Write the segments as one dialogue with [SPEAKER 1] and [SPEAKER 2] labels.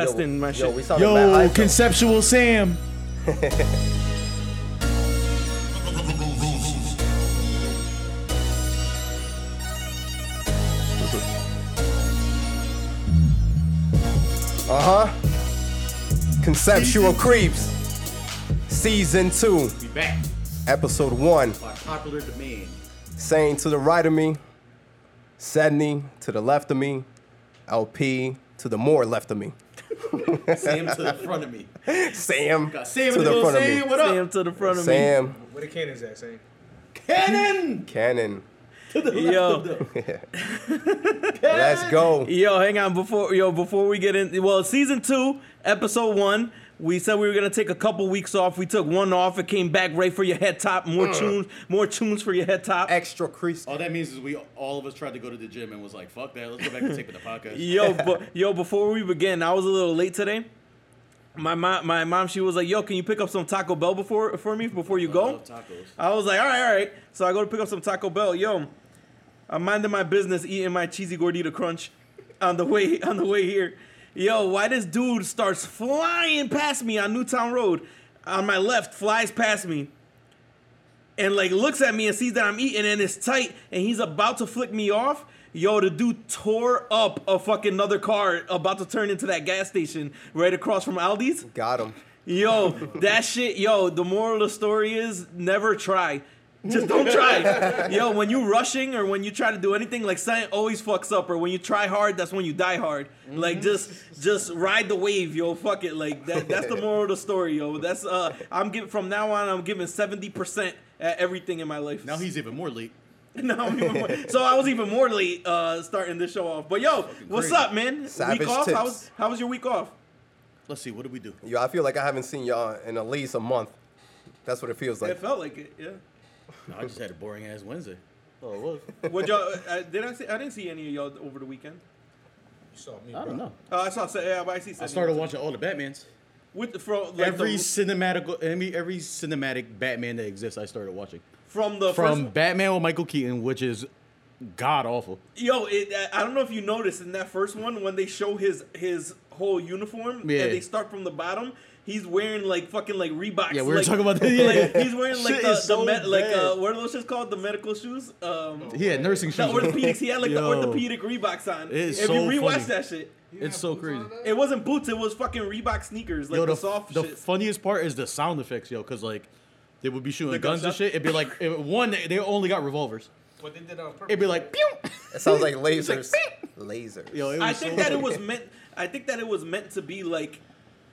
[SPEAKER 1] Yo, in my
[SPEAKER 2] Yo,
[SPEAKER 1] shit.
[SPEAKER 2] we saw the Matt
[SPEAKER 3] Yo,
[SPEAKER 2] Heifel.
[SPEAKER 3] conceptual Sam.
[SPEAKER 4] Uh huh. Conceptual Creeps, Season 2,
[SPEAKER 5] Be back
[SPEAKER 4] Episode 1.
[SPEAKER 5] by popular demand.
[SPEAKER 4] Saying to the right of me, Sedney to the left of me, LP to the more left of me,
[SPEAKER 5] Sam to the front of me.
[SPEAKER 4] Sam
[SPEAKER 5] Got Sam
[SPEAKER 4] to
[SPEAKER 5] in the
[SPEAKER 4] the
[SPEAKER 5] middle.
[SPEAKER 4] front of
[SPEAKER 5] Sam,
[SPEAKER 4] me,
[SPEAKER 5] what up?
[SPEAKER 1] Sam to the front of
[SPEAKER 4] Sam
[SPEAKER 6] Where the cannons at, Sam?
[SPEAKER 5] Cannon
[SPEAKER 4] Cannon.
[SPEAKER 5] to the
[SPEAKER 1] me.
[SPEAKER 5] left of
[SPEAKER 1] Yo,
[SPEAKER 5] them.
[SPEAKER 4] Let's go.
[SPEAKER 1] yo, hang on before yo before we get in. Well, season two, episode one. We said we were gonna take a couple weeks off. We took one off. It came back right for your head top. More tunes, more tunes for your head top.
[SPEAKER 4] Extra Creeps.
[SPEAKER 5] All that means is we all of us tried to go to the gym and was like, "Fuck that, let's go back to taping the podcast."
[SPEAKER 1] Yo, but yo, before we begin, I was a little late today. My mom, my mom, she was like, "Yo, can you pick up some Taco Bell before for me before you
[SPEAKER 5] I
[SPEAKER 1] go?"
[SPEAKER 5] love tacos.
[SPEAKER 1] I was like, all right, all right. So I go to pick up some Taco Bell. Yo, I'm minding my business, eating my cheesy gordita crunch on the way on the way here. Yo, why this dude starts flying past me on Newtown Road, on my left, flies past me, and like looks at me and sees that I'm eating and it's tight, and he's about to flick me off. Yo, the dude tore up a fucking another car about to turn into that gas station right across from Aldi's.
[SPEAKER 4] Got him.
[SPEAKER 1] Yo, that shit, yo, the moral of the story is never try. Just don't try. yo, when you rushing or when you try to do anything, like something always fucks up, or when you try hard, that's when you die hard. Like just just ride the wave, yo. Fuck it. Like that that's the moral of the story, yo. That's uh I'm giving from now on I'm giving seventy percent at everything in my life.
[SPEAKER 5] Now he's even more late.
[SPEAKER 1] no, I'm even more- so I was even more late uh starting this show off. But yo, what's
[SPEAKER 5] crazy.
[SPEAKER 1] up, man?
[SPEAKER 4] Savage
[SPEAKER 1] week off?
[SPEAKER 4] tips.
[SPEAKER 1] How was how was your week off?
[SPEAKER 5] Let's see, what do we do?
[SPEAKER 4] Yo, I feel like I haven't seen y'all in at least a month. That's what it feels
[SPEAKER 1] It
[SPEAKER 4] like.
[SPEAKER 1] felt like it, yeah.
[SPEAKER 5] No, I just had a boring ass Wednesday.
[SPEAKER 2] Oh, it was.
[SPEAKER 1] What y'all? Uh, did I see? I didn't see any of y'all over the weekend.
[SPEAKER 6] You saw me.
[SPEAKER 5] I don't know.
[SPEAKER 1] Uh, I saw. Sa- Yeah, but I see.
[SPEAKER 5] I started watching all the Batmans.
[SPEAKER 1] with from like
[SPEAKER 5] Every
[SPEAKER 1] the,
[SPEAKER 5] cinematic, every, every cinematic Batman that exists, I started watching.
[SPEAKER 1] from the
[SPEAKER 5] From
[SPEAKER 1] first,
[SPEAKER 5] Batman with Michael Keaton, which is god awful.
[SPEAKER 1] yo. It, uh, I don't know if you noticed in that first one when they show his his whole uniform
[SPEAKER 5] Yeah.
[SPEAKER 1] and they start from the bottom. He's wearing like fucking like Reeboks.
[SPEAKER 5] Yeah, we were
[SPEAKER 1] like-
[SPEAKER 5] talking about that, yeah.
[SPEAKER 1] Like, he's wearing like
[SPEAKER 5] Shit
[SPEAKER 1] the,
[SPEAKER 5] is so
[SPEAKER 1] the me- like uh,
[SPEAKER 5] bad.
[SPEAKER 1] what are those shits called? The medical shoes. Um,
[SPEAKER 5] He had nursing shoes.
[SPEAKER 1] the orthopedics. He had like the
[SPEAKER 5] Yo.
[SPEAKER 1] orthopedic Reeboks on.
[SPEAKER 5] It is
[SPEAKER 1] if
[SPEAKER 5] so
[SPEAKER 1] you rewatch
[SPEAKER 5] funny.
[SPEAKER 1] that shit,
[SPEAKER 5] It's so crazy.
[SPEAKER 1] it wasn't boots. It was fucking Reebok sneakers, like
[SPEAKER 5] yo, the,
[SPEAKER 1] the, soft
[SPEAKER 5] the
[SPEAKER 1] shit.
[SPEAKER 5] funniest part is the sound effects, yo, because like they would be shooting
[SPEAKER 1] The
[SPEAKER 5] guns and
[SPEAKER 1] gunshot?
[SPEAKER 5] shit. It'd be like it- one, they they only got revolvers.
[SPEAKER 6] But they did it on purpose.
[SPEAKER 5] It'd be like pew.
[SPEAKER 4] It sounds like lasers. Lasers.
[SPEAKER 5] Yo, it was
[SPEAKER 1] I think
[SPEAKER 5] so
[SPEAKER 1] that it was meant. I think that it was meant to be like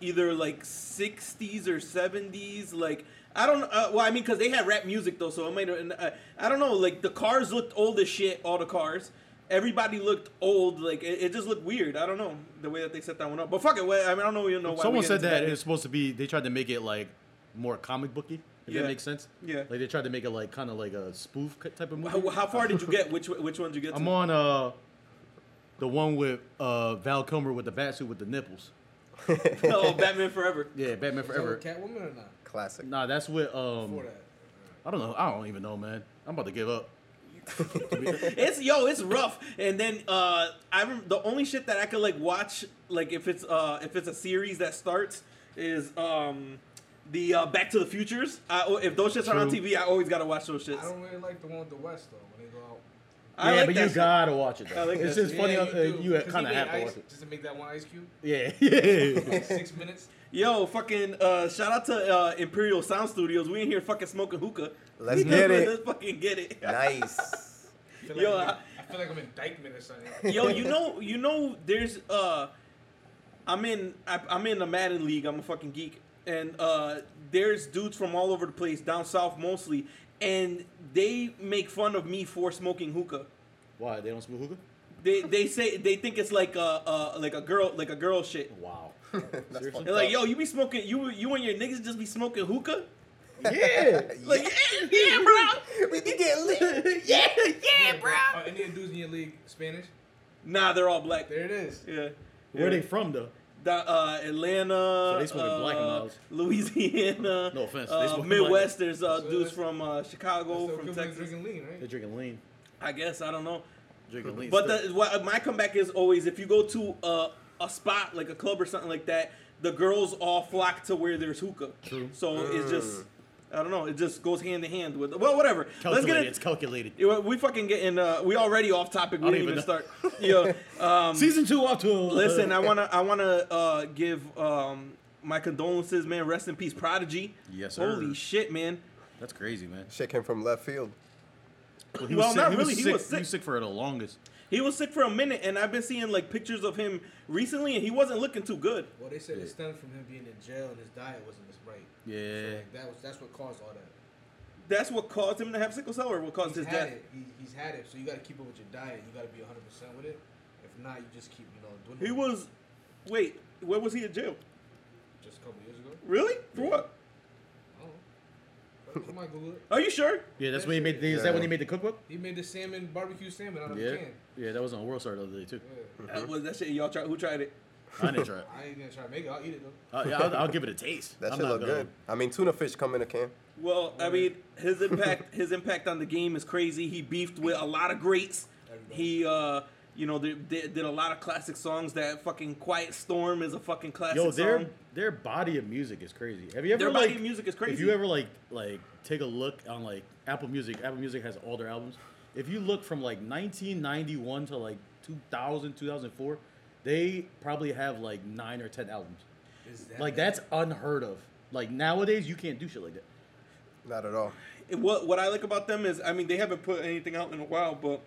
[SPEAKER 1] either like '60s or '70s. Like I don't. Uh, well, I mean, because they had rap music though, so it might. and, Uh, I don't know. Like the cars looked old as shit. All the cars. Everybody looked old. Like it, it just looked weird. I don't know the way that they set that one up. But fuck it. Well, I mean, I don't know. You know. Why we
[SPEAKER 5] Someone
[SPEAKER 1] get
[SPEAKER 5] said
[SPEAKER 1] into
[SPEAKER 5] that it's supposed to be. They tried to make it like more comic booky. If
[SPEAKER 1] Yeah.
[SPEAKER 5] that makes sense.
[SPEAKER 1] Yeah.
[SPEAKER 5] Like they tried to make it like kind of like a spoof ki- type of movie.
[SPEAKER 1] How, how far did you get? Which which one did you get?
[SPEAKER 5] I'm
[SPEAKER 1] to?
[SPEAKER 5] on uh the one with uh Val Kilmer with the bat suit with the nipples.
[SPEAKER 1] oh, Batman Forever.
[SPEAKER 5] Yeah, Batman
[SPEAKER 6] Is that
[SPEAKER 5] Forever.
[SPEAKER 6] with Catwoman or not?
[SPEAKER 4] Classic.
[SPEAKER 5] Nah, that's with um.
[SPEAKER 6] Before that.
[SPEAKER 5] I don't know. I don't even know, man. I'm about to give up.
[SPEAKER 1] It's yo, it's rough. And then uh, I rem- the only shit that I could like watch, like if it's uh, if it's a series that starts, is um, the uh, Back to the Futures. I, oh, if those shits are on
[SPEAKER 5] True.
[SPEAKER 1] TV, I always gotta watch those shits.
[SPEAKER 6] I don't really like the one with the West though. When they go out.
[SPEAKER 1] I
[SPEAKER 5] yeah,
[SPEAKER 1] like
[SPEAKER 5] but
[SPEAKER 1] that
[SPEAKER 5] you
[SPEAKER 1] shit.
[SPEAKER 5] gotta watch it. Though.
[SPEAKER 1] I like
[SPEAKER 5] it's
[SPEAKER 1] that
[SPEAKER 5] just
[SPEAKER 1] shit.
[SPEAKER 5] funny.
[SPEAKER 6] Yeah,
[SPEAKER 5] uh, you
[SPEAKER 6] do, 'cause
[SPEAKER 5] kind of
[SPEAKER 6] he made
[SPEAKER 5] have to
[SPEAKER 6] ice,
[SPEAKER 5] watch it.
[SPEAKER 6] just to make that one ice cube.
[SPEAKER 5] Yeah, yeah.
[SPEAKER 6] Like six minutes.
[SPEAKER 1] Yo, fucking uh, shout out to uh, Imperial Sound Studios. We in here fucking smoking hookah.
[SPEAKER 4] Let's get
[SPEAKER 1] Let's
[SPEAKER 4] it.
[SPEAKER 1] fucking get it.
[SPEAKER 4] Nice.
[SPEAKER 6] I feel, like
[SPEAKER 1] Yo,
[SPEAKER 6] I'm in,
[SPEAKER 1] I-
[SPEAKER 6] I feel like I'm in Dykeman or something.
[SPEAKER 1] Yo, you know, you know, there's uh, I'm in, I, I'm in the Madden league. I'm a fucking geek, and uh, there's dudes from all over the place, down south mostly, and they make fun of me for smoking hookah.
[SPEAKER 5] Why they don't smoke hookah?
[SPEAKER 1] They they say they think it's like a uh, like a girl like a girl shit.
[SPEAKER 5] Wow.
[SPEAKER 1] They're like, yo, you be smoking, you you and your niggas just be smoking hookah.
[SPEAKER 5] yeah.
[SPEAKER 1] Like, yeah, yeah, bro.
[SPEAKER 4] we be getting lit.
[SPEAKER 1] Yeah, yeah, bro.
[SPEAKER 6] Are any of the dudes in your league Spanish?
[SPEAKER 1] Nah, they're all black.
[SPEAKER 6] There it is.
[SPEAKER 1] Yeah.
[SPEAKER 5] Where
[SPEAKER 1] Yeah.
[SPEAKER 5] they from though?
[SPEAKER 1] Da- uh, Atlanta,
[SPEAKER 5] they smoking
[SPEAKER 1] uh,
[SPEAKER 5] black miles.
[SPEAKER 1] Louisiana.
[SPEAKER 5] No offense, they
[SPEAKER 1] Uh,
[SPEAKER 5] smoking
[SPEAKER 1] Midwest. There's uh,
[SPEAKER 6] So
[SPEAKER 1] dudes
[SPEAKER 6] that's-
[SPEAKER 1] from uh, Chicago,
[SPEAKER 6] That's the equivalent
[SPEAKER 1] from
[SPEAKER 6] of
[SPEAKER 1] Texas.
[SPEAKER 6] drinking lean,
[SPEAKER 5] They're
[SPEAKER 6] right?
[SPEAKER 5] drinking lean.
[SPEAKER 1] I guess I don't know.
[SPEAKER 5] Drinking lean.
[SPEAKER 1] But
[SPEAKER 5] still.
[SPEAKER 1] the, wha- my comeback is always if you go to uh, a spot like a club or something like that, the girls all flock to where there's hookah.
[SPEAKER 5] True.
[SPEAKER 1] So it's just I don't know. It just goes hand in hand with well, whatever. Let's
[SPEAKER 5] Calculated.
[SPEAKER 1] get it.
[SPEAKER 5] It's calculated.
[SPEAKER 1] You know, We fucking getting uh, we already off topic. We
[SPEAKER 5] I
[SPEAKER 1] didn't even
[SPEAKER 5] don't
[SPEAKER 1] start. Yo, um,
[SPEAKER 5] Season two off to a
[SPEAKER 1] listen, I wanna I wanna uh, give um, my condolences, man. Rest in peace, Prodigy.
[SPEAKER 5] Yes, sir.
[SPEAKER 1] Holy shit, man.
[SPEAKER 5] That's crazy, man.
[SPEAKER 4] Shit came from left field.
[SPEAKER 5] Well, he
[SPEAKER 1] Well,
[SPEAKER 5] was
[SPEAKER 1] not
[SPEAKER 5] sick. He was
[SPEAKER 1] really, he
[SPEAKER 5] sick.
[SPEAKER 1] was sick.
[SPEAKER 5] for the longest.
[SPEAKER 1] He was sick for a minute, and I've been seeing like pictures of him recently, and he wasn't looking too good.
[SPEAKER 6] Well, they said it stemmed from him being in jail and his diet wasn't as right.
[SPEAKER 5] Yeah.
[SPEAKER 6] So, like, that was that's what caused all that.
[SPEAKER 1] That's what caused him to have sickle cell, or what caused
[SPEAKER 6] He's
[SPEAKER 1] his
[SPEAKER 6] had
[SPEAKER 1] death.
[SPEAKER 6] it. He, he's had it. So you got to keep up with your diet. You got to be 100 percent with it. If not, you just keep you know dwindling.
[SPEAKER 1] He was, wait, where was he in jail?
[SPEAKER 6] just a couple years ago.
[SPEAKER 1] Really? For what?
[SPEAKER 6] Oh, come on, Google it.
[SPEAKER 1] Are you sure?
[SPEAKER 5] Yeah, that's when he made. The, Is that
[SPEAKER 1] uh,
[SPEAKER 5] when he made the cookbook?
[SPEAKER 6] He made the salmon barbecue salmon out of
[SPEAKER 5] Yeah.
[SPEAKER 6] the can.
[SPEAKER 5] Yeah, that was on World Star the other day too.
[SPEAKER 6] Yeah.
[SPEAKER 1] That was that shit. Y'all tried? Who tried it?
[SPEAKER 5] I didn't try it.
[SPEAKER 6] I ain't gonna try to make it. I'll eat it though.
[SPEAKER 5] Uh, yeah, I'll, I'll give it a taste.
[SPEAKER 4] That
[SPEAKER 5] I'm
[SPEAKER 4] shit
[SPEAKER 5] not
[SPEAKER 4] look
[SPEAKER 5] gonna-
[SPEAKER 4] good. I mean, tuna fish come in a can.
[SPEAKER 1] Well, I mean, his impact his impact on the game is crazy. He beefed with a lot of greats. He, uh, you know, did, did, did a lot of classic songs. That fucking Quiet Storm is a fucking classic
[SPEAKER 5] Yo, their
[SPEAKER 1] song.
[SPEAKER 5] their body of music is crazy. Have you ever
[SPEAKER 1] Their
[SPEAKER 5] like
[SPEAKER 1] body of music is
[SPEAKER 5] If
[SPEAKER 1] crazy.
[SPEAKER 5] you ever like like take a look on like Apple Music, Apple Music has all their albums. If you look from like 1991 to like 2000, 2004, they probably have like nine or ten albums.
[SPEAKER 6] Is that
[SPEAKER 5] Like
[SPEAKER 6] bad?
[SPEAKER 5] that's unheard of. Like nowadays, you can't do shit like that.
[SPEAKER 4] Not at all.
[SPEAKER 1] It- what what I like about them is, I mean, they haven't put anything out in a while, but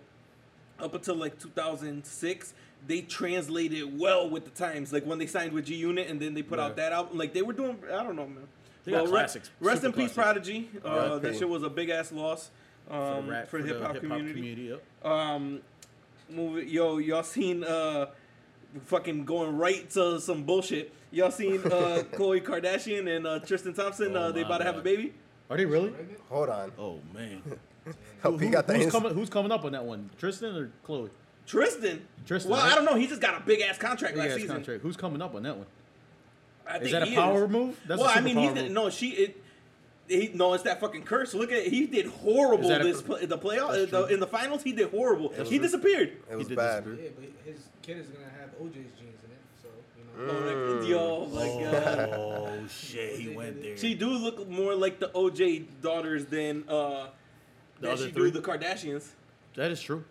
[SPEAKER 1] up until like 2006, they translated well with the times. Like when they signed with G Unit, and then they put out
[SPEAKER 5] Right.
[SPEAKER 1] that album. Like they were doing, I don't know, man.
[SPEAKER 5] They got
[SPEAKER 1] re-
[SPEAKER 5] classics,
[SPEAKER 1] Rest
[SPEAKER 5] super
[SPEAKER 1] in peace,
[SPEAKER 5] classics.
[SPEAKER 1] Prodigy. Uh,
[SPEAKER 4] R.I.P.
[SPEAKER 1] that shit was a big ass loss um,
[SPEAKER 5] rap-
[SPEAKER 1] for, the hip hop community.
[SPEAKER 5] yep.
[SPEAKER 1] Um, movie, yo, y'all seen uh, fucking going right to some bullshit. Y'all seen uh, Khloe Kardashian and uh, Tristan Thompson?
[SPEAKER 5] Oh
[SPEAKER 1] uh, they
[SPEAKER 5] my
[SPEAKER 1] about to have a
[SPEAKER 5] God.
[SPEAKER 1] baby.
[SPEAKER 5] Are they really?
[SPEAKER 6] Pregnant?
[SPEAKER 4] Hold on.
[SPEAKER 5] Oh man.
[SPEAKER 4] Hope he got the
[SPEAKER 5] who's
[SPEAKER 4] ins-
[SPEAKER 5] coming? Who's coming up on that one? Tristan or Chloe?
[SPEAKER 1] Tristan.
[SPEAKER 5] Tristan,
[SPEAKER 1] Well,
[SPEAKER 5] right?
[SPEAKER 1] I don't know. He just got a big ass contract
[SPEAKER 5] Yeah,
[SPEAKER 1] last
[SPEAKER 5] it's
[SPEAKER 1] season.
[SPEAKER 5] contract. Who's coming up on that one?
[SPEAKER 1] I
[SPEAKER 5] Is
[SPEAKER 1] think
[SPEAKER 5] that a
[SPEAKER 1] he
[SPEAKER 5] power move? That's a
[SPEAKER 1] well, I
[SPEAKER 5] super
[SPEAKER 1] mean,
[SPEAKER 5] power
[SPEAKER 1] he did,
[SPEAKER 5] move.
[SPEAKER 1] no, she it. He, no, it's that fucking curse. Look at he did horrible
[SPEAKER 5] Is that a
[SPEAKER 1] this
[SPEAKER 5] cur-
[SPEAKER 1] pl- the playoff
[SPEAKER 5] That's
[SPEAKER 1] the,
[SPEAKER 5] true.
[SPEAKER 1] in the finals. He did horrible.
[SPEAKER 5] That's
[SPEAKER 1] he
[SPEAKER 5] true.
[SPEAKER 1] disappeared.
[SPEAKER 4] It was
[SPEAKER 5] did
[SPEAKER 4] bad.
[SPEAKER 5] disappear.
[SPEAKER 6] Yeah, but his kid is gonna have OJ's genes in it, so you know.
[SPEAKER 1] Oh, like, yo, my god.
[SPEAKER 5] Oh shit, Mm. he went there.
[SPEAKER 1] She do look more like the OJ daughters than uh,
[SPEAKER 5] The
[SPEAKER 1] that
[SPEAKER 5] other
[SPEAKER 1] she
[SPEAKER 5] three?
[SPEAKER 1] do the Kardashians.
[SPEAKER 5] That is true.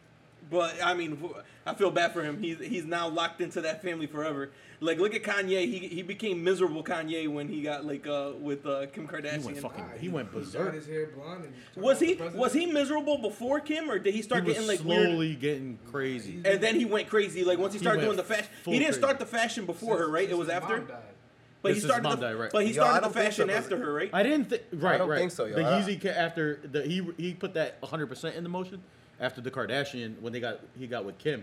[SPEAKER 1] But I mean, wh- I feel bad for him. He's he's now locked into that family forever. Like, look at Kanye. He he became miserable Kanye when he got like uh with uh, Kim Kardashian.
[SPEAKER 5] He went fucking.
[SPEAKER 6] Ah,
[SPEAKER 5] He went
[SPEAKER 6] dyed
[SPEAKER 5] berserk.
[SPEAKER 6] his hair blonde. And turned
[SPEAKER 1] Was
[SPEAKER 6] out
[SPEAKER 1] he
[SPEAKER 6] the president.
[SPEAKER 1] was he miserable before Kim, or did he
[SPEAKER 5] He
[SPEAKER 1] start
[SPEAKER 5] was
[SPEAKER 1] getting like weird?
[SPEAKER 5] slowly getting crazy.
[SPEAKER 1] And then he went crazy. Like once he
[SPEAKER 5] He
[SPEAKER 1] started
[SPEAKER 5] went
[SPEAKER 1] doing the fashion,
[SPEAKER 5] full
[SPEAKER 1] he didn't
[SPEAKER 5] crazy.
[SPEAKER 1] start the fashion before
[SPEAKER 6] Since-
[SPEAKER 1] her, right? It
[SPEAKER 6] since
[SPEAKER 1] was
[SPEAKER 6] his
[SPEAKER 1] after.
[SPEAKER 6] mom died.
[SPEAKER 1] But he
[SPEAKER 5] This is
[SPEAKER 1] started.
[SPEAKER 5] mom
[SPEAKER 1] the,
[SPEAKER 5] died, right.
[SPEAKER 1] But he
[SPEAKER 4] Yo, I
[SPEAKER 1] started the
[SPEAKER 4] don't think
[SPEAKER 1] fashion
[SPEAKER 4] that was-
[SPEAKER 1] after her, right?
[SPEAKER 5] I didn't think. Right,
[SPEAKER 4] don't
[SPEAKER 5] right.
[SPEAKER 4] think so, yo.
[SPEAKER 5] The
[SPEAKER 4] I-
[SPEAKER 5] Yeezy ca- after the he he put that 100 percent in the motion after the Kardashian when they got he got with Kim,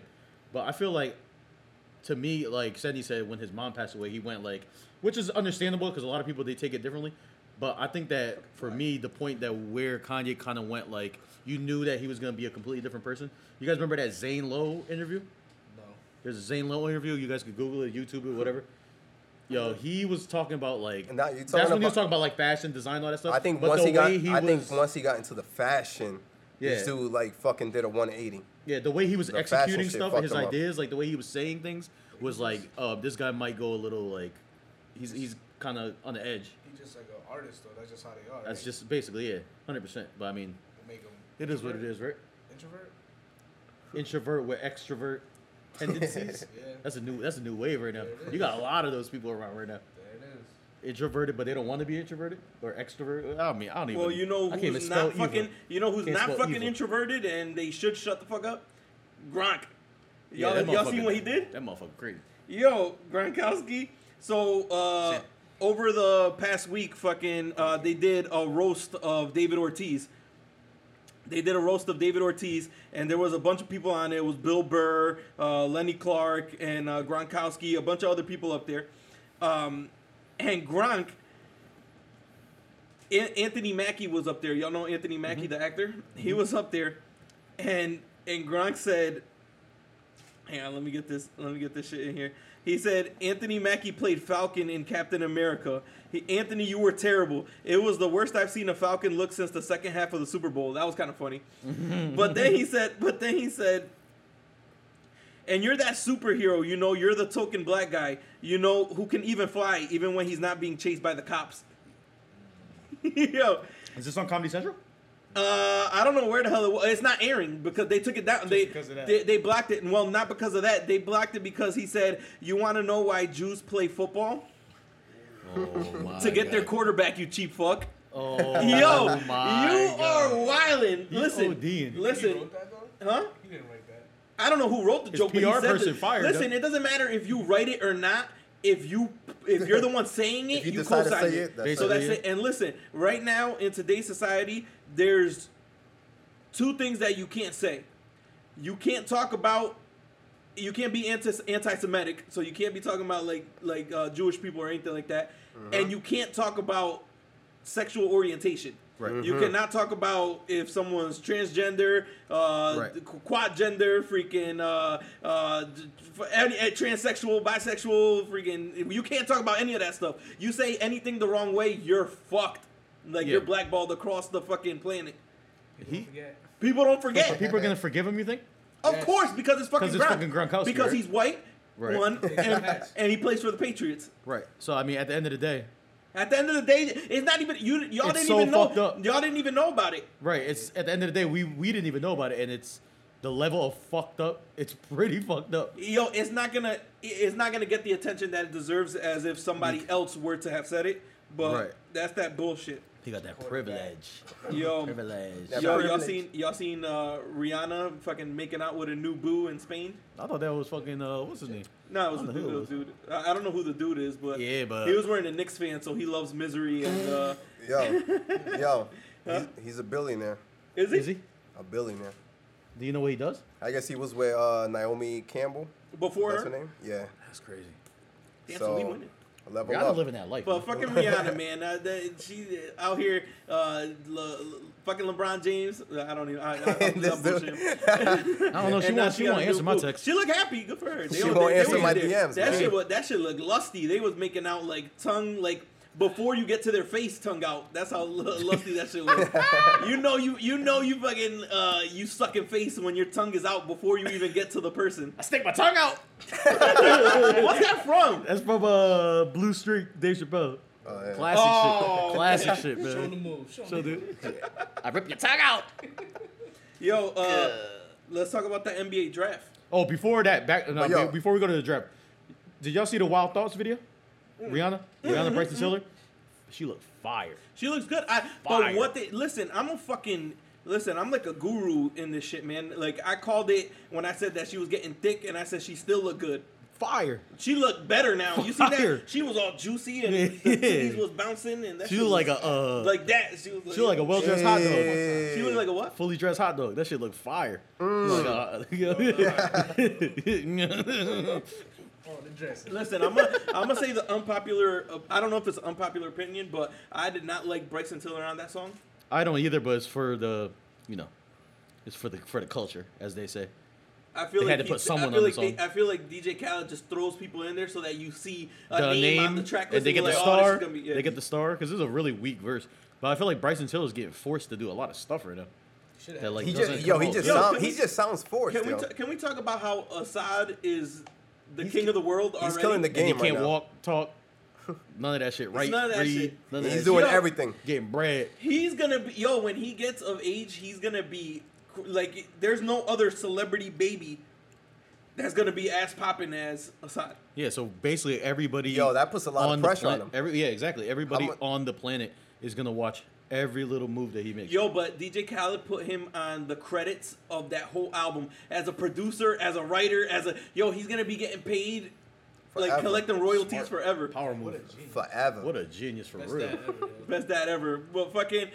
[SPEAKER 5] but I feel like to me like Sandy said when his mom passed away he went like which is understandable because a lot of people they take it differently, but I think that for me the point that where Kanye kind of went like you knew that he was gonna be a completely different person. You guys remember that Zane Lowe interview?
[SPEAKER 6] No.
[SPEAKER 5] There's a Zane Lowe interview. You guys could Google it, YouTube it, whatever. Yo, he was talking about like
[SPEAKER 4] And now you're
[SPEAKER 5] that's
[SPEAKER 4] talking
[SPEAKER 5] when he was
[SPEAKER 4] about-
[SPEAKER 5] talking about like fashion, design, all that stuff.
[SPEAKER 4] I think
[SPEAKER 5] But
[SPEAKER 4] once
[SPEAKER 5] the
[SPEAKER 4] he got,
[SPEAKER 5] way he
[SPEAKER 4] I
[SPEAKER 5] was-
[SPEAKER 4] think once he got into the fashion, this
[SPEAKER 5] Yeah.
[SPEAKER 4] dude like fucking did a 180.
[SPEAKER 5] yeah, the way he was
[SPEAKER 4] the fashion
[SPEAKER 5] executing
[SPEAKER 4] shit
[SPEAKER 5] stuff,
[SPEAKER 4] fucked
[SPEAKER 5] his
[SPEAKER 4] him up.
[SPEAKER 5] ideas, like the way he was saying things, was like, uh, this guy might go a little like, he's he's kind of on the edge.
[SPEAKER 6] He's just like an artist, though. That's just how they are.
[SPEAKER 5] That's
[SPEAKER 6] right?
[SPEAKER 5] just basically it, hundred percent. But I mean,
[SPEAKER 6] They make 'em
[SPEAKER 5] it is what it is, right?
[SPEAKER 6] Introvert.
[SPEAKER 5] Introvert with extrovert tendencies.
[SPEAKER 6] Yeah.
[SPEAKER 5] That's a new that's a new wave right now.
[SPEAKER 6] There it
[SPEAKER 5] You got a lot of those people around right now.
[SPEAKER 6] There it is.
[SPEAKER 5] introverted, but they don't want to be introverted or extroverted. I mean, I don't even.
[SPEAKER 1] Well, you know
[SPEAKER 5] I can't even
[SPEAKER 1] who's
[SPEAKER 5] spell
[SPEAKER 1] not
[SPEAKER 5] evil.
[SPEAKER 1] fucking. You know who's
[SPEAKER 5] Can't
[SPEAKER 1] not
[SPEAKER 5] spell
[SPEAKER 1] fucking
[SPEAKER 5] evil.
[SPEAKER 1] introverted, and they should shut the fuck up. Gronk.
[SPEAKER 5] Yeah,
[SPEAKER 1] Y'all,
[SPEAKER 5] that
[SPEAKER 1] y'all
[SPEAKER 5] motherfucker-
[SPEAKER 1] seen what he did?
[SPEAKER 5] That motherfucker crazy.
[SPEAKER 1] Yo, Gronkowski. So uh,
[SPEAKER 5] Shit.
[SPEAKER 1] over the past week, fucking, uh, they did a roast of David Ortiz. They did a roast of David Ortiz, and there was a bunch of people on it. It was Bill Burr, uh, Lenny Clark, and uh, Gronkowski, a bunch of other people up there. Um, and Gronk, An- Anthony Mackie was up there. Y'all know Anthony Mackie, the actor. He was up there, and and Gronk said, Hang on, let me get this. Let me get this shit in here. He said Anthony Mackie played Falcon in Captain America. He, Anthony, you were terrible. It was the worst I've seen a Falcon look since the second half of the Super Bowl. That was kind of funny. but then he said. But then he said. and you're that superhero, you know, you're the token black guy, you know, who can even fly even when he's not being chased by the cops. Yo,
[SPEAKER 5] Is this on Comedy Central?
[SPEAKER 1] uh, I don't know where the hell it was. It's not airing because they took it down. They,
[SPEAKER 6] because of that.
[SPEAKER 1] they they blocked it. Well, not because of that. They blocked it because he said, "You want to know why Jews play football?
[SPEAKER 5] Oh my
[SPEAKER 1] to get their quarterback, you cheap fuck."
[SPEAKER 5] Oh,
[SPEAKER 1] Yo,
[SPEAKER 5] my
[SPEAKER 1] you
[SPEAKER 5] God.
[SPEAKER 1] are wildin'.
[SPEAKER 5] He's
[SPEAKER 1] Listen,
[SPEAKER 5] ODing.
[SPEAKER 6] He
[SPEAKER 1] listen,
[SPEAKER 6] wrote that though?
[SPEAKER 1] huh?
[SPEAKER 6] He didn't write that.
[SPEAKER 1] I don't know who wrote the
[SPEAKER 5] His
[SPEAKER 1] joke, but he
[SPEAKER 5] PR
[SPEAKER 1] said
[SPEAKER 5] person
[SPEAKER 1] that-
[SPEAKER 5] fired him.
[SPEAKER 1] Listen, it doesn't matter if you write it or not. If you if you're the one saying it,
[SPEAKER 4] If you
[SPEAKER 1] you,
[SPEAKER 4] decide to
[SPEAKER 1] co-sign
[SPEAKER 4] say
[SPEAKER 1] it.
[SPEAKER 4] it, that's
[SPEAKER 1] so that's
[SPEAKER 5] it.
[SPEAKER 1] it. And listen, right now in today's society, there's two things that you can't say. You can't talk about. You can't be anti anti-Semitic, so you can't be talking about like like uh, Jewish people or anything like that.
[SPEAKER 4] Mm-hmm.
[SPEAKER 1] And you can't talk about sexual orientation.
[SPEAKER 5] Right.
[SPEAKER 1] You cannot talk about if someone's transgender, uh,
[SPEAKER 4] Right.
[SPEAKER 1] qu- quad gender, freaking uh, uh, d- f- any, eh, transsexual, bisexual, freaking. You can't talk about any of that stuff. You say anything the wrong way, you're fucked. Like you're
[SPEAKER 5] Yeah.
[SPEAKER 1] blackballed across the fucking planet.
[SPEAKER 6] He,
[SPEAKER 5] He-
[SPEAKER 6] don't forget.
[SPEAKER 1] People don't
[SPEAKER 5] Are
[SPEAKER 1] forget.
[SPEAKER 5] people gonna forgive him? You think?
[SPEAKER 1] Of
[SPEAKER 6] Yes.
[SPEAKER 1] course, because it's fucking
[SPEAKER 5] 'Cause it's
[SPEAKER 1] Gronk.
[SPEAKER 5] fucking Gronkowski,
[SPEAKER 1] Because
[SPEAKER 5] right?
[SPEAKER 1] he's white,
[SPEAKER 5] Right.
[SPEAKER 1] one, and,
[SPEAKER 6] Facts.
[SPEAKER 1] and he plays for the Patriots.
[SPEAKER 5] Right. So I mean, at the end of the day,
[SPEAKER 1] At the end of the day, it's not even you. Y'all
[SPEAKER 5] It's
[SPEAKER 1] didn't
[SPEAKER 5] so
[SPEAKER 1] even know.
[SPEAKER 5] fucked up.
[SPEAKER 1] Y'all didn't even know about it.
[SPEAKER 5] right? It's at the end of the day, we we didn't even know about it, and it's the level of fucked up. It's pretty fucked up.
[SPEAKER 1] yo, it's not gonna it- it's not gonna get the attention that it deserves as if somebody else were to have said it. But
[SPEAKER 5] Right.
[SPEAKER 1] that's that bullshit.
[SPEAKER 5] He got that
[SPEAKER 6] Quarterback.
[SPEAKER 5] privilege.
[SPEAKER 1] Yo,
[SPEAKER 5] Privilege.
[SPEAKER 4] That
[SPEAKER 1] yo, y'all
[SPEAKER 4] privilege.
[SPEAKER 1] seen y'all seen uh, Rihanna fucking making out with a new boo in Spain?
[SPEAKER 5] I thought that was fucking uh, what's his name?
[SPEAKER 1] No, it was
[SPEAKER 5] I
[SPEAKER 1] a
[SPEAKER 5] don't know who
[SPEAKER 1] dude.
[SPEAKER 5] it
[SPEAKER 1] It was dude. I I don't know who the dude is, but
[SPEAKER 5] Yeah, but-
[SPEAKER 1] he was wearing a Knicks fan, so he loves misery. And uh,
[SPEAKER 4] Yo, yo, he's, he's a billionaire.
[SPEAKER 1] is he?
[SPEAKER 5] Is he?
[SPEAKER 4] A billionaire.
[SPEAKER 5] Do you know what he does?
[SPEAKER 4] I guess he was with uh, Naomi Campbell.
[SPEAKER 1] before
[SPEAKER 4] That's her
[SPEAKER 1] her?
[SPEAKER 4] name. Yeah.
[SPEAKER 5] That's crazy.
[SPEAKER 1] Damn, so
[SPEAKER 4] so
[SPEAKER 1] we winning.
[SPEAKER 4] level
[SPEAKER 5] Gotta
[SPEAKER 4] up.
[SPEAKER 5] live in that life.
[SPEAKER 1] But
[SPEAKER 5] But
[SPEAKER 1] fucking Rihanna, man, uh, that, she out here, uh, Le, Le- fucking LeBron James. uh, I don't even. I, I, I'm, I'm
[SPEAKER 4] This dude.
[SPEAKER 1] bullshitting.
[SPEAKER 5] I don't know. She
[SPEAKER 1] And now
[SPEAKER 5] won't. She
[SPEAKER 1] got
[SPEAKER 5] won't
[SPEAKER 1] a
[SPEAKER 5] answer
[SPEAKER 1] new
[SPEAKER 5] my
[SPEAKER 1] boo.
[SPEAKER 5] text.
[SPEAKER 1] She look happy. Good for her. They
[SPEAKER 4] She
[SPEAKER 1] was-
[SPEAKER 4] won't
[SPEAKER 1] they
[SPEAKER 4] answer
[SPEAKER 1] was
[SPEAKER 4] my
[SPEAKER 1] there.
[SPEAKER 4] DMs,
[SPEAKER 1] That
[SPEAKER 4] man.
[SPEAKER 1] shit, was, that shit looked lusty. They was making out like tongue, like before you get to their face, tongue out. That's how lu- lusty that shit was. you know, you you know, you fucking uh, you sucking face when your tongue is out before you even get to the person.
[SPEAKER 5] I stick my tongue out.
[SPEAKER 1] What's that from?
[SPEAKER 5] That's from uh, Blue Streak, Dave Chappelle.
[SPEAKER 4] Oh, yeah.
[SPEAKER 5] Classic
[SPEAKER 1] Oh,
[SPEAKER 5] shit. Classic shit,
[SPEAKER 6] Show him the
[SPEAKER 5] man.
[SPEAKER 6] move. Show him
[SPEAKER 5] So,
[SPEAKER 6] the move.
[SPEAKER 5] dude, I rip your tongue out.
[SPEAKER 1] Yo, uh, let's talk about the NBA draft.
[SPEAKER 5] Oh, before that, back no,
[SPEAKER 4] But yo-
[SPEAKER 5] be- before we go to the draft, did y'all see the Wild Thoughts video? Rihanna, Rihanna Bryson Tiller, Mm. Mm-hmm. she looked fire.
[SPEAKER 1] She looks good. I but
[SPEAKER 5] Fire.
[SPEAKER 1] what they listen, I'm a fucking listen, I'm like a guru in this shit, man. Like I called it when I said that she was getting thick and I said she still looked good.
[SPEAKER 5] Fire.
[SPEAKER 1] She looked better now. You see
[SPEAKER 5] Fire.
[SPEAKER 1] that? She was all juicy and
[SPEAKER 5] Yeah.
[SPEAKER 1] the titties was bouncing and that
[SPEAKER 5] She
[SPEAKER 1] shit
[SPEAKER 5] looked like
[SPEAKER 1] was-
[SPEAKER 5] a uh,
[SPEAKER 1] like that. She was like,
[SPEAKER 5] she looked like a well dressed hot dog,
[SPEAKER 4] Hey.
[SPEAKER 1] She looked like a what?
[SPEAKER 5] fully dressed hot dog. That shit looked fire. Like, uh,
[SPEAKER 6] Oh, the dresses.
[SPEAKER 1] Listen, I'm gonna I'm gonna say the unpopular. I don't know if it's an unpopular opinion, but I did not like Bryson Tiller on that song.
[SPEAKER 5] I don't either, but it's for the you know, it's for the for the culture, as they say.
[SPEAKER 1] I feel
[SPEAKER 5] They
[SPEAKER 1] like
[SPEAKER 5] had to
[SPEAKER 1] he-
[SPEAKER 5] put someone
[SPEAKER 1] I feel
[SPEAKER 5] on the
[SPEAKER 1] like
[SPEAKER 5] song.
[SPEAKER 1] They, I feel like DJ Khaled just throws people in there so that you see a
[SPEAKER 5] the
[SPEAKER 1] name,
[SPEAKER 5] name,
[SPEAKER 1] on the track list
[SPEAKER 5] and they get
[SPEAKER 1] you're
[SPEAKER 5] the
[SPEAKER 1] like, oh, this
[SPEAKER 5] star.
[SPEAKER 1] is gonna be- yeah.
[SPEAKER 5] They get the star because this is a really weak verse. But I feel like Bryson Tiller's getting forced to do a lot of stuff right now.
[SPEAKER 6] Should
[SPEAKER 5] That
[SPEAKER 6] have.
[SPEAKER 5] like
[SPEAKER 4] He
[SPEAKER 5] doesn't
[SPEAKER 4] just yo,
[SPEAKER 5] come
[SPEAKER 4] he
[SPEAKER 5] out.
[SPEAKER 4] just
[SPEAKER 1] Yo,
[SPEAKER 4] sound,
[SPEAKER 1] can
[SPEAKER 4] he
[SPEAKER 1] we-
[SPEAKER 4] just sounds forced.
[SPEAKER 1] Can we
[SPEAKER 4] yo.
[SPEAKER 1] ta- can we talk about how Assad is the king of the world already?
[SPEAKER 4] He's killing the
[SPEAKER 5] and he
[SPEAKER 4] game
[SPEAKER 5] can't
[SPEAKER 4] right now.
[SPEAKER 5] walk, talk, none of that shit. Right,
[SPEAKER 1] none of that
[SPEAKER 5] read,
[SPEAKER 1] shit.
[SPEAKER 5] none of
[SPEAKER 4] He's
[SPEAKER 5] that
[SPEAKER 4] doing e-
[SPEAKER 1] Yo.
[SPEAKER 4] everything.
[SPEAKER 5] shit. getting bread.
[SPEAKER 1] He's gonna be yo when he gets of age. He's gonna be cr- like there's no other celebrity baby that's gonna be ass popping as Assad.
[SPEAKER 5] Yeah, so basically everybody.
[SPEAKER 4] Yo, that puts a lot of
[SPEAKER 5] the
[SPEAKER 4] pressure on
[SPEAKER 5] planet-
[SPEAKER 4] him.
[SPEAKER 5] Every, yeah, exactly. Everybody
[SPEAKER 4] I'm a-
[SPEAKER 5] on the planet is gonna watch every little move that he makes.
[SPEAKER 1] Yo, but DJ Khaled put him on the credits of that whole album as a producer, as a writer, as a yo. He's gonna be getting paid, like
[SPEAKER 4] Forever.
[SPEAKER 1] collecting royalties forever.
[SPEAKER 5] Power
[SPEAKER 6] What a
[SPEAKER 5] move.
[SPEAKER 6] genius.
[SPEAKER 4] Forever.
[SPEAKER 5] What a genius for
[SPEAKER 6] Best
[SPEAKER 5] real.
[SPEAKER 6] dad ever, yo.
[SPEAKER 1] Best dad ever. But fucking,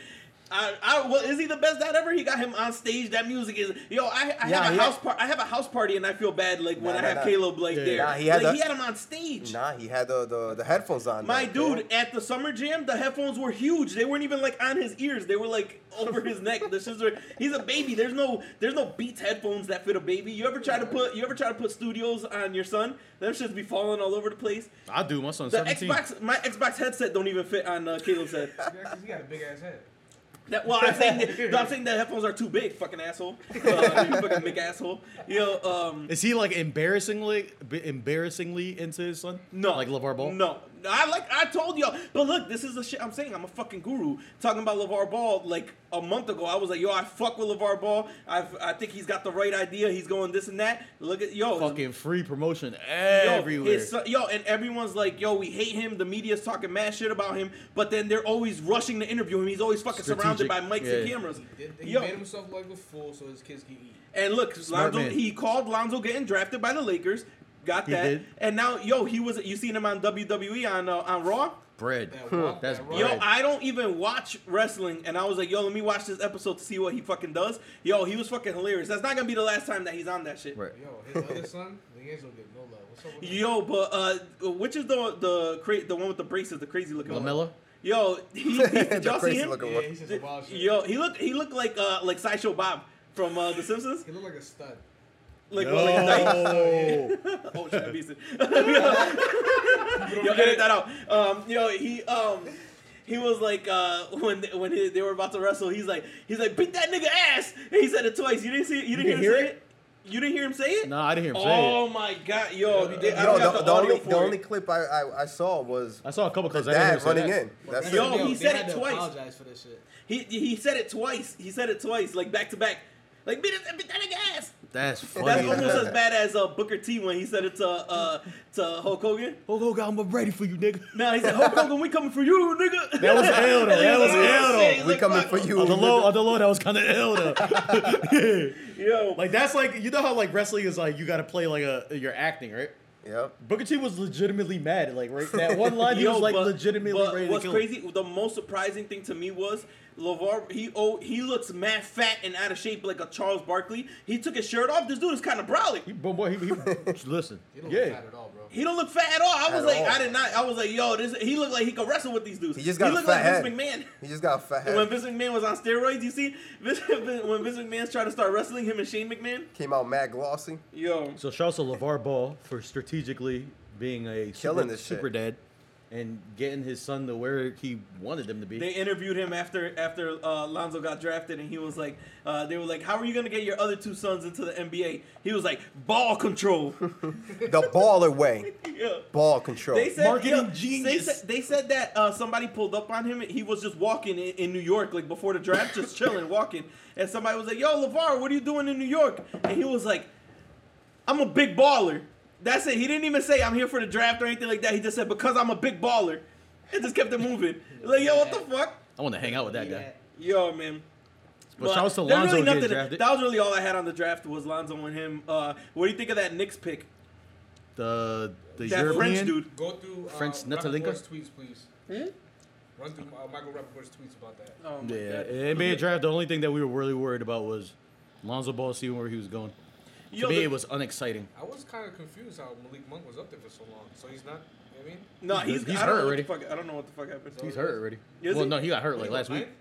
[SPEAKER 1] I, I well, is he the best dad ever? He got him on stage. That music is yo. I, I
[SPEAKER 4] Nah,
[SPEAKER 1] have a
[SPEAKER 4] he-
[SPEAKER 1] house par- I have a house party, and I feel bad like when
[SPEAKER 4] Nah,
[SPEAKER 1] I
[SPEAKER 4] nah,
[SPEAKER 1] have
[SPEAKER 4] nah.
[SPEAKER 1] Caleb like there.
[SPEAKER 4] Nah, he had
[SPEAKER 1] like
[SPEAKER 4] the-
[SPEAKER 1] he had him on stage.
[SPEAKER 4] Nah, he had the the, the headphones on.
[SPEAKER 1] My
[SPEAKER 4] though,
[SPEAKER 1] dude,
[SPEAKER 4] yo.
[SPEAKER 1] at the summer jam, the headphones were huge. They weren't even like on his ears. They were like over his neck. The shits were, he's a baby. There's no there's no Beats headphones that fit a baby. You ever try to put you ever try to put studios on your son? Them shits be falling all over the place.
[SPEAKER 5] I do. My
[SPEAKER 1] uh, That, well, I'm saying that, no, I'm saying the headphones are too big, fucking asshole. Uh, you fucking big asshole. You know, um,
[SPEAKER 5] Is he like embarrassingly b- embarrassingly into his son?
[SPEAKER 1] no,
[SPEAKER 5] like LeVar Ball.
[SPEAKER 1] No, I like I told y'all. But look, this is the shit I'm saying. I'm a fucking guru talking about Levar Ball. Like a month ago, I was like, yo, I fuck with Levar Ball. I I think he's got the right idea. He's going this and that. Look at yo, his
[SPEAKER 5] Fucking free promotion
[SPEAKER 1] Yo,
[SPEAKER 5] everywhere.
[SPEAKER 1] his son- yo, and everyone's like, yo, we hate him. The media's talking mad shit about him, but then they're always rushing to interview him. He's always fucking surrounded
[SPEAKER 5] Strategic.
[SPEAKER 1] by mics and
[SPEAKER 5] Yeah.
[SPEAKER 1] cameras.
[SPEAKER 6] He, did, he
[SPEAKER 1] Yo,
[SPEAKER 6] made himself look like a fool so his kids can eat.
[SPEAKER 1] and look,
[SPEAKER 5] Smart
[SPEAKER 1] Lonzo,
[SPEAKER 5] man.
[SPEAKER 1] he called Lonzo getting drafted by the Lakers. Got
[SPEAKER 5] He
[SPEAKER 1] that.
[SPEAKER 5] did.
[SPEAKER 1] And now, yo, he was. You seen him on WWE on uh, on Raw.
[SPEAKER 5] bread.
[SPEAKER 6] That walk,
[SPEAKER 5] That's
[SPEAKER 6] that
[SPEAKER 5] bread.
[SPEAKER 1] Yo,
[SPEAKER 5] Right.
[SPEAKER 1] I don't even watch wrestling, and I was like, yo, let me watch this episode to see what he fucking does. Yo, he was fucking hilarious. That's not gonna be the last time that he's on that shit.
[SPEAKER 5] Right.
[SPEAKER 6] Yo, his other son, the game's gonna get no love. What's up with that?
[SPEAKER 1] Yo, but uh, which is the the cra- the one with the braces, the crazy looking one?
[SPEAKER 5] Lamella.
[SPEAKER 1] Yo, he, he, did
[SPEAKER 4] The
[SPEAKER 1] y'all see
[SPEAKER 4] crazy
[SPEAKER 1] him?
[SPEAKER 4] looking-
[SPEAKER 6] Yeah, he's just a wild shit.
[SPEAKER 1] Yo, he looked he looked like uh like sideshow Bob from uh, The Simpsons.
[SPEAKER 6] He looked like a stud.
[SPEAKER 1] Like,
[SPEAKER 5] Yo.
[SPEAKER 1] oh shit, I beasted. yo, edit that out. Um, yo, he um. He was like, uh, when when he, they were about to wrestle, he's like, he's like, beat that nigga ass. And he said it twice. You didn't see it. You didn't, hear, him say it? You didn't hear him say it.
[SPEAKER 5] no, I didn't hear him say
[SPEAKER 1] Oh
[SPEAKER 5] it.
[SPEAKER 1] my god, yo,
[SPEAKER 6] Yeah.
[SPEAKER 1] they- I
[SPEAKER 4] Yo,
[SPEAKER 1] don't
[SPEAKER 4] the,
[SPEAKER 1] got the,
[SPEAKER 4] the
[SPEAKER 1] audio
[SPEAKER 4] only,
[SPEAKER 1] for
[SPEAKER 4] the only
[SPEAKER 1] it.
[SPEAKER 4] clip I, I, I saw was
[SPEAKER 5] I saw a couple clips. I didn't hear him
[SPEAKER 4] dad
[SPEAKER 5] say
[SPEAKER 4] running
[SPEAKER 5] that.
[SPEAKER 4] in. That's
[SPEAKER 1] Yo,
[SPEAKER 4] it.
[SPEAKER 6] they
[SPEAKER 1] he said
[SPEAKER 6] had
[SPEAKER 1] it
[SPEAKER 6] to
[SPEAKER 1] twice.
[SPEAKER 6] Apologize for this shit.
[SPEAKER 1] He he said it twice. He said it twice, like back to back, like beat, it, beat that nigga ass.
[SPEAKER 5] That's
[SPEAKER 1] That's
[SPEAKER 5] funny.
[SPEAKER 1] almost as bad as uh, Booker T when he said it to uh, to Hulk Hogan.
[SPEAKER 5] oh God, I'm ready for you, nigga.
[SPEAKER 1] No, he said Hulk Hogan, we coming for you, nigga.
[SPEAKER 5] That was ill though. That was ill though.
[SPEAKER 1] He's
[SPEAKER 4] We
[SPEAKER 1] like,
[SPEAKER 4] coming
[SPEAKER 1] fuck.
[SPEAKER 4] for you.
[SPEAKER 5] On the low, on the low, that was kind of ill though. yeah.
[SPEAKER 1] Yo,
[SPEAKER 5] Like that's like you know how like wrestling is like you got to play like a your acting right.
[SPEAKER 4] Yep.
[SPEAKER 5] Booker T was legitimately mad. Like right, that one line, he
[SPEAKER 1] Yo,
[SPEAKER 5] was like
[SPEAKER 1] but-
[SPEAKER 5] legitimately
[SPEAKER 1] but
[SPEAKER 5] ready
[SPEAKER 1] What's
[SPEAKER 5] to kill. him.
[SPEAKER 1] crazy? The most surprising thing to me was Lavar. He oh he looks mad fat and out of shape like a Charles Barkley. He took his shirt off. This dude is kind of brawly.
[SPEAKER 5] He, but boy, he, he listen.
[SPEAKER 6] He don't look
[SPEAKER 5] yeah,
[SPEAKER 6] fat at all, bro.
[SPEAKER 1] He don't look fat at all. I was
[SPEAKER 4] At
[SPEAKER 1] like,
[SPEAKER 4] all.
[SPEAKER 1] I did not. I was like, yo, this. He looked like he could wrestle with these dudes.
[SPEAKER 4] He just got a
[SPEAKER 1] looked
[SPEAKER 4] fat
[SPEAKER 1] like Vince McMahon.
[SPEAKER 4] He just got a fat
[SPEAKER 1] And When
[SPEAKER 4] head.
[SPEAKER 1] Vince McMahon was on steroids, you see, Vince, when Vince McMahon's trying to start wrestling him and Shane McMahon,
[SPEAKER 4] Came out mad glossy.
[SPEAKER 1] yo,
[SPEAKER 5] So shouts to LeVar Ball for strategically being a
[SPEAKER 4] Killing
[SPEAKER 5] super,
[SPEAKER 4] this shit.
[SPEAKER 5] super dad and getting his son to where he wanted him to be.
[SPEAKER 1] they interviewed him after after uh, Lonzo got drafted, and he was like, uh, they were like, how are you gonna get your other two sons into the NBA? He was like, ball control.
[SPEAKER 4] The baller way.
[SPEAKER 1] yeah.
[SPEAKER 4] Ball control.
[SPEAKER 1] They said,
[SPEAKER 5] Marketing
[SPEAKER 1] yo,
[SPEAKER 5] genius.
[SPEAKER 1] They said, they said that uh, somebody pulled up on him. and He was just walking in, in New York, like before the draft, just chilling, walking. And somebody was like, "Yo, Levar, what are you doing in New York?" And he was like, "I'm a big baller." That's it. He didn't even say I'm here for the draft or anything like that. He just said because I'm a big baller. It just kept it moving. Like, yo, what the fuck?
[SPEAKER 5] I want to hang out with that
[SPEAKER 6] Yeah.
[SPEAKER 5] guy.
[SPEAKER 1] Yo, man.
[SPEAKER 5] But shouts to
[SPEAKER 1] there's
[SPEAKER 5] Lonzo
[SPEAKER 1] really
[SPEAKER 5] getting
[SPEAKER 1] nothing-
[SPEAKER 5] drafted.
[SPEAKER 1] That was really all I had on the draft was Lonzo and him. Uh, what do you think of that Knicks pick?
[SPEAKER 5] The the
[SPEAKER 1] That
[SPEAKER 5] European
[SPEAKER 1] French dude.
[SPEAKER 6] Go through uh,
[SPEAKER 5] French Natalinka?
[SPEAKER 6] Rappaport's tweets, please. Run through uh, Michael Rappaport's tweets about that.
[SPEAKER 1] Oh my
[SPEAKER 5] Yeah,
[SPEAKER 1] God.
[SPEAKER 5] NBA draft. The only thing that we were really worried about was Lonzo Ball seeing where he was going. To
[SPEAKER 1] Yo,
[SPEAKER 5] me,
[SPEAKER 1] the-
[SPEAKER 5] it was unexciting.
[SPEAKER 6] I was kind of confused how Malik Monk was up there for so long. So he's not. You know what I mean,
[SPEAKER 1] No, he's,
[SPEAKER 5] He's- he's
[SPEAKER 1] I don't
[SPEAKER 5] hurt
[SPEAKER 1] know
[SPEAKER 5] already.
[SPEAKER 1] What the fuck, I don't know what the fuck happened.
[SPEAKER 5] He's hurt already.
[SPEAKER 1] Is
[SPEAKER 5] well,
[SPEAKER 1] he?
[SPEAKER 5] no, he got hurt
[SPEAKER 6] What,
[SPEAKER 5] like
[SPEAKER 6] he
[SPEAKER 5] last
[SPEAKER 6] went
[SPEAKER 5] week.
[SPEAKER 6] ninth?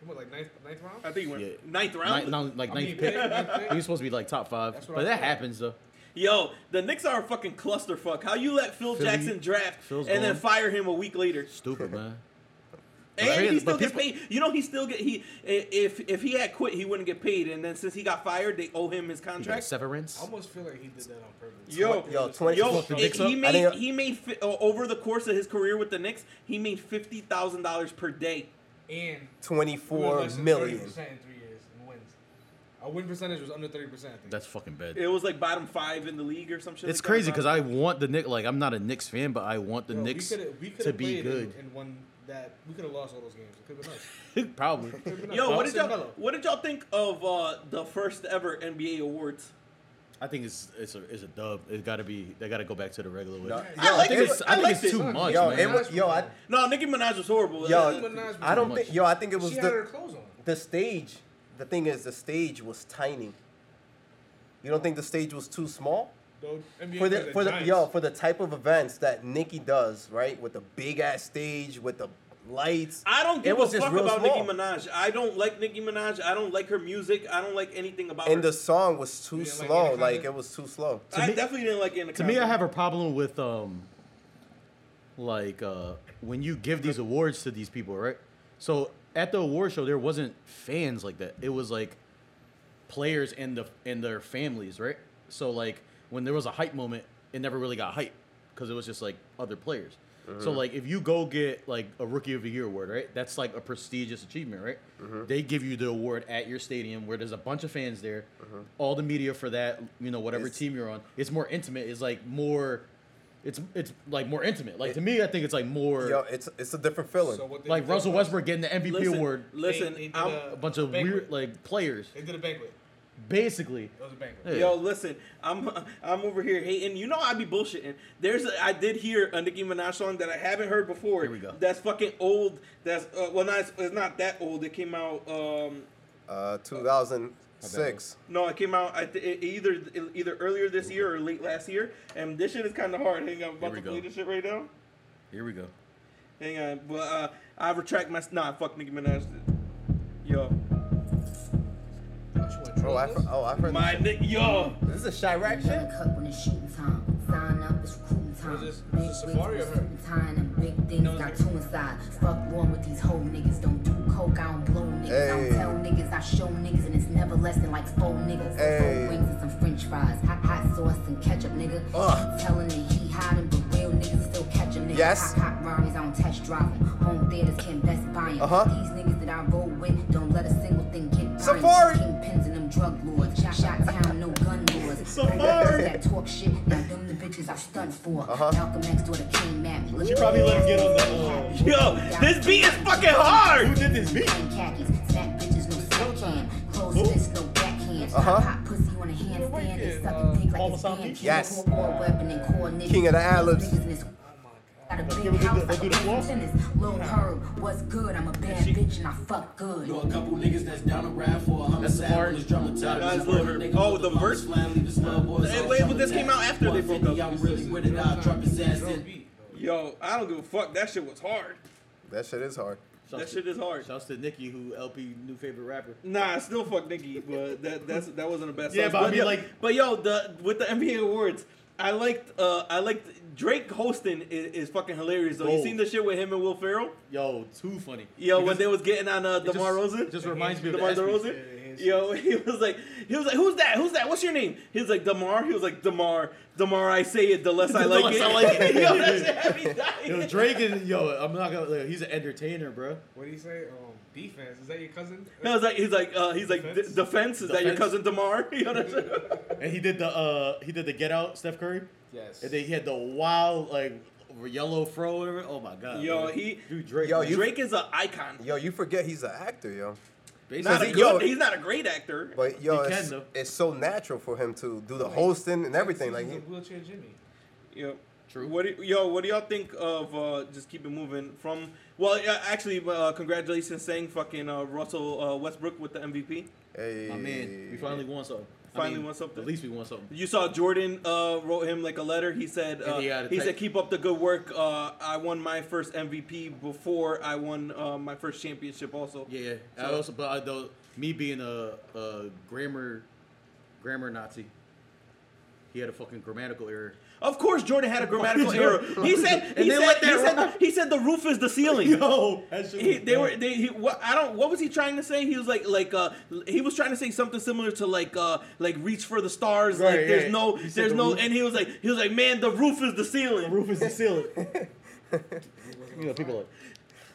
[SPEAKER 6] He went like ninth, ninth round.
[SPEAKER 1] I think he went
[SPEAKER 5] Yeah.
[SPEAKER 1] ninth round.
[SPEAKER 5] Ninth, no, like
[SPEAKER 6] I
[SPEAKER 5] ninth
[SPEAKER 6] mean,
[SPEAKER 5] pick.
[SPEAKER 6] pick, ninth pick.
[SPEAKER 5] he was supposed to be like top five,
[SPEAKER 6] That's what
[SPEAKER 5] but
[SPEAKER 6] I
[SPEAKER 5] that
[SPEAKER 6] thought.
[SPEAKER 5] happens though.
[SPEAKER 1] Yo, the Knicks are a fucking clusterfuck. How you let Phil
[SPEAKER 5] Philly-
[SPEAKER 1] Jackson draft
[SPEAKER 5] Phil's
[SPEAKER 1] and then
[SPEAKER 5] gone.
[SPEAKER 1] fire him a week later?
[SPEAKER 5] Stupid man.
[SPEAKER 1] And
[SPEAKER 5] But
[SPEAKER 1] he still gets
[SPEAKER 5] people-
[SPEAKER 1] paid. You know he still get he i- if if he had quit he wouldn't get paid. And then since he got fired, they owe him his
[SPEAKER 5] He got
[SPEAKER 1] contract.
[SPEAKER 5] severance.
[SPEAKER 6] I almost feel like he did that on purpose.
[SPEAKER 1] Yo,
[SPEAKER 4] Yo, 20
[SPEAKER 1] Yo,
[SPEAKER 4] fucking
[SPEAKER 1] if
[SPEAKER 5] Knicks
[SPEAKER 1] he
[SPEAKER 5] up.
[SPEAKER 4] I
[SPEAKER 1] made
[SPEAKER 4] think-
[SPEAKER 1] he made fi- o- over the course of his career with the Knicks, he made fifty thousand dollars per day.
[SPEAKER 6] and we were
[SPEAKER 4] 24
[SPEAKER 6] less than
[SPEAKER 4] million.
[SPEAKER 6] 30% in three years and wins. Our win percentage was under thirty percent.
[SPEAKER 5] That's fucking bad.
[SPEAKER 1] It was like bottom five in the league or some shit.
[SPEAKER 5] It's
[SPEAKER 1] like that.
[SPEAKER 5] crazy because I want the Knicks. Like I'm not a Knicks fan, but I want the Knicks to be good.
[SPEAKER 6] and won that. We could have lost all those games. It could have been us.
[SPEAKER 5] Probably.
[SPEAKER 6] Could've been us.
[SPEAKER 1] Yo, what
[SPEAKER 6] Us
[SPEAKER 1] did
[SPEAKER 6] and
[SPEAKER 1] y'all
[SPEAKER 6] Melo.
[SPEAKER 1] what did y'all think of uh, the first ever NBA awards?
[SPEAKER 5] I think it's it's a it's a dub. It got to be. They got to go back to the regular way.
[SPEAKER 4] No.
[SPEAKER 5] I
[SPEAKER 1] I
[SPEAKER 4] Yo,
[SPEAKER 1] like
[SPEAKER 5] think
[SPEAKER 1] it.
[SPEAKER 5] it's
[SPEAKER 1] I
[SPEAKER 5] I think
[SPEAKER 1] like
[SPEAKER 5] it's too
[SPEAKER 1] it.
[SPEAKER 5] much,
[SPEAKER 4] Yo,
[SPEAKER 5] man.
[SPEAKER 4] it was, yo, I,
[SPEAKER 1] No, Nicki Minaj was horrible.
[SPEAKER 4] yo,
[SPEAKER 6] Minaj
[SPEAKER 4] I don't
[SPEAKER 5] was
[SPEAKER 4] think,
[SPEAKER 5] much.
[SPEAKER 4] yo, I think it was
[SPEAKER 6] She had her
[SPEAKER 4] the,
[SPEAKER 6] clothes on.
[SPEAKER 4] the stage. The thing is, the stage was tiny. You don't think the stage was too small?
[SPEAKER 6] Though NBA
[SPEAKER 4] for the
[SPEAKER 6] players are
[SPEAKER 4] for the
[SPEAKER 6] giants.
[SPEAKER 4] yo for the type of events that Nikki does, right? With the big ass stage, with the lights.
[SPEAKER 1] I don't give
[SPEAKER 4] It was
[SPEAKER 1] a
[SPEAKER 4] just
[SPEAKER 1] fuck
[SPEAKER 4] real
[SPEAKER 1] about
[SPEAKER 4] small.
[SPEAKER 1] Nicki Minaj. I don't like Nicki Minaj. I don't like her music. I don't like anything about
[SPEAKER 4] and
[SPEAKER 1] her.
[SPEAKER 4] the song was too
[SPEAKER 6] You didn't like
[SPEAKER 4] slow.
[SPEAKER 6] Anaconda?
[SPEAKER 4] like it was too slow.
[SPEAKER 1] I
[SPEAKER 5] me-
[SPEAKER 1] definitely didn't like it. In the
[SPEAKER 5] to me, I
[SPEAKER 1] concert.
[SPEAKER 5] have a problem with um, like uh, when you give these awards to these people, right? So at the award show there wasn't fans like that. It was like players and the and their families, right? So like when there was a hype moment, it never really got hype because it was just like other players. So like if you go get like a rookie of the year award, right? That's like a prestigious achievement, right? They give you the award at your stadium where there's a bunch of fans there, all the media for that, you know, whatever
[SPEAKER 4] It's-
[SPEAKER 5] team you're on. It's more intimate. It's like more. It's it's like more intimate. Like to me, I think it's like more
[SPEAKER 4] Yo, it's it's a different feeling.
[SPEAKER 6] So what they
[SPEAKER 5] like
[SPEAKER 6] did
[SPEAKER 5] Russell
[SPEAKER 6] was-
[SPEAKER 5] Westbrook getting the MVP award.
[SPEAKER 1] listen,
[SPEAKER 6] They- they did
[SPEAKER 1] I'm,
[SPEAKER 5] A bunch of
[SPEAKER 6] Banquet.
[SPEAKER 5] weird like players,
[SPEAKER 6] They did a banquet.
[SPEAKER 5] basically.
[SPEAKER 6] It was a banquet.
[SPEAKER 5] Yeah.
[SPEAKER 1] Yo, listen, I'm I'm over here hating. You know I be bullshitting. There's a, I did hear a Nicki Minaj song that I haven't heard before.
[SPEAKER 5] Here we go.
[SPEAKER 1] That's fucking old. That's uh, well, not it's, it's not that old. It came out. um
[SPEAKER 4] Uh, 2006.
[SPEAKER 1] No, it came out I th- it either it- either earlier this year or late last year. And this shit is kind of hard. Hang on, I'm
[SPEAKER 5] Here
[SPEAKER 1] about
[SPEAKER 5] we
[SPEAKER 1] to
[SPEAKER 5] go.
[SPEAKER 1] play this shit right now.
[SPEAKER 5] Here we go.
[SPEAKER 1] Hang on, but uh, I retract my nah. Fuck Nicki Minaj. Yo,
[SPEAKER 6] Don't you want to
[SPEAKER 4] Oh, I,
[SPEAKER 6] try this?
[SPEAKER 4] fr- oh, I heard.
[SPEAKER 1] my ni- yo.
[SPEAKER 4] this is a Chirac shit.
[SPEAKER 2] Cut when it's shooting time. Sign up, it's recruiting time.
[SPEAKER 6] What is this?
[SPEAKER 2] Big
[SPEAKER 6] Is this
[SPEAKER 2] wigs
[SPEAKER 6] Safari
[SPEAKER 2] with
[SPEAKER 6] or her?
[SPEAKER 2] suit and tie and them big things
[SPEAKER 6] No,
[SPEAKER 2] got
[SPEAKER 6] it's her.
[SPEAKER 2] two inside. Fuck one with these whole niggas. Don't do coke, I don't blow niggas. I
[SPEAKER 4] Hey.
[SPEAKER 2] don't tell niggas, I show niggas, and it's never less than like four niggas.
[SPEAKER 4] Hey.
[SPEAKER 2] Four wings and some french fries. Hot, hot sauce and ketchup, nigga.
[SPEAKER 4] Ugh.
[SPEAKER 2] Telling me he hiding, but real niggas still catching niggas.
[SPEAKER 4] Yes.
[SPEAKER 2] Hot, hot Ronnie's on test driving. Home theaters can best buy 'em.
[SPEAKER 4] Uh-huh.
[SPEAKER 2] These niggas that I roll with don't let a single thing get by 'em.
[SPEAKER 4] Safari.
[SPEAKER 2] Kingpins and them drug lords. Shot, shot town, no gun lords.
[SPEAKER 1] Safari.
[SPEAKER 2] That talk shit. Now them the bitches I stunt for.
[SPEAKER 4] Uh-huh.
[SPEAKER 2] Malcolm X daughter came at me.
[SPEAKER 5] She probably let him get on the.
[SPEAKER 1] Yo, this beat is fucking hard.
[SPEAKER 5] Who did this beat?
[SPEAKER 2] Plain khakis, snap bitches, no silk cam. Closed fist, no backhands.
[SPEAKER 4] Uh-huh.
[SPEAKER 2] Hot pussy on a handstand. They suck a dick like it's
[SPEAKER 5] Homicide
[SPEAKER 2] Dan.
[SPEAKER 5] uh, Beach?
[SPEAKER 4] Yes.
[SPEAKER 2] War weapon and core niggas.
[SPEAKER 4] King of the ad-libs.
[SPEAKER 2] Niggas in this- Got a
[SPEAKER 5] give
[SPEAKER 2] big
[SPEAKER 5] it the-
[SPEAKER 2] house
[SPEAKER 5] let's
[SPEAKER 2] like
[SPEAKER 5] do
[SPEAKER 2] a
[SPEAKER 5] the floor.
[SPEAKER 2] tennis. Lil Herb, what's good? I'm a bad bitch and I fuck good.
[SPEAKER 3] You a couple niggas that's down to ride for a
[SPEAKER 5] That's the
[SPEAKER 3] homicide.
[SPEAKER 5] part.
[SPEAKER 3] When this drummer tell
[SPEAKER 1] That's
[SPEAKER 3] this
[SPEAKER 1] Lil Herb.
[SPEAKER 3] nigga
[SPEAKER 1] Oh,
[SPEAKER 3] with
[SPEAKER 1] the
[SPEAKER 3] bombs
[SPEAKER 1] verse?
[SPEAKER 3] flying, leave this little boys
[SPEAKER 1] Hey,
[SPEAKER 3] all
[SPEAKER 1] wait, but this
[SPEAKER 3] jumping
[SPEAKER 1] came out
[SPEAKER 3] back.
[SPEAKER 1] after they broke
[SPEAKER 3] 150,
[SPEAKER 1] up.
[SPEAKER 3] I'm really with it. I'll drop his ass in.
[SPEAKER 1] Yo, I don't give a fuck. That shit was hard.
[SPEAKER 4] That shit is hard.
[SPEAKER 1] That shit is hard.
[SPEAKER 5] Shouts to Nicki, who LP new favorite rapper.
[SPEAKER 1] Nah, I still fuck Nicki, but that that's that wasn't the best.
[SPEAKER 5] Yeah,
[SPEAKER 1] songs.
[SPEAKER 5] but I mean,
[SPEAKER 1] yo,
[SPEAKER 5] like-
[SPEAKER 1] but yo, the with the NBA awards, I liked uh I liked Drake hosting is, is fucking hilarious. Though you
[SPEAKER 5] Gold.
[SPEAKER 1] seen the shit with him and Will Ferrell?
[SPEAKER 5] Yo, too funny.
[SPEAKER 1] Yo, when
[SPEAKER 5] Because
[SPEAKER 1] they was getting on uh,
[SPEAKER 5] it just-
[SPEAKER 1] Demar Rosen,
[SPEAKER 5] just reminds me of
[SPEAKER 1] Demar
[SPEAKER 5] the
[SPEAKER 1] Derozan.
[SPEAKER 5] Derozan.
[SPEAKER 1] Yo, he was like, he was like, who's that? Who's that? What's your name? He was like, Demar. He was like, Demar. Demar, I say it, the less I
[SPEAKER 5] The
[SPEAKER 1] like
[SPEAKER 5] less
[SPEAKER 1] it.
[SPEAKER 5] I like it.
[SPEAKER 1] yo, that shit had me
[SPEAKER 5] Yo,
[SPEAKER 1] dying.
[SPEAKER 5] Drake is yo. I'm not gonna. Like, he's an entertainer, bro.
[SPEAKER 6] What do you say? Um, defense. Is that your cousin?
[SPEAKER 1] He was like, he's like, uh, he's like, "D- defense.
[SPEAKER 6] Defense?
[SPEAKER 1] Is that your
[SPEAKER 5] Defense?
[SPEAKER 1] cousin Demar? You know what I'm saying?
[SPEAKER 5] And he did the uh he did the Get Out Steph Curry,
[SPEAKER 6] Yes.
[SPEAKER 5] and then he had the wild like yellow fro. Or whatever. Oh my god.
[SPEAKER 1] Yo,
[SPEAKER 5] bro.
[SPEAKER 1] he-
[SPEAKER 5] dude Drake.
[SPEAKER 4] Yo,
[SPEAKER 5] man.
[SPEAKER 4] you-
[SPEAKER 1] Drake is an icon.
[SPEAKER 4] Yo, you forget he's an actor, yo.
[SPEAKER 5] Basically,
[SPEAKER 1] Not a
[SPEAKER 4] he-
[SPEAKER 1] good,
[SPEAKER 4] yo-
[SPEAKER 1] he's not a great actor.
[SPEAKER 4] But yo,
[SPEAKER 5] He
[SPEAKER 4] it's,
[SPEAKER 5] can, though.
[SPEAKER 4] it's so natural for him to do the hosting and everything. Like,
[SPEAKER 6] He's a
[SPEAKER 4] he,
[SPEAKER 6] wheelchair Jimmy.
[SPEAKER 1] Yo,
[SPEAKER 5] True.
[SPEAKER 1] What do, yo, what do y'all think of uh, just keep it moving from? Well, yeah, actually, uh, congratulations, saying fucking uh, Russell uh, Westbrook with the MVP.
[SPEAKER 4] hey,
[SPEAKER 5] my man, we finally won something. I
[SPEAKER 1] Finally
[SPEAKER 5] mean,
[SPEAKER 1] won something.
[SPEAKER 5] At least we won something.
[SPEAKER 1] You saw Jordan uh, wrote him like a letter. He said uh,
[SPEAKER 5] And he
[SPEAKER 1] he,
[SPEAKER 5] had a type-
[SPEAKER 1] said keep up the good work. Uh, I won my first MVP before I won uh, my first championship. Also,
[SPEAKER 5] Yeah. I
[SPEAKER 1] So-
[SPEAKER 5] also, but I, though, me being a, a grammar grammar Nazi, he had a fucking grammatical error.
[SPEAKER 1] Of course, Jordan had a grammatical error.
[SPEAKER 5] Jordan-
[SPEAKER 1] He said
[SPEAKER 5] And
[SPEAKER 1] he
[SPEAKER 5] they
[SPEAKER 1] said,
[SPEAKER 5] let
[SPEAKER 1] he,
[SPEAKER 5] that
[SPEAKER 1] said
[SPEAKER 5] ride.
[SPEAKER 1] he said the roof is the ceiling.
[SPEAKER 5] Yo, that shit
[SPEAKER 1] He,
[SPEAKER 5] was
[SPEAKER 1] they were
[SPEAKER 5] dumb.
[SPEAKER 1] they he, what I don't what was he trying to say? He was like like uh he was trying to say something similar to like uh like reach for the stars
[SPEAKER 5] Right,
[SPEAKER 1] like there's
[SPEAKER 5] yeah.
[SPEAKER 1] no
[SPEAKER 5] He said
[SPEAKER 1] there's
[SPEAKER 5] the
[SPEAKER 1] no
[SPEAKER 5] roof-
[SPEAKER 1] and he was like he was like man the roof is the ceiling.
[SPEAKER 5] roof is the ceiling. you know, people are like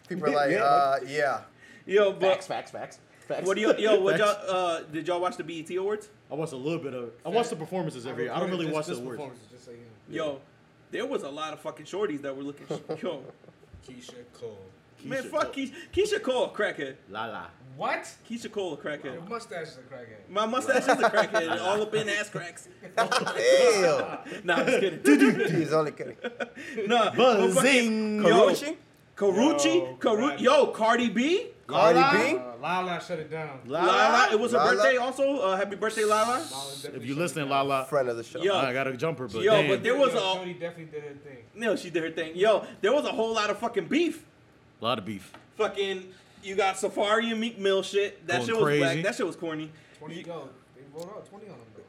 [SPEAKER 4] people are like,
[SPEAKER 5] Yeah,
[SPEAKER 4] uh, yeah.
[SPEAKER 1] Yo, but
[SPEAKER 5] facts, facts, facts, facts.
[SPEAKER 1] what do you yo what y'all
[SPEAKER 5] Facts.
[SPEAKER 1] uh did y'all watch the BET awards?
[SPEAKER 5] I watched a little bit of. it. I watched the performances every year. I don't really
[SPEAKER 6] Just-
[SPEAKER 5] watch the
[SPEAKER 6] just
[SPEAKER 5] awards.
[SPEAKER 6] performances, Just like him.
[SPEAKER 1] Yo, there was a lot of fucking shorties that were looking yo
[SPEAKER 6] Keisha Cole.
[SPEAKER 1] man
[SPEAKER 5] Keisha
[SPEAKER 1] fuck
[SPEAKER 5] Cole.
[SPEAKER 1] Keisha, Keisha Cole a crackhead
[SPEAKER 5] La la.
[SPEAKER 6] What?
[SPEAKER 1] Keisha Cole a
[SPEAKER 6] Your
[SPEAKER 1] crackhead.
[SPEAKER 6] mustache is a crackhead.
[SPEAKER 1] My mustache is a crackhead, all up in ass cracks.
[SPEAKER 4] Damn.
[SPEAKER 1] Nah, I'm just kidding.
[SPEAKER 4] He's only kidding.
[SPEAKER 1] nah, but fucking- yo,
[SPEAKER 4] Karuchi?
[SPEAKER 1] Karuchi,
[SPEAKER 6] Yo,
[SPEAKER 1] Karu-
[SPEAKER 6] Brad.
[SPEAKER 1] yo, Cardi B,
[SPEAKER 4] Cardi B?
[SPEAKER 6] Uh, Lala shut it down.
[SPEAKER 1] Lala. It was her
[SPEAKER 4] Lala.
[SPEAKER 1] birthday also. Uh, happy birthday, Lala.
[SPEAKER 6] Lala definitely
[SPEAKER 5] If you
[SPEAKER 6] shut it
[SPEAKER 5] listening,
[SPEAKER 6] down.
[SPEAKER 5] la la.
[SPEAKER 4] Friend of the show.
[SPEAKER 1] Yo.
[SPEAKER 5] I got a jumper, but
[SPEAKER 1] Yo,
[SPEAKER 5] damn.
[SPEAKER 1] but there was
[SPEAKER 6] Yo,
[SPEAKER 1] a
[SPEAKER 6] Shorty definitely did her thing.
[SPEAKER 1] no. She did her thing. Yo, there was a whole lot of fucking beef.
[SPEAKER 5] a lot of beef.
[SPEAKER 1] Fucking, you got Safari and Meek Mill shit. That
[SPEAKER 5] Going
[SPEAKER 1] shit was
[SPEAKER 5] crazy.
[SPEAKER 1] whack. That shit was corny.
[SPEAKER 6] Twenty
[SPEAKER 1] You-
[SPEAKER 6] go. They rolled out twenty on him though.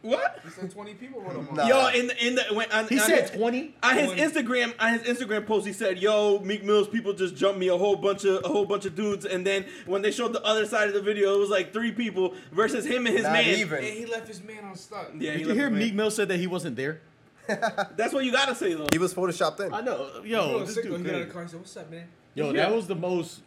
[SPEAKER 1] What?
[SPEAKER 6] He said 20 people wrote him off.
[SPEAKER 4] Nah.
[SPEAKER 1] Yo, in the in the when, on,
[SPEAKER 5] He
[SPEAKER 1] on
[SPEAKER 5] said
[SPEAKER 1] his-
[SPEAKER 5] twenty.
[SPEAKER 1] on his
[SPEAKER 6] 20.
[SPEAKER 1] Instagram on his Instagram post he said, "Yo, Meek Mill's people just jumped me a whole bunch of a whole bunch of dudes." And then when they showed the other side of the video, it was like three people versus him and his
[SPEAKER 4] Not
[SPEAKER 1] man.
[SPEAKER 6] And
[SPEAKER 4] even.
[SPEAKER 6] he left his man on stuck.
[SPEAKER 1] Yeah, he
[SPEAKER 5] Did you
[SPEAKER 1] left
[SPEAKER 5] hear
[SPEAKER 1] the man.
[SPEAKER 5] Meek Mill said that he wasn't there?
[SPEAKER 1] That's what you gotta say though.
[SPEAKER 4] He was photoshopped in.
[SPEAKER 5] I know.
[SPEAKER 6] He
[SPEAKER 5] Yo,
[SPEAKER 6] was
[SPEAKER 5] this
[SPEAKER 6] sick, though.
[SPEAKER 5] dude
[SPEAKER 6] he got out of
[SPEAKER 5] crazy.
[SPEAKER 6] the car. He said, "What's up, man?"
[SPEAKER 5] Yo,
[SPEAKER 1] Yeah.
[SPEAKER 5] that was the most.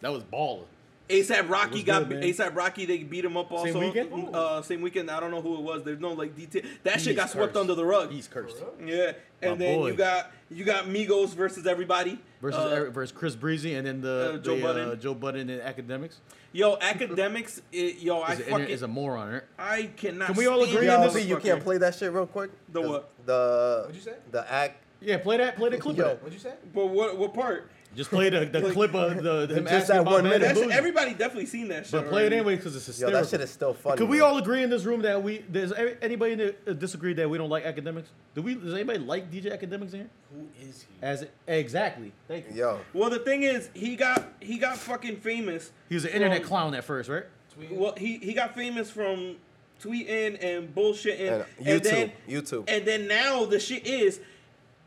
[SPEAKER 5] That was balling.
[SPEAKER 1] ASAP Rocky
[SPEAKER 5] What's
[SPEAKER 1] got
[SPEAKER 5] good, man?
[SPEAKER 1] ASAP Rocky. They beat him up also.
[SPEAKER 5] weekend?
[SPEAKER 1] Uh, same weekend. I don't know who it was. There's no like detail. That shit
[SPEAKER 5] He's
[SPEAKER 1] got swept
[SPEAKER 5] cursed.
[SPEAKER 1] under the rug.
[SPEAKER 5] He's cursed.
[SPEAKER 6] For real?
[SPEAKER 1] yeah, and
[SPEAKER 5] My
[SPEAKER 1] then
[SPEAKER 5] boy.
[SPEAKER 1] you got you got Migos versus everybody
[SPEAKER 5] Versus
[SPEAKER 1] Uh,
[SPEAKER 5] Eric- versus Chris Breezy and then the,
[SPEAKER 1] uh, Joe
[SPEAKER 5] the, Uh,
[SPEAKER 1] Budden.
[SPEAKER 5] Joe Budden and academics.
[SPEAKER 1] Yo, academics. It, yo, I
[SPEAKER 5] Is, a,
[SPEAKER 1] fucking
[SPEAKER 5] is a moron. Right?
[SPEAKER 1] I cannot.
[SPEAKER 5] Can we all
[SPEAKER 1] stand
[SPEAKER 5] agree
[SPEAKER 1] that
[SPEAKER 5] on
[SPEAKER 4] Yo,
[SPEAKER 5] this?
[SPEAKER 4] P, you
[SPEAKER 1] motherfucker.
[SPEAKER 4] can't play that shit real quick.
[SPEAKER 1] The what?
[SPEAKER 4] The
[SPEAKER 6] What'd you say?
[SPEAKER 4] The act.
[SPEAKER 5] Yeah, play that. Play the clip.
[SPEAKER 4] Yo.
[SPEAKER 5] Of that.
[SPEAKER 6] What'd you say?
[SPEAKER 1] But what what part?
[SPEAKER 5] Just play the, the clip of the him
[SPEAKER 4] Just
[SPEAKER 5] asking
[SPEAKER 4] that
[SPEAKER 5] about
[SPEAKER 4] one
[SPEAKER 5] Bad
[SPEAKER 4] minute.
[SPEAKER 5] Bunny.
[SPEAKER 1] That shit, everybody definitely seen that shit.
[SPEAKER 5] But play it
[SPEAKER 1] already.
[SPEAKER 5] anyway because it's
[SPEAKER 4] Yo,
[SPEAKER 5] hysterical.
[SPEAKER 4] that shit is still funny.
[SPEAKER 5] Could we
[SPEAKER 4] man.
[SPEAKER 5] all agree in this room that we does any- anybody in the- uh, disagree that we don't like academics? Do we? Does anybody like DJ academics in here?
[SPEAKER 6] Who is he?
[SPEAKER 5] As exactly. Thank you.
[SPEAKER 4] Yo,
[SPEAKER 1] Well, the thing is, he got he got fucking famous.
[SPEAKER 5] He was an internet
[SPEAKER 1] from-
[SPEAKER 5] clown at first, right?
[SPEAKER 6] Tweet.
[SPEAKER 1] Well, he he got famous from tweeting and bullshitting.
[SPEAKER 4] And
[SPEAKER 1] And,
[SPEAKER 4] YouTube,
[SPEAKER 1] then,
[SPEAKER 4] YouTube.
[SPEAKER 1] And then now the shit is.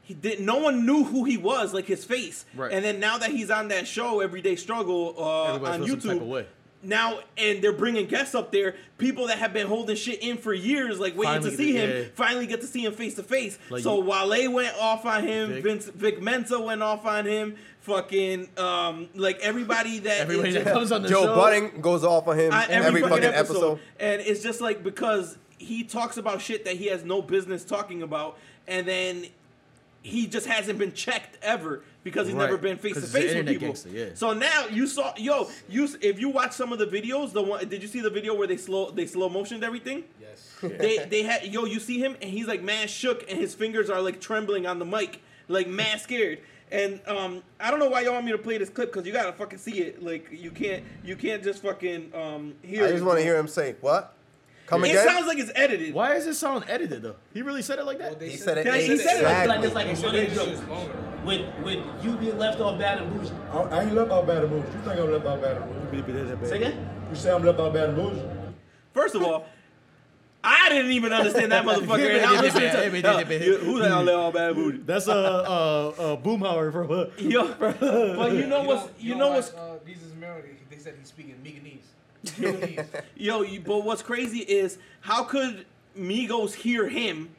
[SPEAKER 1] He did. No one knew who he was, like his face.
[SPEAKER 5] Right.
[SPEAKER 1] And then now that he's on that show, Everyday Struggle, uh,
[SPEAKER 5] Everybody
[SPEAKER 1] on
[SPEAKER 5] feels some type of
[SPEAKER 1] YouTube,
[SPEAKER 5] way.
[SPEAKER 1] now and they're bringing guests up there, people that have been holding shit in for years, like waiting
[SPEAKER 5] Finally get
[SPEAKER 1] to see
[SPEAKER 5] to-
[SPEAKER 1] him,
[SPEAKER 5] yeah, yeah.
[SPEAKER 1] finally get to see him face to face.
[SPEAKER 5] Like
[SPEAKER 1] So
[SPEAKER 5] you-
[SPEAKER 1] Wale went off on him,
[SPEAKER 5] Vic.
[SPEAKER 1] Vince Vic Mensa went off on him, fucking um, like everybody that is
[SPEAKER 5] Everybody that
[SPEAKER 1] just-
[SPEAKER 5] comes on the
[SPEAKER 4] Joe
[SPEAKER 5] show.
[SPEAKER 4] Budding goes off on him
[SPEAKER 1] on
[SPEAKER 4] every, fucking episode.
[SPEAKER 1] And it's just like because he talks about shit that he has no business talking about, and then he just hasn't been checked ever because he's
[SPEAKER 5] Right.
[SPEAKER 1] never been face to
[SPEAKER 5] 'Cause he's
[SPEAKER 1] face
[SPEAKER 5] an
[SPEAKER 1] with
[SPEAKER 5] internet
[SPEAKER 1] people.
[SPEAKER 5] gangster, yeah.
[SPEAKER 1] So now you saw, yo, you s- if you watch some of the videos, the one did you see the video where they slow they slow motioned everything?
[SPEAKER 6] Yes.
[SPEAKER 1] they they had yo you see him and he's like mad shook and his fingers are like trembling on the mic like mad scared and um i don't know why y'all want me to play this clip because you gotta fucking see it like you can't you can't just fucking um hear
[SPEAKER 4] I just
[SPEAKER 1] it.
[SPEAKER 4] want to hear him say what? Come
[SPEAKER 1] it
[SPEAKER 4] again?
[SPEAKER 1] sounds like it's edited
[SPEAKER 5] Why is this sound edited though? He really said it like that.
[SPEAKER 6] Well, they
[SPEAKER 4] he said it
[SPEAKER 1] Yeah, he said it.
[SPEAKER 7] Like
[SPEAKER 4] exactly.
[SPEAKER 7] it's like
[SPEAKER 6] They
[SPEAKER 7] a
[SPEAKER 6] said
[SPEAKER 7] funny
[SPEAKER 6] that shit
[SPEAKER 7] joke.
[SPEAKER 6] was longer.
[SPEAKER 7] With with you being left off bad and bougie.
[SPEAKER 8] I, I ain't left out bad and You think I'm left out bad and
[SPEAKER 7] Say again?
[SPEAKER 8] You say I'm left out bad and
[SPEAKER 1] first of all I didn't even understand that motherfucker. And I'm listening to uh, you- who's that? All bad booty.
[SPEAKER 5] That's a uh, uh, uh, Boomhauer from. Uh,
[SPEAKER 1] Yo, but you know what's you know what's
[SPEAKER 6] why, uh, Jesus Mary. They said he's speaking Meganese. Meganese.
[SPEAKER 1] Yo, you, but what's crazy is how could Migos hear him,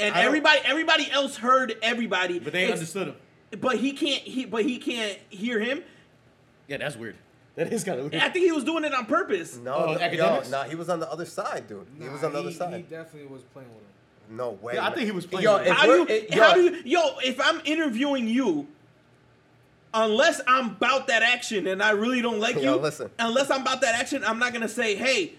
[SPEAKER 1] and
[SPEAKER 5] I don't-
[SPEAKER 1] everybody everybody else heard everybody,
[SPEAKER 5] but they
[SPEAKER 1] ex-
[SPEAKER 5] understood him.
[SPEAKER 1] But he can't. He but he can't hear him.
[SPEAKER 5] Yeah, that's weird. That is kind of
[SPEAKER 1] I
[SPEAKER 5] weird.
[SPEAKER 1] think he was doing it on purpose.
[SPEAKER 4] No,
[SPEAKER 5] Oh,
[SPEAKER 4] no, yo,
[SPEAKER 5] academics?
[SPEAKER 4] nah, he was on the other side, dude. he was
[SPEAKER 6] Nah,
[SPEAKER 4] on the other
[SPEAKER 6] he- He
[SPEAKER 4] side.
[SPEAKER 6] definitely was playing with him.
[SPEAKER 4] no way.
[SPEAKER 5] Yeah, I
[SPEAKER 4] man.
[SPEAKER 5] think he was playing
[SPEAKER 4] Yo,
[SPEAKER 5] with
[SPEAKER 4] if
[SPEAKER 5] it.
[SPEAKER 1] How do
[SPEAKER 4] we're-
[SPEAKER 1] you?
[SPEAKER 4] it- yo,
[SPEAKER 1] how do you? Yo, if I'm interviewing you. Unless I'm about that action and I really don't like you,
[SPEAKER 4] Yo, listen.
[SPEAKER 1] unless I'm about that action, I'm not gonna say, "Hey,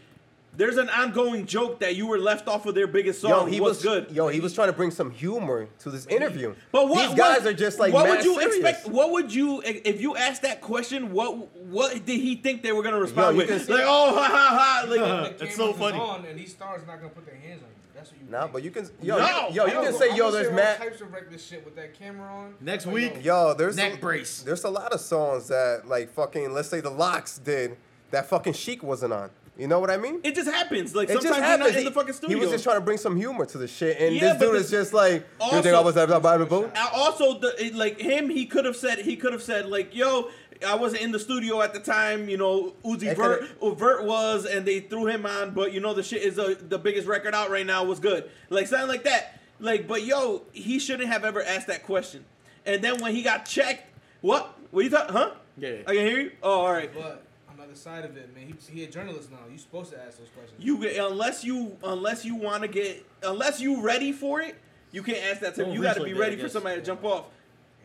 [SPEAKER 1] there's an ongoing joke that you were left off of their biggest song.
[SPEAKER 4] Yo, he
[SPEAKER 1] What's
[SPEAKER 4] was
[SPEAKER 1] good?"
[SPEAKER 4] Yo, he was trying to bring some humor to this interview.
[SPEAKER 1] But what
[SPEAKER 4] these guys
[SPEAKER 1] what-
[SPEAKER 4] are just like.
[SPEAKER 1] What
[SPEAKER 4] mad
[SPEAKER 1] would you
[SPEAKER 4] serious.
[SPEAKER 1] expect? What would you if you asked that question? What what did he think they were gonna respond
[SPEAKER 4] you
[SPEAKER 1] with?
[SPEAKER 4] can see-
[SPEAKER 1] Like oh ha ha ha! Like
[SPEAKER 5] Uh,
[SPEAKER 6] The
[SPEAKER 5] it's so
[SPEAKER 6] cameras is
[SPEAKER 5] funny.
[SPEAKER 6] On and these stars not gonna put their hands on you. That's what you.
[SPEAKER 4] Nah,
[SPEAKER 6] think.
[SPEAKER 4] but you can. Yo,
[SPEAKER 1] No!
[SPEAKER 4] you, yo, you
[SPEAKER 6] I
[SPEAKER 4] can
[SPEAKER 6] was- I
[SPEAKER 4] say yo,
[SPEAKER 6] was
[SPEAKER 4] there's
[SPEAKER 6] saying
[SPEAKER 4] Matt.
[SPEAKER 6] all types of reckless shit with that camera on.
[SPEAKER 5] Next
[SPEAKER 6] But
[SPEAKER 5] week,
[SPEAKER 6] yo,
[SPEAKER 4] Yo, there's
[SPEAKER 5] Neck brace.
[SPEAKER 4] There's a lot of songs that like fucking let's say the Locks did that fucking Chic wasn't on. You know what I mean?
[SPEAKER 1] it just happens. Like
[SPEAKER 4] It
[SPEAKER 1] sometimes
[SPEAKER 4] just
[SPEAKER 1] we're not
[SPEAKER 4] happens.
[SPEAKER 1] in the fucking
[SPEAKER 4] He
[SPEAKER 1] studio.
[SPEAKER 4] was just trying to bring some humor to the shit, and
[SPEAKER 1] Yeah,
[SPEAKER 4] this
[SPEAKER 1] but
[SPEAKER 4] dude
[SPEAKER 1] the-
[SPEAKER 4] is just like, you think
[SPEAKER 1] Also-
[SPEAKER 4] I was ever by the boat?
[SPEAKER 1] I also the it, like him he could have said he could have said like yo I wasn't in the studio at the time you know Uzi
[SPEAKER 4] It
[SPEAKER 1] Vert
[SPEAKER 4] could've-
[SPEAKER 1] or Vert was and they threw him on but you know the shit is uh the biggest record out right now was good like something like that like but yo he shouldn't have ever asked that question and then when he got checked what what you talking huh
[SPEAKER 5] Yeah.
[SPEAKER 1] I can hear you oh all right
[SPEAKER 6] but on the other side of it, man, he, he a journalist now. You supposed to ask those questions.
[SPEAKER 1] you get unless you unless you want to get unless you ready for it you can't ask that to
[SPEAKER 5] Don't
[SPEAKER 1] you got to
[SPEAKER 5] reach
[SPEAKER 1] be
[SPEAKER 5] like that,
[SPEAKER 1] ready
[SPEAKER 5] I
[SPEAKER 1] for
[SPEAKER 5] guess.
[SPEAKER 1] somebody to jump off.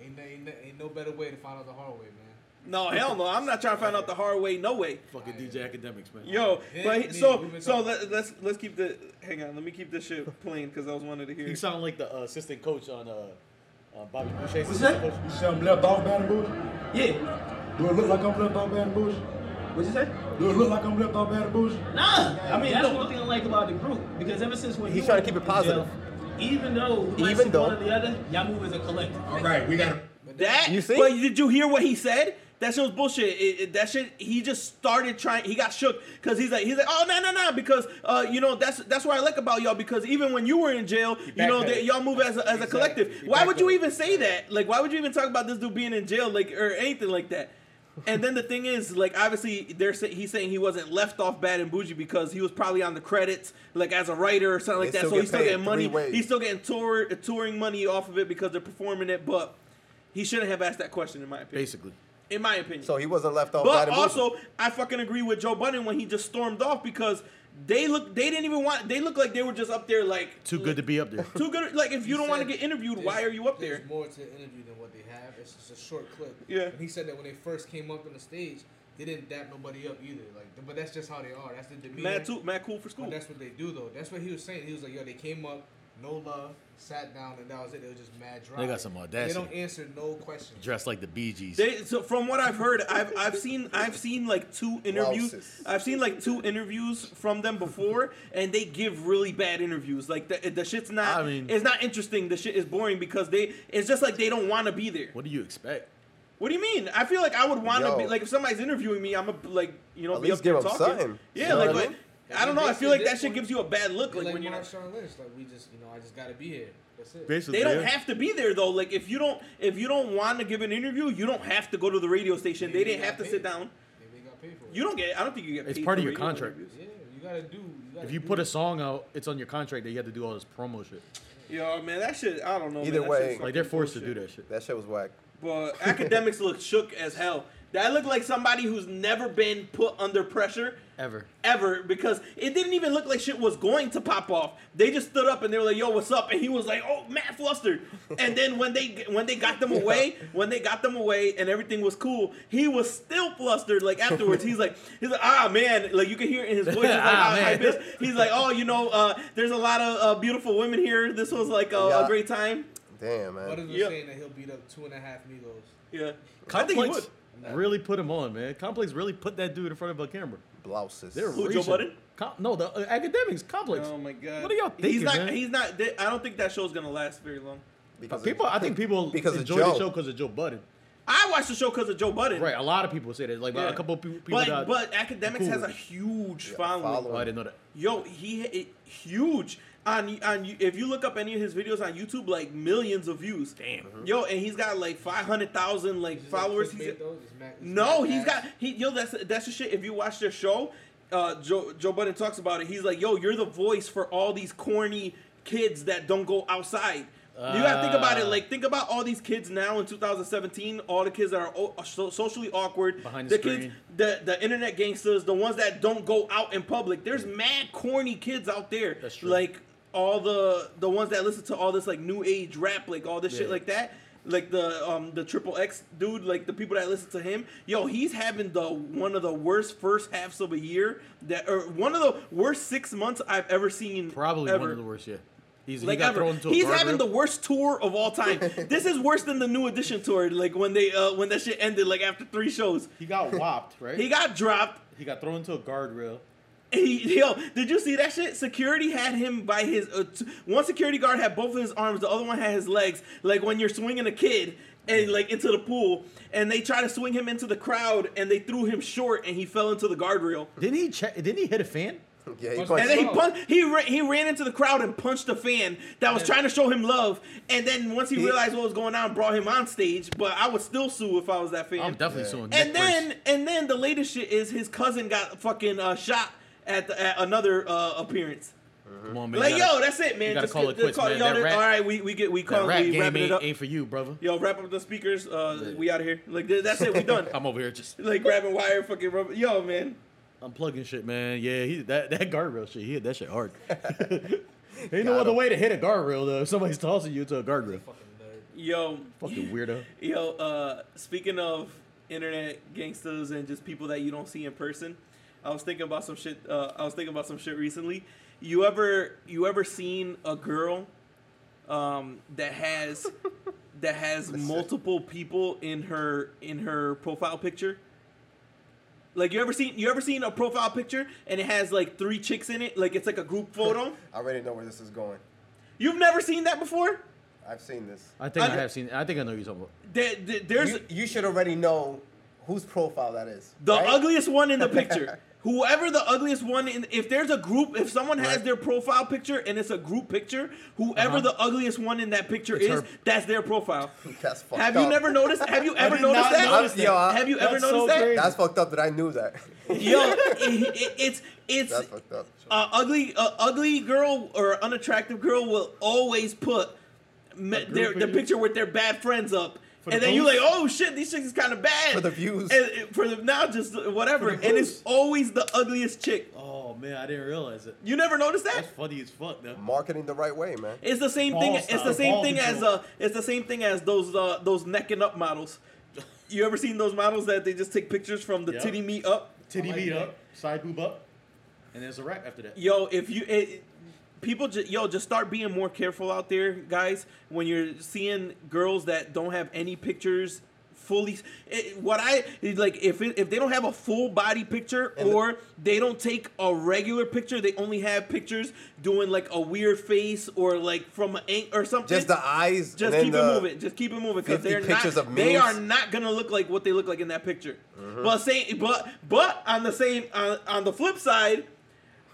[SPEAKER 6] Ain't, no- ain't, no- ain't no better way to find out the hard way, man.
[SPEAKER 1] No, hell no. I'm not trying to find out the hard way. No way.
[SPEAKER 5] fucking DJ academics, man.
[SPEAKER 1] Yo,
[SPEAKER 6] Hit
[SPEAKER 1] but
[SPEAKER 6] me.
[SPEAKER 1] he, so
[SPEAKER 6] We've been
[SPEAKER 1] so
[SPEAKER 6] talking.
[SPEAKER 1] let, let's let's keep the hang on. Let me keep this shit playing because I was wanted to hear.
[SPEAKER 5] He sounded like the uh, assistant coach on uh, uh, Bobby Boucher's
[SPEAKER 7] What's
[SPEAKER 5] assistant
[SPEAKER 7] that?
[SPEAKER 5] coach.
[SPEAKER 8] You say I'm left out bad and
[SPEAKER 7] Yeah.
[SPEAKER 8] Do it look like I'm left out bad and
[SPEAKER 7] What'd you say?
[SPEAKER 8] Do it look like I'm left out bad and
[SPEAKER 7] Nah. I mean, that's one thing I like about the group because ever since when
[SPEAKER 4] He's
[SPEAKER 7] you
[SPEAKER 4] trying to
[SPEAKER 7] went
[SPEAKER 4] keep it
[SPEAKER 7] to jail,
[SPEAKER 4] positive.
[SPEAKER 7] even though we might
[SPEAKER 4] Even
[SPEAKER 7] see
[SPEAKER 4] though-
[SPEAKER 7] one or the other, y'all move as a collective.
[SPEAKER 8] All right, we got to.
[SPEAKER 1] that
[SPEAKER 4] You see?
[SPEAKER 1] But did you hear what he said? That shit was bullshit. It, it- that shit, he just started trying. He got shook because he's like, he's like, oh no no no, because uh, you know that's that's what I like about y'all because even when you were in jail, you know
[SPEAKER 6] backpedaled.
[SPEAKER 1] that y'all move as a, as a
[SPEAKER 6] Exactly.
[SPEAKER 1] collective.
[SPEAKER 6] He
[SPEAKER 1] Why would you
[SPEAKER 6] backpedaled.
[SPEAKER 1] even say that? Like, why would you even talk about this dude being in jail, like or anything like that? And then the thing is, like, obviously, they're say- he's saying he wasn't left off bad and bougie because he was probably on the credits, like as a writer or something like
[SPEAKER 4] They
[SPEAKER 1] that.
[SPEAKER 4] still
[SPEAKER 1] So
[SPEAKER 4] get
[SPEAKER 1] he's still
[SPEAKER 4] paid
[SPEAKER 1] getting money.
[SPEAKER 4] three ways.
[SPEAKER 1] He's still getting tour touring money off of it because they're performing it. But he shouldn't have asked that question, in my opinion.
[SPEAKER 5] Basically,
[SPEAKER 1] In my opinion.
[SPEAKER 4] So he wasn't left off. by
[SPEAKER 1] But
[SPEAKER 4] the movie.
[SPEAKER 1] also, I fucking agree with Joe Budden when he just stormed off because they look they didn't even want they look like they were just up there like
[SPEAKER 5] too good to be up there.
[SPEAKER 1] too good like if you don't want to
[SPEAKER 6] said
[SPEAKER 1] get interviewed,
[SPEAKER 6] there's-
[SPEAKER 1] why are you up there?
[SPEAKER 6] there's more to the interview than what they have. It's just a short clip.
[SPEAKER 1] Yeah.
[SPEAKER 6] And he said that when they first came up on the stage, they didn't dap nobody up either. Like, but that's just how they are. That's the demeanor.
[SPEAKER 1] Mad too, mad cool for school.
[SPEAKER 6] But that's what they do though. That's what he was saying. He was like, yo, they came up, no love, sat down, and that was it. They were just mad dry.
[SPEAKER 5] They got some audacity.
[SPEAKER 6] They don't answer no questions.
[SPEAKER 5] Dressed like the Bee Gees.
[SPEAKER 1] They, so from what I've heard, I've I've seen I've seen like two interviews.
[SPEAKER 4] sis.
[SPEAKER 1] I've seen like two interviews from them before, and they give really bad interviews. Like the the shit's not.
[SPEAKER 5] I mean-
[SPEAKER 1] it's not interesting. The shit is boring because they. It's just like they don't want to be there.
[SPEAKER 5] What do you expect?
[SPEAKER 1] What do you mean? I feel like I would want to
[SPEAKER 4] Yo.
[SPEAKER 1] be like if somebody's interviewing me, I'm a like you know
[SPEAKER 4] At
[SPEAKER 1] be
[SPEAKER 4] least
[SPEAKER 1] up there
[SPEAKER 4] give 'em
[SPEAKER 1] talking.
[SPEAKER 4] something.
[SPEAKER 1] Yeah,
[SPEAKER 4] You know
[SPEAKER 1] like,
[SPEAKER 4] what I
[SPEAKER 1] like,
[SPEAKER 4] mean?
[SPEAKER 1] I don't know. I feel like that shit gives you a bad look.
[SPEAKER 6] Like,
[SPEAKER 1] Like,
[SPEAKER 6] like
[SPEAKER 1] when you're not.
[SPEAKER 6] Marshawn Lynch, like we just, you know, I just gotta be here. That's it.
[SPEAKER 5] Basically,
[SPEAKER 1] They don't
[SPEAKER 5] yeah.
[SPEAKER 1] have to be there though. Like if you don't if you don't want to give an interview, you don't have to go to the radio station. They
[SPEAKER 6] Maybe
[SPEAKER 1] didn't
[SPEAKER 6] got
[SPEAKER 1] have to
[SPEAKER 6] paid.
[SPEAKER 1] sit down.
[SPEAKER 6] Maybe they got paid for it.
[SPEAKER 1] You don't get. I don't think you get.
[SPEAKER 5] It's
[SPEAKER 1] paid
[SPEAKER 5] part
[SPEAKER 1] for
[SPEAKER 5] of your
[SPEAKER 1] radio
[SPEAKER 5] contract.
[SPEAKER 1] interviews.
[SPEAKER 6] Yeah, you gotta do. gotta
[SPEAKER 5] If you
[SPEAKER 6] do
[SPEAKER 5] put a song out, it's on your contract that you have to do all this promo shit.
[SPEAKER 1] Yo, man, that shit. I don't know. man,
[SPEAKER 4] Either
[SPEAKER 1] that
[SPEAKER 4] way-
[SPEAKER 1] shit's
[SPEAKER 5] Like they're
[SPEAKER 1] fucking
[SPEAKER 5] forced to
[SPEAKER 1] bullshit.
[SPEAKER 5] do that shit.
[SPEAKER 4] that shit was whack.
[SPEAKER 1] But academics look shook as hell. That looked like somebody who's never been put under pressure
[SPEAKER 5] Ever.
[SPEAKER 1] ever because it didn't even look like shit was going to pop off. They just stood up and they were like, "Yo, what's up?" And he was like, "Oh, Matt flustered." And then when they when they got them away, when they got them away and everything was cool, he was still flustered. Like afterwards, he's like, he's like, "Ah, man!" Like you can hear it in his voice. He's like,
[SPEAKER 5] Ah,
[SPEAKER 1] "Ah,
[SPEAKER 5] man."
[SPEAKER 1] hype is-" He's like, "Oh, you know, uh, there's a lot of uh, beautiful women here. This was like a, a
[SPEAKER 4] Yeah.
[SPEAKER 1] great time."
[SPEAKER 4] Damn man.
[SPEAKER 6] Butters was
[SPEAKER 1] Yeah.
[SPEAKER 6] saying that he'll beat up two and a half Migos.
[SPEAKER 1] Yeah, I think he
[SPEAKER 5] Complex
[SPEAKER 1] would.
[SPEAKER 5] really put him on, man. Complex really put that dude in front of a camera.
[SPEAKER 4] Blouses.
[SPEAKER 5] They're
[SPEAKER 1] Who, Joe
[SPEAKER 5] reaching.
[SPEAKER 1] Budden?
[SPEAKER 5] Com- no, the uh, academics. Complex.
[SPEAKER 1] Oh my god.
[SPEAKER 5] What are y'all
[SPEAKER 1] He's
[SPEAKER 5] thinking,
[SPEAKER 1] not.
[SPEAKER 5] man?
[SPEAKER 1] He's not. They, I don't think that show's gonna last very long.
[SPEAKER 4] because of-
[SPEAKER 5] people, I think people
[SPEAKER 4] because of
[SPEAKER 5] enjoy the
[SPEAKER 4] Joe.
[SPEAKER 5] show because of Joe Budden.
[SPEAKER 1] I watched the show because of Joe Budden.
[SPEAKER 5] Right, a lot of people say that. Like
[SPEAKER 1] Yeah.
[SPEAKER 5] a couple of pe- people.
[SPEAKER 1] But
[SPEAKER 5] that,
[SPEAKER 1] but academics
[SPEAKER 5] cool
[SPEAKER 1] has a
[SPEAKER 5] with
[SPEAKER 1] huge
[SPEAKER 4] Yeah,
[SPEAKER 1] following.
[SPEAKER 5] oh,
[SPEAKER 4] following.
[SPEAKER 5] I didn't know that.
[SPEAKER 1] Yo, he it, huge on on if you look up any of his videos on YouTube, like millions of views. Damn. Yo, and he's got like five hundred thousand like
[SPEAKER 6] Just
[SPEAKER 1] followers.
[SPEAKER 6] Like
[SPEAKER 1] He's-
[SPEAKER 6] clickbait, though, just Mac- just
[SPEAKER 1] no,
[SPEAKER 6] Mac
[SPEAKER 1] he's
[SPEAKER 6] ass.
[SPEAKER 1] got he yo. That's that's the shit. If you watch their show, uh, Joe Joe Budden talks about it. He's like, yo, you're the voice for all these corny kids that don't go outside. you gotta think about it.
[SPEAKER 5] Ah.
[SPEAKER 1] Like, think about all these kids now in 2017. All the kids that are o- so, socially awkward,
[SPEAKER 5] Behind the
[SPEAKER 1] kids,
[SPEAKER 5] screen.
[SPEAKER 1] the the internet gangsters, the ones that don't go out in public. There's mad corny kids out there.
[SPEAKER 5] That's true.
[SPEAKER 1] Like all the the ones that listen to all this like new age rap, like all this shit
[SPEAKER 5] Yeah.
[SPEAKER 1] like that. Like the um the triple X dude, like the people that listen to him, yo, he's having the one of the worst first halves of a year that or one of the worst six months I've ever seen.
[SPEAKER 5] Probably
[SPEAKER 1] ever.
[SPEAKER 5] one of the worst. Yeah, he's he
[SPEAKER 1] Like
[SPEAKER 5] got
[SPEAKER 1] ever.
[SPEAKER 5] thrown into a
[SPEAKER 1] he's having
[SPEAKER 5] guardrail.
[SPEAKER 1] the worst tour of all time. this is worse than the new edition tour. Like when they uh when that shit ended, like after three shows,
[SPEAKER 5] He got whopped, right?
[SPEAKER 1] he got dropped.
[SPEAKER 5] he got thrown into a guardrail.
[SPEAKER 1] He, yo, did you see that shit? Security had him by his. Uh, t- one security guard had both of his arms. The other one had his legs. Like when you're swinging a kid and like into the pool, and they try to swing him into the crowd, and they threw him short, and he fell into the guardrail.
[SPEAKER 5] Didn't he? Check, didn't he hit a fan?
[SPEAKER 4] yeah, he
[SPEAKER 6] And
[SPEAKER 4] punched-
[SPEAKER 1] And then he
[SPEAKER 6] Oh.
[SPEAKER 1] punched. He ran, he ran into the crowd and punched a fan that was trying to show him love. And then once he,
[SPEAKER 4] He-
[SPEAKER 1] realized what was going on, brought him on stage. But I would still sue if I was that fan.
[SPEAKER 5] I'm definitely suing. Nick
[SPEAKER 1] And then
[SPEAKER 5] Burks.
[SPEAKER 1] and then the latest shit is his cousin got fucking uh, shot at, the, at another uh, appearance.
[SPEAKER 5] come on, man,
[SPEAKER 1] like
[SPEAKER 5] you gotta-
[SPEAKER 1] yo, that's it, man.
[SPEAKER 5] you gotta
[SPEAKER 1] Just
[SPEAKER 5] call it
[SPEAKER 1] just
[SPEAKER 5] quits, man.
[SPEAKER 1] yo,
[SPEAKER 5] That
[SPEAKER 1] that-
[SPEAKER 5] rap-
[SPEAKER 1] all right, we we get we
[SPEAKER 5] that
[SPEAKER 1] call
[SPEAKER 5] rap
[SPEAKER 1] we
[SPEAKER 5] game
[SPEAKER 1] wrapping it
[SPEAKER 5] ain't,
[SPEAKER 1] up.
[SPEAKER 5] ain't for you, brother.
[SPEAKER 1] Yo, wrap up the speakers. Uh,
[SPEAKER 5] Yeah.
[SPEAKER 1] We out of here. Like th- that's it. We done.
[SPEAKER 5] I'm over here just
[SPEAKER 1] like grabbing wire, fucking rubber. Yo, man.
[SPEAKER 5] I'm plugging shit, man. Yeah, he that that guardrail shit. He hit that shit hard. ain't no
[SPEAKER 4] Got
[SPEAKER 5] other
[SPEAKER 4] him.
[SPEAKER 5] way to hit a guardrail though. If somebody's tossing you into a guardrail,
[SPEAKER 1] Yo,
[SPEAKER 5] fucking weirdo.
[SPEAKER 1] yo. Uh, speaking of internet gangsters and just people that you don't see in person, I was thinking about some shit. Uh, I was thinking about some shit recently. You ever you ever seen a girl um, that has that has multiple people in her in her profile picture? Like you ever seen you ever seen a profile picture and it has like three chicks in it? Like it's like a group photo.
[SPEAKER 4] I already know where this is going.
[SPEAKER 1] You've never seen that before?
[SPEAKER 4] I've seen this.
[SPEAKER 5] I think I,
[SPEAKER 1] I-
[SPEAKER 5] have seen. I think I know who you're talking about.
[SPEAKER 1] There, there- there's
[SPEAKER 4] You, you should already know whose profile that is.
[SPEAKER 1] The
[SPEAKER 4] right?
[SPEAKER 1] ugliest one in the picture. Whoever the ugliest one in, if there's a group, if someone has
[SPEAKER 4] Right.
[SPEAKER 1] their profile picture and it's a group picture, whoever the ugliest one in that picture
[SPEAKER 5] It's
[SPEAKER 1] is,
[SPEAKER 5] her.
[SPEAKER 1] that's their profile.
[SPEAKER 4] That's fucked
[SPEAKER 1] Have
[SPEAKER 4] up.
[SPEAKER 1] you never noticed? Have you ever
[SPEAKER 7] did
[SPEAKER 1] noticed
[SPEAKER 7] not
[SPEAKER 1] that?
[SPEAKER 7] notice
[SPEAKER 4] that. Yo, I-
[SPEAKER 1] have you ever
[SPEAKER 7] That's so
[SPEAKER 1] noticed that?
[SPEAKER 7] crazy.
[SPEAKER 4] That's fucked up that I knew that.
[SPEAKER 1] Yo, it, it, it's it's
[SPEAKER 4] That's fucked up.
[SPEAKER 1] a ugly a ugly girl or unattractive girl will always put me, their the picture with their bad friends up. and then you like, oh shit, these chicks is kind of bad
[SPEAKER 4] For the views.
[SPEAKER 1] And, and for the now, just whatever. And it's always the ugliest chick.
[SPEAKER 5] Oh man, I didn't realize it.
[SPEAKER 1] You never noticed that?
[SPEAKER 5] That's funny as fuck though.
[SPEAKER 4] Marketing the right way, man.
[SPEAKER 1] It's the same
[SPEAKER 5] Ball
[SPEAKER 1] thing.
[SPEAKER 5] style,
[SPEAKER 1] It's the same
[SPEAKER 5] ball
[SPEAKER 1] thing as
[SPEAKER 5] uh, control.
[SPEAKER 1] uh, it's the same thing as those uh, those neck and up models. You ever seen those models that they just take pictures from the
[SPEAKER 5] Yeah.
[SPEAKER 1] titty meat up?
[SPEAKER 5] Titty
[SPEAKER 6] like
[SPEAKER 5] beat
[SPEAKER 6] that.
[SPEAKER 5] up, side boob up, and there's a wrap after that.
[SPEAKER 1] Yo, if you it, people, ju- yo, just start being more careful out there, guys. When you're seeing girls that don't have any pictures fully, it, what I like if it, if they don't have a full body picture
[SPEAKER 4] And the-
[SPEAKER 1] or they don't take a regular picture, they only have pictures doing like a weird face or like from an ang- or something.
[SPEAKER 4] Just the eyes. and
[SPEAKER 1] Just
[SPEAKER 4] then
[SPEAKER 1] keep
[SPEAKER 4] the-
[SPEAKER 1] it moving. Just keep it moving because
[SPEAKER 4] 50
[SPEAKER 1] they're
[SPEAKER 4] pictures
[SPEAKER 1] not.
[SPEAKER 4] of
[SPEAKER 1] they are
[SPEAKER 4] memes. Mm-hmm.
[SPEAKER 1] not gonna look like what they look like in that picture. But same. But but on the same on, on the flip side,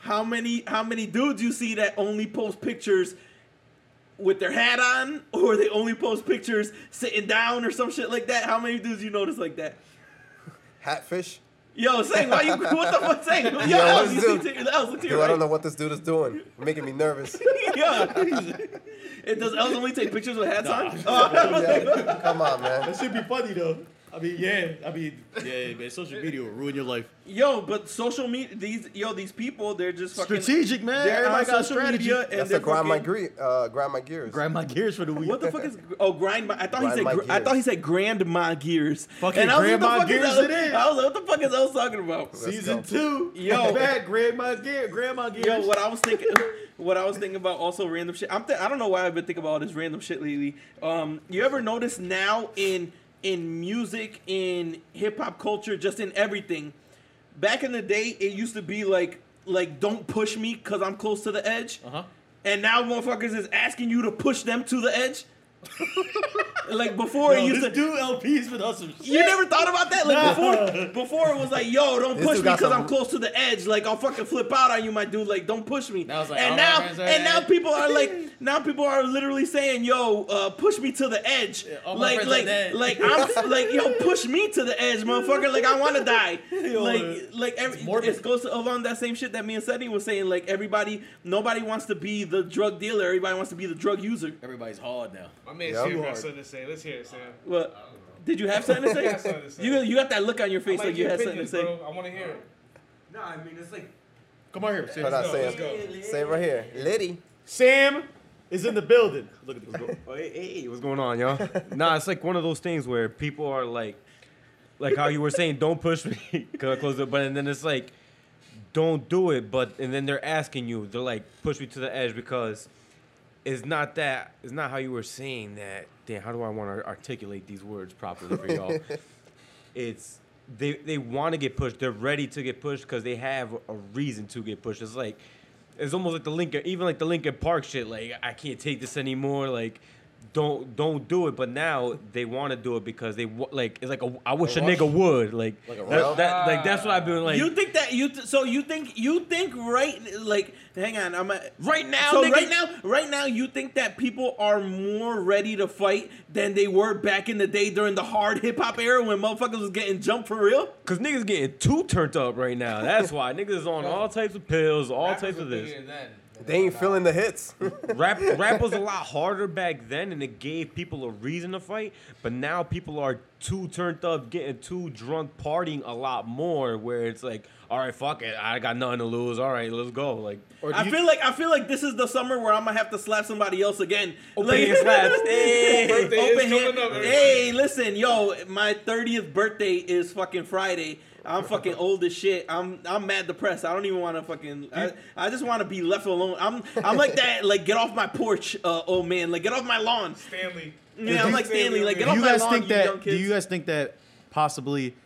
[SPEAKER 1] how many how many dudes you see that only post pictures with their hat on, or they only post pictures sitting down or some shit like that? How many dudes you notice like that?
[SPEAKER 4] Hatfish.
[SPEAKER 1] Yo, saying why you what the fuck saying? Yo,
[SPEAKER 4] Yo,
[SPEAKER 1] Alex, you
[SPEAKER 4] this
[SPEAKER 1] see
[SPEAKER 4] dude-
[SPEAKER 1] to your- Alex, look to your
[SPEAKER 4] Dude, I
[SPEAKER 1] right.
[SPEAKER 4] don't know what this dude is doing. Making me nervous.
[SPEAKER 1] Yeah. It does Els only take pictures with hats on?
[SPEAKER 4] Yeah, Come on, man.
[SPEAKER 5] That should be funny though. I mean, yeah. I mean, yeah, man. Social media will ruin your life.
[SPEAKER 1] Yo, but social media, these yo, these people, they're just fucking
[SPEAKER 5] Strategic, man.
[SPEAKER 1] They're on
[SPEAKER 5] Everybody got
[SPEAKER 1] social
[SPEAKER 5] strategy.
[SPEAKER 1] media and
[SPEAKER 4] That's
[SPEAKER 1] they're
[SPEAKER 4] the grind my
[SPEAKER 1] fucking-
[SPEAKER 4] gre- uh, grind my gears.
[SPEAKER 5] Grind my gears for the week.
[SPEAKER 1] What the fuck is oh grind my? I thought
[SPEAKER 4] Grind
[SPEAKER 1] he
[SPEAKER 4] my
[SPEAKER 1] said gr- I
[SPEAKER 4] gears.
[SPEAKER 1] thought he said grandma gears.
[SPEAKER 5] Fucking
[SPEAKER 1] I was like,
[SPEAKER 5] grandma
[SPEAKER 1] what the fuck
[SPEAKER 5] gears
[SPEAKER 1] is
[SPEAKER 5] it is.
[SPEAKER 1] I was like, what the fuck is Els talking about?
[SPEAKER 4] Let's
[SPEAKER 5] Season
[SPEAKER 4] go.
[SPEAKER 5] two.
[SPEAKER 1] Yo.
[SPEAKER 5] bad grandma gear, grandma gear.
[SPEAKER 1] Yo, what I was thinking, what I was thinking about also random shit. I'm th- I don't know why I've been thinking about all this random shit lately. Um, you ever notice now in in music, in hip hop culture, just in everything. Back in the day, it used to be like like don't push me because I'm close to the edge.
[SPEAKER 5] Uh-huh.
[SPEAKER 1] And now motherfuckers is asking you to push them to the edge. like before, it
[SPEAKER 5] Yo,
[SPEAKER 1] used
[SPEAKER 5] this
[SPEAKER 1] to.
[SPEAKER 5] dude LPs with us some shit.
[SPEAKER 1] You never thought about that? Like before, before it was like, yo, don't
[SPEAKER 4] This
[SPEAKER 1] push me
[SPEAKER 4] dude got
[SPEAKER 1] because
[SPEAKER 4] some-
[SPEAKER 1] I'm close to the edge. Like I'll fucking flip out on you, my dude. Like don't push me.
[SPEAKER 5] Now it's like,
[SPEAKER 1] and
[SPEAKER 5] "Oh,
[SPEAKER 1] now,
[SPEAKER 5] my friends are
[SPEAKER 1] and now
[SPEAKER 5] dead."
[SPEAKER 1] people are like, now people are literally saying, yo, uh, push me to the edge.
[SPEAKER 5] all my
[SPEAKER 1] like,
[SPEAKER 5] friends are
[SPEAKER 1] like,
[SPEAKER 5] dead.
[SPEAKER 1] like I'm like, yo, push me to the edge, motherfucker. Like I want to die.
[SPEAKER 5] it's
[SPEAKER 1] like, like every,
[SPEAKER 5] morbid.
[SPEAKER 1] it goes along that same shit that me and Sunny was saying. Like everybody, nobody wants to be the drug dealer. Everybody wants to be the drug user.
[SPEAKER 5] Everybody's hard now.
[SPEAKER 6] My man
[SPEAKER 4] Yeah.
[SPEAKER 6] Sam got something to say. Let's hear it, Sam.
[SPEAKER 1] What? Did you have something to say?
[SPEAKER 6] I have something to say.
[SPEAKER 1] You, you got that look on your face
[SPEAKER 6] I
[SPEAKER 1] like you
[SPEAKER 6] your
[SPEAKER 1] had something to
[SPEAKER 6] opinions,
[SPEAKER 1] say.
[SPEAKER 6] bro. I want to hear it.
[SPEAKER 9] No, I mean it's like
[SPEAKER 5] Come on here, Sam.
[SPEAKER 4] Hold on,
[SPEAKER 6] go, let's
[SPEAKER 4] Sam. Sam right here. Liddy.
[SPEAKER 5] Sam is in the building. Look at this.
[SPEAKER 9] Oh, hey, hey, what's going on, y'all? nah, it's like one of those things where people are like, like how you were saying, don't push me, cause I close the button. And then it's like, don't do it, but and then they're asking you, they're like, push me to the edge because it's not that, it's not how you were saying that. Damn, how do I want to articulate these words properly for y'all? it's they they want to get pushed. They're ready to get pushed because they have a reason to get pushed. It's like it's almost like the Lincoln, even like the Lincoln Park shit. Like I can't take this anymore. Like don't don't do it. But now they want to do it because they wa- like it's like a, I wish a, nigga would like
[SPEAKER 4] a
[SPEAKER 9] that,
[SPEAKER 4] rush?
[SPEAKER 9] that- like that's what I've been like.
[SPEAKER 1] you think that you th- so you think you think right like hang on I'm a,
[SPEAKER 9] Right now,
[SPEAKER 1] so
[SPEAKER 9] nigga.
[SPEAKER 1] right now right now you think that people are more ready to fight than they were back in the day during the hard hip hop era when motherfuckers was getting jumped for real
[SPEAKER 9] Cause niggas getting too turned up right now. That's why niggas on all types of pills, all
[SPEAKER 6] Rappers
[SPEAKER 9] types
[SPEAKER 6] were
[SPEAKER 9] of this.
[SPEAKER 6] bigger then.
[SPEAKER 4] They ain't feeling the hits.
[SPEAKER 9] Rap, rap was a lot harder back then, and it gave people a reason to fight. But now people are too turned up, getting too drunk, partying a lot more. Where it's like, all right, fuck it, I got nothing to lose. All right, let's go. Like,
[SPEAKER 5] Or do
[SPEAKER 1] I
[SPEAKER 5] you-
[SPEAKER 1] feel like I feel like this is the summer where I'm gonna have to slap somebody else again
[SPEAKER 9] Open
[SPEAKER 1] like,
[SPEAKER 9] hand slaps. Hey.
[SPEAKER 6] Birthday is
[SPEAKER 1] open hand-
[SPEAKER 6] coming up, everybody.
[SPEAKER 1] hey listen yo my 30th birthday is fucking Friday. I'm fucking old as shit. I'm I'm mad depressed. I don't even want to fucking. I, I just want to be left alone. I'm I'm like that. Like get off my porch, uh, old man. Like get off my lawn.
[SPEAKER 6] Stanley.
[SPEAKER 1] Yeah, I'm like Stanley. Like get
[SPEAKER 5] do
[SPEAKER 1] off
[SPEAKER 5] you
[SPEAKER 1] my
[SPEAKER 5] guys
[SPEAKER 1] lawn,
[SPEAKER 5] think
[SPEAKER 1] you young
[SPEAKER 5] that? Do
[SPEAKER 1] kids.
[SPEAKER 5] you guys think that possibly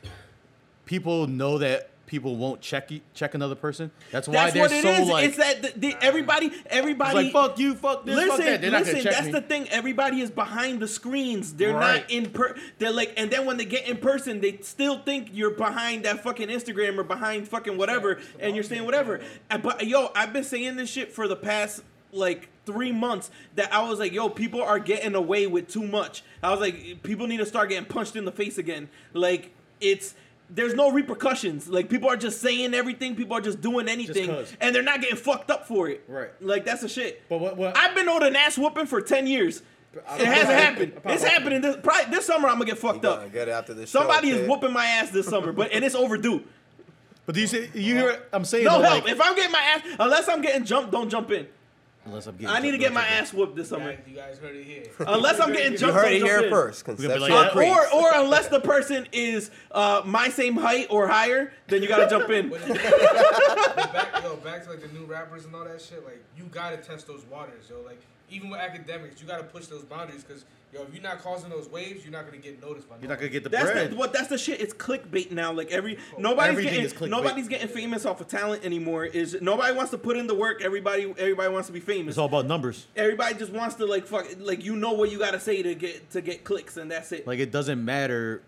[SPEAKER 5] people know that people won't check e- check another person. That's why
[SPEAKER 1] That's
[SPEAKER 5] they're
[SPEAKER 1] what it
[SPEAKER 5] so
[SPEAKER 1] is.
[SPEAKER 5] like.
[SPEAKER 1] it's that th- th- everybody,
[SPEAKER 5] it's
[SPEAKER 1] everybody.
[SPEAKER 5] like fuck you, fuck this, fuck
[SPEAKER 1] Listen,
[SPEAKER 5] that. They're not
[SPEAKER 1] listen.
[SPEAKER 5] gonna check
[SPEAKER 1] That's
[SPEAKER 5] me.
[SPEAKER 1] the thing. Everybody is behind the screens. They're
[SPEAKER 5] Right.
[SPEAKER 1] not in per. They're like, and then when they get in person, they still think you're behind that fucking Instagram or behind fucking whatever, and you're saying whatever. Uh, But yo, I've been saying this shit for the past like three months that I was like, yo, people are getting away with too much. I was like, people need to start getting punched in the face again. Like it's. There's no repercussions. Like people are just saying everything. People are just doing anything,
[SPEAKER 5] 'cause.
[SPEAKER 1] and they're not getting fucked up for it.
[SPEAKER 5] Right.
[SPEAKER 1] Like that's the shit.
[SPEAKER 5] But what- what-
[SPEAKER 1] I've been owed an ass whooping for ten years. It hasn't happened. It's happening this probably this summer. I'm gonna get fucked
[SPEAKER 4] gonna
[SPEAKER 1] up.
[SPEAKER 4] get it after this show,
[SPEAKER 1] Somebody is
[SPEAKER 4] kid.
[SPEAKER 1] whooping my ass this summer, but and it's overdue.
[SPEAKER 5] but do you see? You hear? what I'm saying
[SPEAKER 1] No
[SPEAKER 5] though,
[SPEAKER 1] help.
[SPEAKER 5] Like,
[SPEAKER 1] If I'm getting my ass, unless I'm getting jumped, don't jump in.
[SPEAKER 5] unless I'm getting
[SPEAKER 1] I need to
[SPEAKER 5] jumped,
[SPEAKER 1] get my
[SPEAKER 5] don't jump
[SPEAKER 1] ass whooped this
[SPEAKER 6] Guys,
[SPEAKER 1] summer.
[SPEAKER 6] you guys heard it here.
[SPEAKER 1] Unless I'm getting
[SPEAKER 4] You
[SPEAKER 1] jumped,
[SPEAKER 4] heard it
[SPEAKER 1] don't jump
[SPEAKER 4] here
[SPEAKER 1] in.
[SPEAKER 4] first.
[SPEAKER 5] gonna be
[SPEAKER 4] Conceptual
[SPEAKER 5] like
[SPEAKER 1] Uh,
[SPEAKER 5] that.
[SPEAKER 4] creeps.
[SPEAKER 1] or or unless the person is uh, my same height or higher, then you gotta jump in.
[SPEAKER 6] back, yo, back to like the new rappers and all that shit. Like, you gotta test those waters, yo. Like, even with academics, you gotta push those boundaries because, yo, if you're not causing those waves, you're not gonna get noticed by.
[SPEAKER 5] You're not gonna get the
[SPEAKER 1] That's
[SPEAKER 5] bread.
[SPEAKER 1] the, what that's the shit. It's clickbait now. Like every nobody's
[SPEAKER 5] Everything is
[SPEAKER 1] getting
[SPEAKER 5] clickbait.
[SPEAKER 1] nobody's getting famous off of talent anymore. Is nobody wants to put in the work. Everybody everybody wants to be famous.
[SPEAKER 5] it's all about numbers.
[SPEAKER 1] Everybody just wants to like fuck like you know what you gotta say to get to get clicks and that's it.
[SPEAKER 5] Like it doesn't matter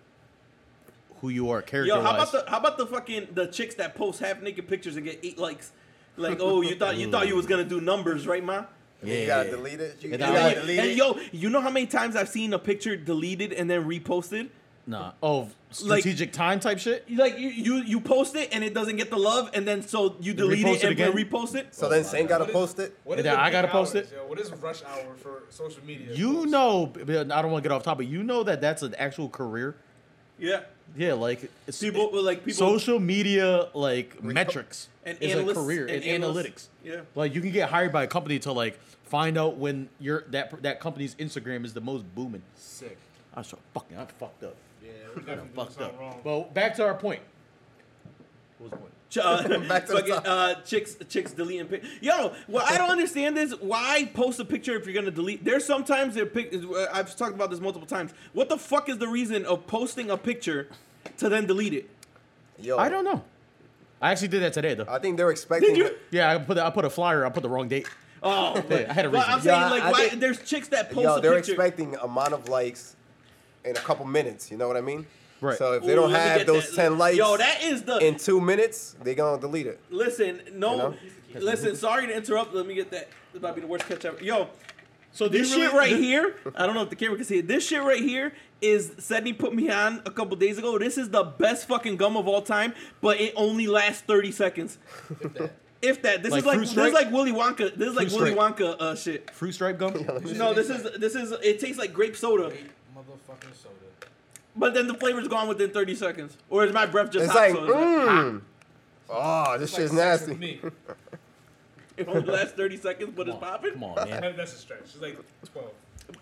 [SPEAKER 5] who you are character
[SPEAKER 1] Yo,
[SPEAKER 5] wise.
[SPEAKER 1] how about the how about the fucking the chicks that post half naked pictures and get eight likes? Like oh you thought you thought you was gonna do numbers right ma?
[SPEAKER 4] You gotta delete it. You
[SPEAKER 5] And
[SPEAKER 4] gotta
[SPEAKER 5] I-
[SPEAKER 4] delete
[SPEAKER 1] And
[SPEAKER 4] it.
[SPEAKER 1] yo, you know how many times I've seen a picture deleted and then reposted?
[SPEAKER 5] Nah. Oh,
[SPEAKER 1] Like-
[SPEAKER 5] strategic time type shit.
[SPEAKER 1] Like you, you you post it and it doesn't get the love and then so you delete
[SPEAKER 5] repost
[SPEAKER 1] it
[SPEAKER 5] it
[SPEAKER 1] and
[SPEAKER 5] again?
[SPEAKER 1] repost it.
[SPEAKER 4] So then Saint gotta post it.
[SPEAKER 6] What
[SPEAKER 5] And
[SPEAKER 6] is
[SPEAKER 5] then
[SPEAKER 6] the
[SPEAKER 5] I gotta
[SPEAKER 6] peak
[SPEAKER 5] post
[SPEAKER 6] hours,
[SPEAKER 5] it?
[SPEAKER 6] Yo? What is rush hour for social media?
[SPEAKER 5] You know, I don't want to get off topic. You know that that's an actual career.
[SPEAKER 1] Yeah.
[SPEAKER 5] Yeah, like it's,
[SPEAKER 1] People like people
[SPEAKER 5] social media like metrics
[SPEAKER 1] and
[SPEAKER 5] is a
[SPEAKER 1] analysts-
[SPEAKER 5] career and,
[SPEAKER 1] analysts.
[SPEAKER 5] analytics.
[SPEAKER 1] Yeah.
[SPEAKER 5] Like you can get hired by a company to like find out when your that that company's Instagram is the most booming.
[SPEAKER 6] sick.
[SPEAKER 5] I'm so fucking I'm fucked up.
[SPEAKER 6] Yeah, we're definitely doing
[SPEAKER 5] Fucked
[SPEAKER 6] something wrong.
[SPEAKER 5] up. Well, back to our point. What was the point?
[SPEAKER 1] Ch- uh,
[SPEAKER 4] Back to the
[SPEAKER 1] fucking,
[SPEAKER 4] top.
[SPEAKER 1] uh, chicks, chicks deleting pic. Yo, what I don't understand is why post a picture if you're gonna delete. There's sometimes there pic. uh, I've talked about this multiple times. What the fuck is the reason of posting a picture to then delete it?
[SPEAKER 4] Yo,
[SPEAKER 5] I don't know. I actually did that today though.
[SPEAKER 4] I think they're expecting.
[SPEAKER 1] Did you-
[SPEAKER 4] it.
[SPEAKER 5] yeah, I put I put a flyer. I put the wrong date.
[SPEAKER 1] Oh,
[SPEAKER 5] Yeah, I had a
[SPEAKER 1] but
[SPEAKER 5] reason.
[SPEAKER 1] I'm
[SPEAKER 4] Yeah,
[SPEAKER 1] saying like
[SPEAKER 4] I
[SPEAKER 1] why
[SPEAKER 4] think-
[SPEAKER 1] there's chicks that post
[SPEAKER 4] Yo,
[SPEAKER 1] a
[SPEAKER 4] they're
[SPEAKER 1] picture.
[SPEAKER 4] expecting amount of likes in a couple minutes. You know what I mean?
[SPEAKER 5] Right.
[SPEAKER 4] So if they
[SPEAKER 1] Ooh,
[SPEAKER 4] don't
[SPEAKER 1] let me
[SPEAKER 4] have
[SPEAKER 1] get
[SPEAKER 4] those
[SPEAKER 1] that.
[SPEAKER 4] ten likes
[SPEAKER 1] yo, that is the
[SPEAKER 4] in two minutes, they gonna delete it.
[SPEAKER 1] listen. No,
[SPEAKER 4] You
[SPEAKER 1] listen. Sorry to interrupt. Let me get that. This might be the worst catch ever. Yo,
[SPEAKER 5] So do you
[SPEAKER 1] This
[SPEAKER 5] really-
[SPEAKER 1] shit right
[SPEAKER 5] th-
[SPEAKER 1] here, I don't know if the camera can see it. This shit right here is Sedney put me on a couple days ago. This is the best fucking gum of all time, but it only lasts 30 seconds. If that, this
[SPEAKER 5] Like
[SPEAKER 1] is like
[SPEAKER 5] Fruit
[SPEAKER 1] this
[SPEAKER 5] Stripe?
[SPEAKER 1] is like Willy Wonka. This is like
[SPEAKER 5] Fruit
[SPEAKER 1] Willy Wonka uh, shit.
[SPEAKER 5] Fruit stripe gum.
[SPEAKER 1] No, this is this is it tastes like grape soda,
[SPEAKER 6] Eight motherfucking soda.
[SPEAKER 1] but then the flavor's gone within 30 seconds. Or is my breath just
[SPEAKER 4] It's
[SPEAKER 1] hot?
[SPEAKER 4] like,
[SPEAKER 1] so it's like,
[SPEAKER 4] mm. oh, this shit's
[SPEAKER 6] sex with
[SPEAKER 4] nasty.
[SPEAKER 6] me.
[SPEAKER 1] it only lasts 30 seconds, but it's
[SPEAKER 5] Come on,
[SPEAKER 1] popping
[SPEAKER 5] come on, man.
[SPEAKER 6] That's a stretch. It's like twelve.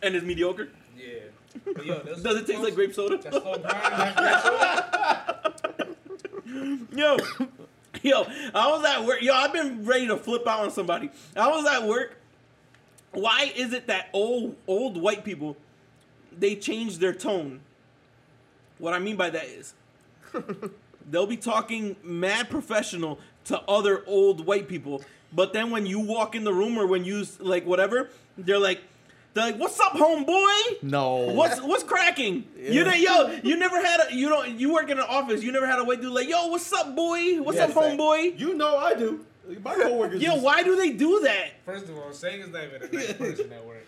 [SPEAKER 1] and it's mediocre.
[SPEAKER 6] Yeah. But yo, those-
[SPEAKER 1] Does it taste like grape soda?
[SPEAKER 6] That's slow grind. That's grape soda.
[SPEAKER 1] Yo, yo, I was at work. Yo, I've been ready to flip out on somebody. I was at work. Why is it that old old white people they change their tone? What I mean by that is they'll be talking mad professional to other old white people, but then when you walk in the room or when you s- like whatever, they're like. They're like, "What's up, homeboy?
[SPEAKER 5] No.
[SPEAKER 1] What's what's cracking? You ne- yo, you never had a you don't you work in an office. You never had a white dude like, yo, what's up, boy? What's
[SPEAKER 4] Yeah,
[SPEAKER 1] up,
[SPEAKER 4] it's like-
[SPEAKER 1] homeboy?
[SPEAKER 5] You know I do. My coworkers.
[SPEAKER 1] Yo, why do they do that?
[SPEAKER 6] First of all, saying is not even a nice person at work.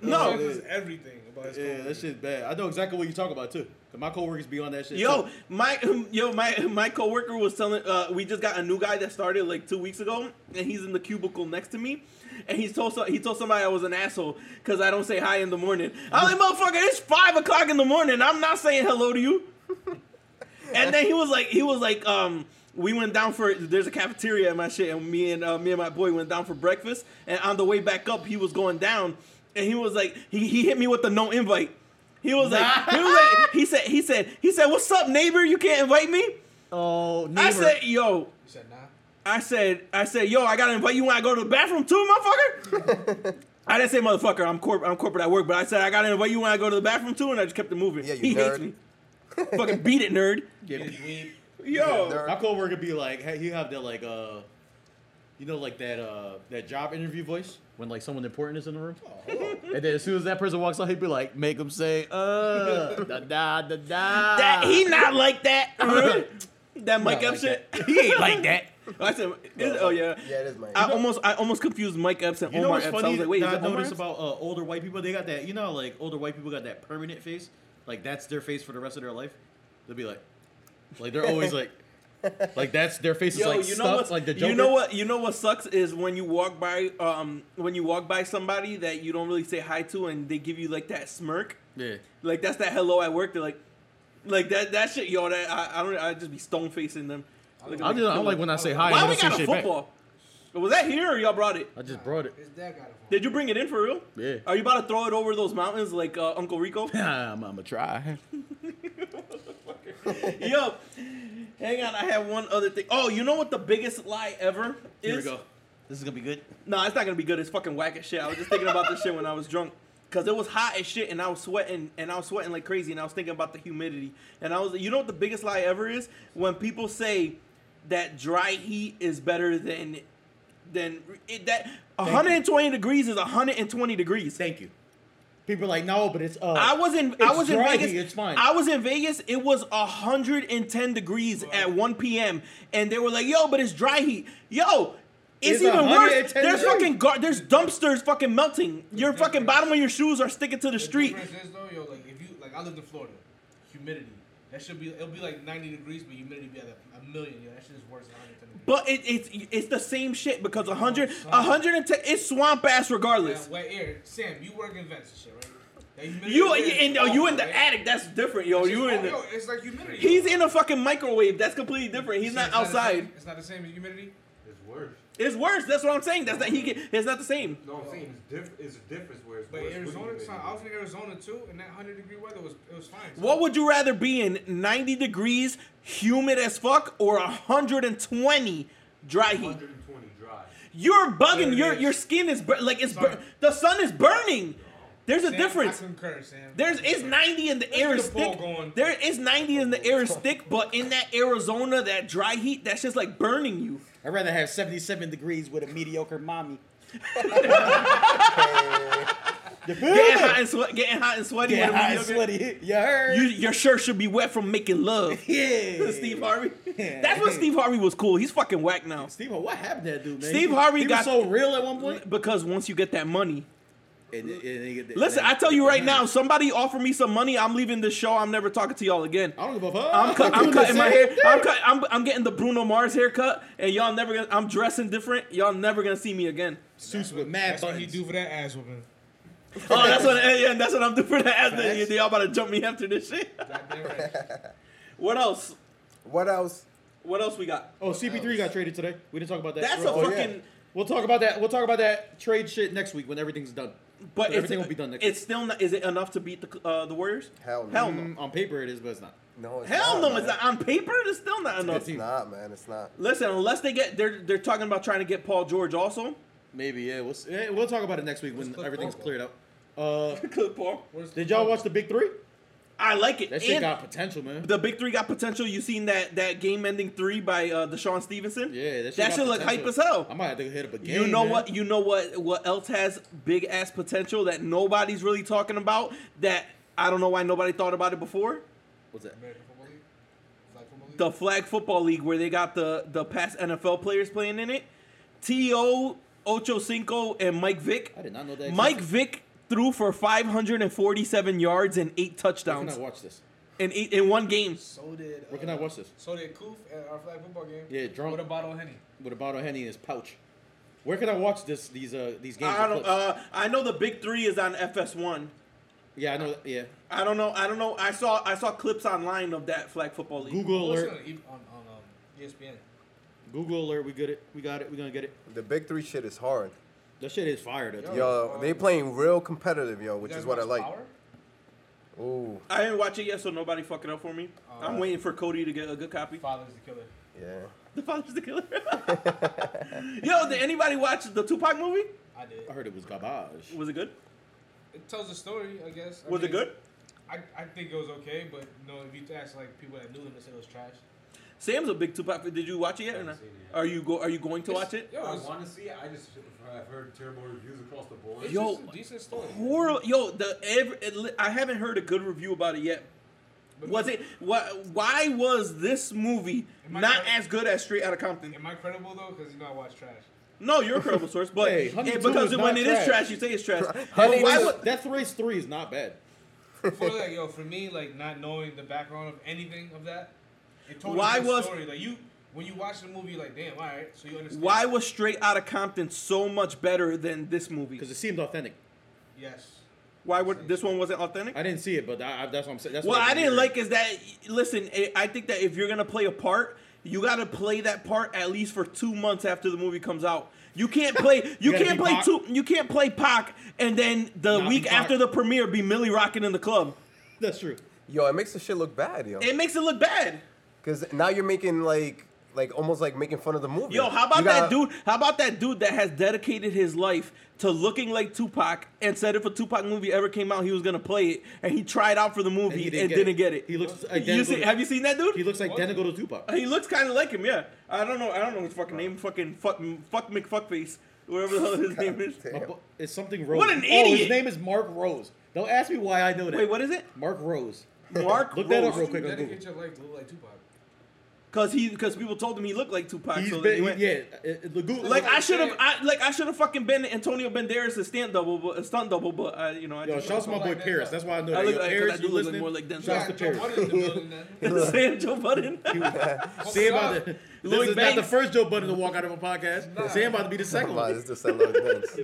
[SPEAKER 1] No.
[SPEAKER 6] This is everything about his
[SPEAKER 5] Yeah,
[SPEAKER 6] coworkers.
[SPEAKER 5] that shit's bad. I know exactly what you talk about too. 'Cause my coworkers be on that shit.
[SPEAKER 1] Yo,
[SPEAKER 5] too.
[SPEAKER 1] my um, yo my my coworker was telling. Uh, we just got a new guy that started like two weeks ago, and he's in the cubicle next to me, and he told so- he told somebody I was an asshole because I don't say hi in the morning. I'm like, motherfucker, it's five o'clock in the morning. I'm not saying hello to you. and then he was like, he was like, um, we went down for there's a cafeteria at my shit, and me and uh, me and my boy went down for breakfast. And on the way back up, he was going down, and he was like, he, he hit me with the no invite. He was like, he was like, he said, he said, he said, what's up, neighbor? You can't invite me.
[SPEAKER 5] oh, neighbor.
[SPEAKER 1] I said, yo.
[SPEAKER 6] You said nah.
[SPEAKER 1] I said, I said, yo, I gotta invite you when I go to the bathroom too, motherfucker. I didn't say motherfucker. I'm corp. I'm corporate at work, but I said I gotta invite you when I go to the bathroom too, and I just kept it moving.
[SPEAKER 4] Yeah, you
[SPEAKER 1] he hates
[SPEAKER 4] nerd.
[SPEAKER 1] me. Fucking beat it, nerd.
[SPEAKER 6] Get it, weed.
[SPEAKER 1] Yo.
[SPEAKER 4] They're-
[SPEAKER 5] My coworker be like, hey, you have that like uh, you know, like that uh, that job interview voice when like someone important is in the room.
[SPEAKER 1] Oh,
[SPEAKER 5] and then as soon as that person walks out, he'd be like, make him say, uh, da da da da.
[SPEAKER 1] That he
[SPEAKER 9] Ah.
[SPEAKER 1] not like that. that Mike
[SPEAKER 5] like
[SPEAKER 1] Epps shit.
[SPEAKER 5] that.
[SPEAKER 1] He ain't like that. I said, is- oh yeah.
[SPEAKER 4] Yeah, it is Mike.
[SPEAKER 1] I almost, I almost confused Mike Epps and
[SPEAKER 5] You know
[SPEAKER 1] Omar
[SPEAKER 5] what's
[SPEAKER 1] Epps. I
[SPEAKER 5] funny
[SPEAKER 1] was like, wait,
[SPEAKER 5] that
[SPEAKER 1] is
[SPEAKER 5] I
[SPEAKER 1] that Omar
[SPEAKER 5] noticed
[SPEAKER 1] Epps?
[SPEAKER 5] about uh, older white people? They got that, you know, how, like older white people got that permanent face, like that's their face for the rest of their life. They'll be like, like they're always like, like that's their face is
[SPEAKER 1] Yo,
[SPEAKER 5] like
[SPEAKER 1] you know
[SPEAKER 5] stuck,
[SPEAKER 1] what?
[SPEAKER 5] like the Joker.
[SPEAKER 1] you know what? You know what sucks is when you walk by, um, when you walk by somebody that you don't really say hi to, and they give you like that smirk,
[SPEAKER 5] Yeah,
[SPEAKER 1] like that's that hello at work. They're like, like that that shit, yo. That I, I don't, I just be stone facing them. Like,
[SPEAKER 5] I just I like when I say hi.
[SPEAKER 1] why
[SPEAKER 5] and
[SPEAKER 1] we
[SPEAKER 5] they don't
[SPEAKER 1] got
[SPEAKER 5] say
[SPEAKER 1] a
[SPEAKER 5] shit back.
[SPEAKER 1] football? Was that here or y'all brought it?
[SPEAKER 5] I just brought it.
[SPEAKER 6] His dad got it for him.
[SPEAKER 1] Did you bring it in for real?
[SPEAKER 5] Yeah.
[SPEAKER 1] Are you about to throw it over those mountains like uh, Uncle Rico?
[SPEAKER 5] I'm, I'm gonna try.
[SPEAKER 1] Yo, hang on. I have one other thing. Oh, you know what the biggest lie ever is?
[SPEAKER 5] Here we go. This is gonna be good.
[SPEAKER 1] No, it's not gonna be good. It's fucking whack as shit. I was just thinking about this shit when I was drunk. Cause it was hot as shit and I was sweating and I was sweating like crazy and I was thinking about the humidity. And I was you know what the biggest lie ever is? When people say that dry heat is better than than it, that 120 degrees is 120 degrees.
[SPEAKER 5] Thank you. People are like, no, but it's uh.
[SPEAKER 1] I was in I
[SPEAKER 5] It's
[SPEAKER 1] was in
[SPEAKER 5] dry
[SPEAKER 1] Vegas.
[SPEAKER 5] heat, it's fine.
[SPEAKER 1] I was in Vegas. It was 110 degrees at 1 p.m. and they were like, "Yo, but it's dry heat." Yo, it's,
[SPEAKER 5] It's
[SPEAKER 1] even worse.
[SPEAKER 5] 110
[SPEAKER 1] There's
[SPEAKER 5] degrees.
[SPEAKER 1] fucking gar- there's dumpsters fucking melting. Your fucking bottom of your shoes are sticking to the
[SPEAKER 6] The
[SPEAKER 1] street.
[SPEAKER 6] difference is though, yo, like if you like, I lived in Florida, humidity. That should be it'll be like 90 degrees, but humidity be at a, a million. Yo, that shit is worse than 110 degrees.
[SPEAKER 1] But it, it's it's the same shit because 100 110 it's swamp ass regardless.
[SPEAKER 6] yeah, wet air. Sam, you work in vents and shit, right? That humidity
[SPEAKER 1] You
[SPEAKER 6] in there is
[SPEAKER 1] in, oh, you in the
[SPEAKER 6] awful, right?
[SPEAKER 1] attic. That's different, yo.
[SPEAKER 6] It's just-
[SPEAKER 1] You in
[SPEAKER 6] oh,
[SPEAKER 1] the,
[SPEAKER 6] yo, it's like humidity.
[SPEAKER 1] he's in a fucking microwave. That's completely different. He's
[SPEAKER 6] See,
[SPEAKER 1] not
[SPEAKER 6] it's the same-
[SPEAKER 1] outside.
[SPEAKER 6] It's not the same as humidity.
[SPEAKER 10] It's worse.
[SPEAKER 1] It's worse. That's what I'm saying. That's not he. Get, it's not the same.
[SPEAKER 10] No, I'm saying it's different. It's a difference where it's
[SPEAKER 6] But
[SPEAKER 10] worse.
[SPEAKER 6] Arizona,
[SPEAKER 10] with
[SPEAKER 6] son,
[SPEAKER 10] humidity.
[SPEAKER 6] I was in Arizona too, and that 100 degree weather was it was fine. son.
[SPEAKER 1] What would you rather be in? 90 degrees, humid as fuck, or 120 dry heat?
[SPEAKER 10] 120 dry.
[SPEAKER 1] You're
[SPEAKER 6] There
[SPEAKER 1] bugging.
[SPEAKER 6] it
[SPEAKER 1] Your
[SPEAKER 6] is.
[SPEAKER 1] your skin is bur- like it's bur-
[SPEAKER 6] Sorry.
[SPEAKER 1] the sun is burning. There's a
[SPEAKER 6] Sam,
[SPEAKER 1] difference.
[SPEAKER 6] I concur, Sam.
[SPEAKER 1] There's it's 90 and the
[SPEAKER 6] Let's
[SPEAKER 1] air
[SPEAKER 6] get
[SPEAKER 1] is
[SPEAKER 6] the poll
[SPEAKER 1] thick.
[SPEAKER 6] going.
[SPEAKER 1] There is 90 in the air is thick, but in that Arizona, that dry heat, that's just like burning you.
[SPEAKER 5] I'd rather have 77 degrees with a mediocre mommy.
[SPEAKER 1] Getting hot and sweat, getting hot and sweaty.
[SPEAKER 5] Yeah,
[SPEAKER 1] when
[SPEAKER 5] hot
[SPEAKER 1] you-
[SPEAKER 5] and sweaty. You heard?
[SPEAKER 1] You, your shirt should be wet from making love.
[SPEAKER 5] yeah.
[SPEAKER 1] Steve Harvey. That's when Steve Harvey was cool. He's fucking whack now.
[SPEAKER 5] Steve, what happened to that dude, man?
[SPEAKER 1] Steve
[SPEAKER 5] He-
[SPEAKER 1] Harvey
[SPEAKER 5] he was
[SPEAKER 1] got-
[SPEAKER 5] so real at one point.
[SPEAKER 1] Because once you get that money,
[SPEAKER 5] And- and- and- and-
[SPEAKER 1] listen, I
[SPEAKER 5] and-
[SPEAKER 1] tell you right now, somebody offer me some money, I'm leaving this show. I'm never talking to y'all again.
[SPEAKER 5] I don't give a fuck.
[SPEAKER 1] I'm, cut, I'm cutting my hair. I'm, cut, I'm, I'm getting the Bruno Mars haircut, and y'all never gonna. I'm dressing different. Y'all never gonna see me again.
[SPEAKER 5] Suits with mad
[SPEAKER 6] That's what he
[SPEAKER 5] buttons.
[SPEAKER 6] do for that ass whooping.
[SPEAKER 1] Oh, that's what. Yeah, that's what I'm doing for the ass. that Y'all about to jump me after this shit.
[SPEAKER 6] Goddamn right.
[SPEAKER 1] What else?
[SPEAKER 4] What else?
[SPEAKER 1] What else we got?
[SPEAKER 5] Oh, CP3 got traded today. We didn't talk about that.
[SPEAKER 1] That's a
[SPEAKER 4] Oh, yeah.
[SPEAKER 1] fucking.
[SPEAKER 5] we'll talk about that. We'll talk about that trade shit next week when everything's done.
[SPEAKER 1] But it's,
[SPEAKER 5] everything will be done next
[SPEAKER 1] It's still not. Is it enough to beat the uh, the Warriors?
[SPEAKER 4] Hell no.
[SPEAKER 1] Hell no.
[SPEAKER 5] Mm, on paper, it is, but it's not.
[SPEAKER 4] No, it's
[SPEAKER 1] Hell
[SPEAKER 4] not,
[SPEAKER 1] no. It's
[SPEAKER 4] man.
[SPEAKER 1] not, on paper. It's still not enough.
[SPEAKER 4] It's not, man. It's not.
[SPEAKER 1] Listen, unless they get, they're they're talking about trying to get Paul George also.
[SPEAKER 5] Maybe yeah. We'll s- eh, we'll talk about it next week when
[SPEAKER 6] Let's look
[SPEAKER 5] everything's
[SPEAKER 6] forward.
[SPEAKER 5] cleared up. Uh,
[SPEAKER 1] Good Paul.
[SPEAKER 6] Where's
[SPEAKER 5] did y'all watch the Big Three?
[SPEAKER 1] I like it.
[SPEAKER 5] That shit
[SPEAKER 1] And
[SPEAKER 5] got potential, man.
[SPEAKER 1] the big three got potential. You seen that that game ending three by uh, Deshaun Stevenson?
[SPEAKER 5] Yeah, that shit,
[SPEAKER 1] that
[SPEAKER 5] got
[SPEAKER 1] shit look
[SPEAKER 5] potential.
[SPEAKER 1] hype as hell.
[SPEAKER 5] I might have to hit up a game.
[SPEAKER 1] you know
[SPEAKER 5] man.
[SPEAKER 1] what? You know what? What else has big ass potential that nobody's really talking about? That I don't know why nobody thought about it before.
[SPEAKER 5] What's that?
[SPEAKER 6] American Football League? Flag Football League?
[SPEAKER 1] The flag football league where they got the the past NFL players playing in it. To Ocho Cinco and Mike Vick.
[SPEAKER 5] I did not know that.
[SPEAKER 1] Mike
[SPEAKER 5] existed.
[SPEAKER 1] Vick threw for 547 yards and eight
[SPEAKER 5] Where can I
[SPEAKER 1] touchdowns
[SPEAKER 5] watch this?
[SPEAKER 1] in eight, in one game.
[SPEAKER 6] So did. Uh,
[SPEAKER 5] Where can I watch this?
[SPEAKER 6] So did Koof at our flag football game.
[SPEAKER 5] Yeah, drunk.
[SPEAKER 6] With a bottle of Henny.
[SPEAKER 5] With a bottle of henny in his pouch. Where can I watch this? These uh these games.
[SPEAKER 1] I
[SPEAKER 5] and
[SPEAKER 1] don't.
[SPEAKER 5] clips?
[SPEAKER 1] Uh, I know the big three is on FS1.
[SPEAKER 5] yeah, I know. that- Yeah.
[SPEAKER 1] I don't know. I don't know. I saw. I saw clips online of that flag football league.
[SPEAKER 5] Google
[SPEAKER 6] What's
[SPEAKER 5] alert.
[SPEAKER 6] on- On, on um, ESPN.
[SPEAKER 5] Google alert. We get it. We got it. We gonna get it.
[SPEAKER 4] The big three shit is hard.
[SPEAKER 5] That shit is fire. Though.
[SPEAKER 6] Yo,
[SPEAKER 5] too.
[SPEAKER 4] Yo, they playing real competitive, yo, which
[SPEAKER 6] You guys
[SPEAKER 4] is what I
[SPEAKER 6] watch
[SPEAKER 4] like.
[SPEAKER 6] Power?
[SPEAKER 4] Ooh,
[SPEAKER 1] I didn't watch it yet, so nobody fuck it up for me. I'm waiting for Cody to get a good copy.
[SPEAKER 6] Father's the killer.
[SPEAKER 4] yeah.
[SPEAKER 1] The father's the killer. Yo, did anybody watch the Tupac movie?
[SPEAKER 6] I did.
[SPEAKER 5] I heard it was garbage.
[SPEAKER 1] Was it good?
[SPEAKER 6] It tells a story, I guess. I
[SPEAKER 1] Was
[SPEAKER 6] mean,
[SPEAKER 1] it good?
[SPEAKER 6] I, I think it was okay, but no, if you ask like people that knew him, they said it was trash.
[SPEAKER 1] Sam's a big Tupac. fan. Did you watch it yet? Or
[SPEAKER 10] Haven't
[SPEAKER 1] not?
[SPEAKER 10] seen it yet.
[SPEAKER 1] Are you go? Are you going to watch it?
[SPEAKER 6] Yo,
[SPEAKER 10] I
[SPEAKER 6] it's,
[SPEAKER 10] want to see it. I just I've heard terrible reviews across the board.
[SPEAKER 6] it's
[SPEAKER 1] Yo,
[SPEAKER 6] just a decent story.
[SPEAKER 1] Horrible. Yo, the every, it li- I haven't heard a good review about it yet. Was it what? Why was this movie
[SPEAKER 6] I
[SPEAKER 1] not
[SPEAKER 6] correct?
[SPEAKER 1] as good as Straight Outta Compton?
[SPEAKER 6] Am I credible though? Because you know I watch trash.
[SPEAKER 1] No, you're a credible source, but
[SPEAKER 5] Hey,
[SPEAKER 1] eh,
[SPEAKER 5] Honey Two
[SPEAKER 1] because
[SPEAKER 5] is
[SPEAKER 1] when
[SPEAKER 5] not
[SPEAKER 1] it is
[SPEAKER 5] trash.
[SPEAKER 1] trash, you say it's trash. But
[SPEAKER 4] Honey
[SPEAKER 1] why
[SPEAKER 4] Two-
[SPEAKER 1] would-
[SPEAKER 5] Death Race Three is not bad.
[SPEAKER 6] For like, yo, for me, like not knowing the background of anything of that, it told
[SPEAKER 1] Why
[SPEAKER 6] Why
[SPEAKER 1] was-
[SPEAKER 6] was story. like you when you watch the movie, you're like damn, all right, so you understand.
[SPEAKER 1] why was Straight Outta Compton so much better than this movie?
[SPEAKER 5] Because it seemed authentic.
[SPEAKER 6] Yes.
[SPEAKER 1] Why would this one wasn't authentic?
[SPEAKER 5] I didn't see it, but I, I, that's what I'm saying. That's
[SPEAKER 1] What
[SPEAKER 5] what
[SPEAKER 1] I
[SPEAKER 5] can
[SPEAKER 1] didn't
[SPEAKER 5] hear.
[SPEAKER 1] like is that. Listen, I- I think that if you're gonna play a part, you gotta play that part at least for two months after the movie comes out. You can't play. You,
[SPEAKER 5] gotta
[SPEAKER 1] can't
[SPEAKER 5] be
[SPEAKER 1] play
[SPEAKER 5] Pac.
[SPEAKER 1] two. You can't play Pac and then the
[SPEAKER 5] Not be
[SPEAKER 1] week
[SPEAKER 5] Pac.
[SPEAKER 1] after the premiere be Millie rocking in the club.
[SPEAKER 5] That's true.
[SPEAKER 4] Yo, it makes the shit look bad, yo.
[SPEAKER 1] It makes it look bad.
[SPEAKER 4] Because now you're making like, like almost like making fun of the movie.
[SPEAKER 1] Yo, how about
[SPEAKER 4] You
[SPEAKER 1] that
[SPEAKER 4] got-
[SPEAKER 1] dude? How about that dude that has dedicated his life to looking like Tupac and said if a Tupac movie ever came out, he was gonna play it, and he tried out for the movie and,
[SPEAKER 5] he
[SPEAKER 1] didn't,
[SPEAKER 5] didn't get
[SPEAKER 1] get,
[SPEAKER 5] it.
[SPEAKER 1] it.
[SPEAKER 5] He looks
[SPEAKER 1] You
[SPEAKER 5] identical
[SPEAKER 1] see,
[SPEAKER 5] to-
[SPEAKER 1] have you seen that dude?
[SPEAKER 5] He looks identical to Tupac.
[SPEAKER 1] He looks kind of like him, yeah. I don't know. I don't know his fucking name. Fucking fuck, fuck McFuckface, whatever the hell his name is.
[SPEAKER 5] My bu- It's something Rose.
[SPEAKER 1] What an
[SPEAKER 5] Oh,
[SPEAKER 1] idiot!
[SPEAKER 5] his name is Mark Rose. Don't ask me why I know that.
[SPEAKER 1] Wait, what is it?
[SPEAKER 5] Mark Rose.
[SPEAKER 1] Mark
[SPEAKER 5] Look that up
[SPEAKER 1] Rose.
[SPEAKER 5] real quick
[SPEAKER 6] You
[SPEAKER 5] on
[SPEAKER 6] dedicate
[SPEAKER 5] Google.
[SPEAKER 6] your life to look like Tupac.
[SPEAKER 1] Cause he, cause people told him he looked like Tupac.
[SPEAKER 5] He's
[SPEAKER 1] so then he
[SPEAKER 5] been,
[SPEAKER 1] went.
[SPEAKER 5] yeah, it- it- the Google.
[SPEAKER 1] Like I
[SPEAKER 6] I'm
[SPEAKER 1] should have,
[SPEAKER 6] saying.
[SPEAKER 1] I like I should have fucking been Antonio Banderas' stunt double, but a stunt double, but I, you know, I
[SPEAKER 5] Yo,
[SPEAKER 1] just-
[SPEAKER 5] shout out to my boy
[SPEAKER 6] Like that,
[SPEAKER 5] Paris.
[SPEAKER 6] huh?
[SPEAKER 5] That's why I know
[SPEAKER 1] I
[SPEAKER 5] that.
[SPEAKER 1] look
[SPEAKER 5] Yo,
[SPEAKER 1] like- 'cause I
[SPEAKER 5] Paris,
[SPEAKER 1] do
[SPEAKER 5] you
[SPEAKER 1] look like
[SPEAKER 5] listening?
[SPEAKER 1] more like Denzel.
[SPEAKER 5] Shout out to
[SPEAKER 6] Joe
[SPEAKER 5] Paris.
[SPEAKER 6] Budden in the building, then.
[SPEAKER 1] Sam Joe Budden.
[SPEAKER 5] Sam about to.
[SPEAKER 1] Lloyd
[SPEAKER 5] This is not the
[SPEAKER 1] Banks.
[SPEAKER 5] first Joe Budden to walk out of a podcast. Sam about to be the second
[SPEAKER 4] Wow,
[SPEAKER 5] one.
[SPEAKER 4] this just a little dense.